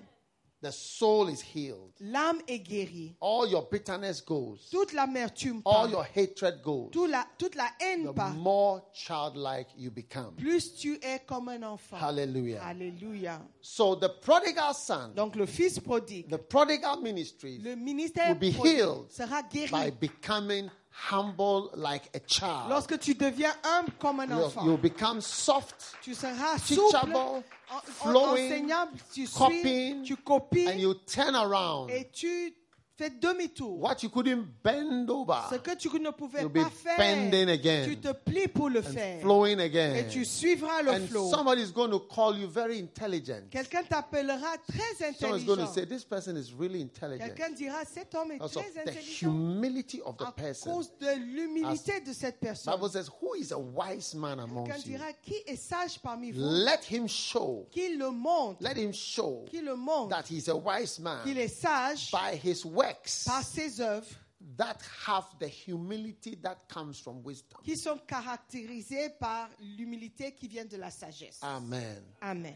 [SPEAKER 1] The soul is healed.
[SPEAKER 2] L'âme est guérie.
[SPEAKER 1] All your bitterness goes.
[SPEAKER 2] Toute l'amertume
[SPEAKER 1] All
[SPEAKER 2] part.
[SPEAKER 1] your hatred goes.
[SPEAKER 2] Tout la- toute la haine
[SPEAKER 1] The
[SPEAKER 2] part.
[SPEAKER 1] more childlike you become.
[SPEAKER 2] Plus tu es comme un enfant.
[SPEAKER 1] Hallelujah.
[SPEAKER 2] Alléluia.
[SPEAKER 1] So the prodigal son,
[SPEAKER 2] Donc le fils prodigue,
[SPEAKER 1] the prodigal ministry
[SPEAKER 2] le
[SPEAKER 1] will
[SPEAKER 2] ministère
[SPEAKER 1] be
[SPEAKER 2] prodigue
[SPEAKER 1] healed
[SPEAKER 2] sera
[SPEAKER 1] by
[SPEAKER 2] guéri
[SPEAKER 1] becoming humble like a child.
[SPEAKER 2] Lorsque tu deviens humble comme un
[SPEAKER 1] You,
[SPEAKER 2] enfant,
[SPEAKER 1] you become soft
[SPEAKER 2] tu seras souple,
[SPEAKER 1] teachable,
[SPEAKER 2] en- en-
[SPEAKER 1] flowing,
[SPEAKER 2] enseignable, tu
[SPEAKER 1] copying,
[SPEAKER 2] suis, tu copies
[SPEAKER 1] and you turn around.
[SPEAKER 2] et tu fais demi-tour.
[SPEAKER 1] What you couldn't bend over,
[SPEAKER 2] Ce que tu ne pouvais
[SPEAKER 1] You'll be
[SPEAKER 2] pas
[SPEAKER 1] bending
[SPEAKER 2] faire,
[SPEAKER 1] again
[SPEAKER 2] tu te plies pour le
[SPEAKER 1] and
[SPEAKER 2] faire
[SPEAKER 1] flowing again.
[SPEAKER 2] et tu suivras le
[SPEAKER 1] and
[SPEAKER 2] flot.
[SPEAKER 1] somebody is going to call you very intelligent.
[SPEAKER 2] Quelqu'un t'appellera très
[SPEAKER 1] Someone is going to
[SPEAKER 2] intelligent.
[SPEAKER 1] say, This person is really intelligent.
[SPEAKER 2] Quelqu'un dira cet homme est
[SPEAKER 1] Because of
[SPEAKER 2] très
[SPEAKER 1] the
[SPEAKER 2] intelligent
[SPEAKER 1] humility of the
[SPEAKER 2] à
[SPEAKER 1] person.
[SPEAKER 2] cause de l'humilité de cette
[SPEAKER 1] Bible
[SPEAKER 2] personne.
[SPEAKER 1] says, Who is a wise man
[SPEAKER 2] Quelqu'un
[SPEAKER 1] amongst you?
[SPEAKER 2] dira qui est sage parmi vous,
[SPEAKER 1] Let him show,
[SPEAKER 2] qui le montre,
[SPEAKER 1] let him show
[SPEAKER 2] qui le montre
[SPEAKER 1] that he's a wise
[SPEAKER 2] qu'il
[SPEAKER 1] man
[SPEAKER 2] est sage
[SPEAKER 1] by his works
[SPEAKER 2] par ses œuvres
[SPEAKER 1] that have the humility that comes from wisdom.
[SPEAKER 2] qui sont caractérisées par l'humilité qui vient de la sagesse.
[SPEAKER 1] Ah. Amen.
[SPEAKER 2] Amen.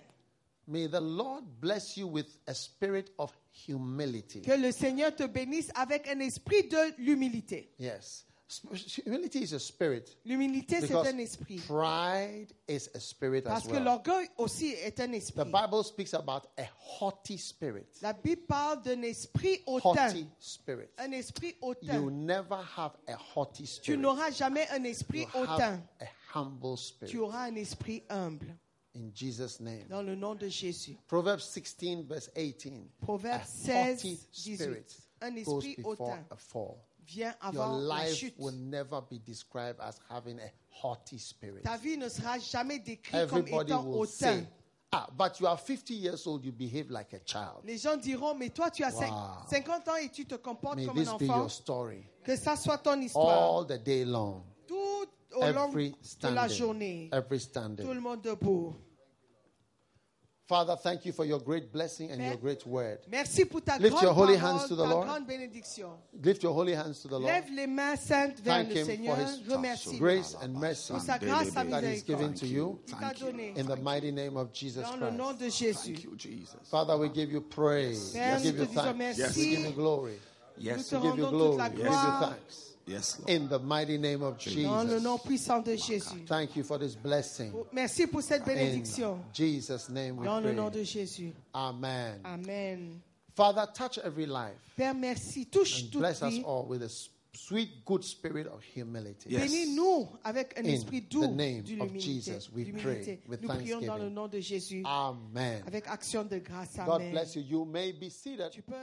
[SPEAKER 1] May the Lord bless you with a spirit of humility.
[SPEAKER 2] Que le Seigneur te bénisse avec un esprit de l'humilité.
[SPEAKER 1] Yes. Sp- Humility is a spirit.
[SPEAKER 2] L'humilité, c'est
[SPEAKER 1] Because
[SPEAKER 2] un esprit.
[SPEAKER 1] pride is a spirit as
[SPEAKER 2] Parce que
[SPEAKER 1] well.
[SPEAKER 2] l'orgueil aussi est un
[SPEAKER 1] The
[SPEAKER 2] esprit.
[SPEAKER 1] Bible speaks about a haughty spirit.
[SPEAKER 2] La Bible parle d'un esprit hautain.
[SPEAKER 1] Haughty spirit.
[SPEAKER 2] Un esprit
[SPEAKER 1] You
[SPEAKER 2] hautain.
[SPEAKER 1] never have a haughty
[SPEAKER 2] Tu
[SPEAKER 1] spirit.
[SPEAKER 2] n'auras jamais un
[SPEAKER 1] You
[SPEAKER 2] esprit
[SPEAKER 1] have
[SPEAKER 2] hautain.
[SPEAKER 1] a humble
[SPEAKER 2] Tu
[SPEAKER 1] spirit.
[SPEAKER 2] auras un esprit humble.
[SPEAKER 1] In Jesus' name.
[SPEAKER 2] Dans le nom de Jésus.
[SPEAKER 1] Proverbs 16, verse 18.
[SPEAKER 2] Proverbe
[SPEAKER 1] a
[SPEAKER 2] 16,
[SPEAKER 1] haughty
[SPEAKER 2] 18.
[SPEAKER 1] spirit
[SPEAKER 2] Un
[SPEAKER 1] goes
[SPEAKER 2] esprit
[SPEAKER 1] before
[SPEAKER 2] hautain
[SPEAKER 1] a fall.
[SPEAKER 2] vient
[SPEAKER 1] Your
[SPEAKER 2] avant la
[SPEAKER 1] life
[SPEAKER 2] chute.
[SPEAKER 1] will never be described as having a haughty spirit.
[SPEAKER 2] Ta vie ne sera jamais décrite comme
[SPEAKER 1] Everybody
[SPEAKER 2] étant
[SPEAKER 1] will say,
[SPEAKER 2] hautain.
[SPEAKER 1] ah, but you are 50 years old, you behave like a child.
[SPEAKER 2] Les gens diront, mais toi, tu as cin-
[SPEAKER 1] Wow.
[SPEAKER 2] 50 ans et tu te comportes
[SPEAKER 1] May
[SPEAKER 2] comme
[SPEAKER 1] this
[SPEAKER 2] un
[SPEAKER 1] be your
[SPEAKER 2] enfant.
[SPEAKER 1] story
[SPEAKER 2] Que ça soit ton histoire.
[SPEAKER 1] all the day long.
[SPEAKER 2] Tout
[SPEAKER 1] oh,
[SPEAKER 2] au long
[SPEAKER 1] Every
[SPEAKER 2] de la
[SPEAKER 1] standing.
[SPEAKER 2] journée.
[SPEAKER 1] Every
[SPEAKER 2] Tout le
[SPEAKER 1] standing.
[SPEAKER 2] monde debout.
[SPEAKER 1] Father, thank you for your great blessing and your
[SPEAKER 2] Père.
[SPEAKER 1] great word.
[SPEAKER 2] Merci pour ta
[SPEAKER 1] Lift
[SPEAKER 2] grande
[SPEAKER 1] your holy
[SPEAKER 2] parole,
[SPEAKER 1] hands to the
[SPEAKER 2] ta
[SPEAKER 1] Lord.
[SPEAKER 2] grande bénédiction.
[SPEAKER 1] Lift your holy hands to the Lord.
[SPEAKER 2] Lève les mains saintes vers
[SPEAKER 1] Thank
[SPEAKER 2] le
[SPEAKER 1] him
[SPEAKER 2] Seigneur.
[SPEAKER 1] for his
[SPEAKER 2] Remercie
[SPEAKER 1] grace and mercy
[SPEAKER 2] pour sa grâce, sa
[SPEAKER 1] that is given
[SPEAKER 2] miséricorde
[SPEAKER 1] to you
[SPEAKER 2] qu'il t'a donnée.
[SPEAKER 1] in the mighty name of Jesus
[SPEAKER 2] Dans le nom
[SPEAKER 1] Christ.
[SPEAKER 2] de Jésus.
[SPEAKER 1] Father, we give you praise.
[SPEAKER 2] Père,
[SPEAKER 1] We give
[SPEAKER 2] nous
[SPEAKER 1] you
[SPEAKER 2] te disons
[SPEAKER 1] thanks. We
[SPEAKER 2] merci.
[SPEAKER 1] give you glory.
[SPEAKER 2] Nous
[SPEAKER 4] Yes,
[SPEAKER 2] te
[SPEAKER 4] Lord.
[SPEAKER 1] We give you
[SPEAKER 2] rendons
[SPEAKER 1] glory.
[SPEAKER 2] toute la
[SPEAKER 1] We give you
[SPEAKER 2] gloire
[SPEAKER 1] thanks.
[SPEAKER 4] Yes, Lord.
[SPEAKER 1] In the mighty name of
[SPEAKER 2] dans le nom
[SPEAKER 1] Jesus.
[SPEAKER 2] puissant de Jésus.
[SPEAKER 1] Thank you for this blessing.
[SPEAKER 2] Merci pour cette
[SPEAKER 1] In
[SPEAKER 2] bénédiction.
[SPEAKER 1] Jesus' name we
[SPEAKER 2] Dans le nom
[SPEAKER 1] pray.
[SPEAKER 2] de Jésus.
[SPEAKER 1] Amen.
[SPEAKER 2] Amen.
[SPEAKER 1] Father, touch every life
[SPEAKER 2] Père, merci. Touche
[SPEAKER 1] and
[SPEAKER 2] toute
[SPEAKER 1] bless us
[SPEAKER 2] vie.
[SPEAKER 1] all with a s- sweet, good spirit of humility.
[SPEAKER 4] Yes.
[SPEAKER 2] Bénis-nous avec un
[SPEAKER 1] In
[SPEAKER 2] esprit
[SPEAKER 1] the
[SPEAKER 2] doux
[SPEAKER 1] name
[SPEAKER 2] de
[SPEAKER 1] of
[SPEAKER 2] l'humilité.
[SPEAKER 1] Jesus, we
[SPEAKER 2] d'humilité.
[SPEAKER 1] pray with
[SPEAKER 2] Nous prions dans
[SPEAKER 1] thanksgiving.
[SPEAKER 2] le nom de Jésus
[SPEAKER 1] Amen.
[SPEAKER 2] avec action de grâce.
[SPEAKER 1] God
[SPEAKER 2] Amen.
[SPEAKER 1] bless you. You may be seated.
[SPEAKER 2] Tu peux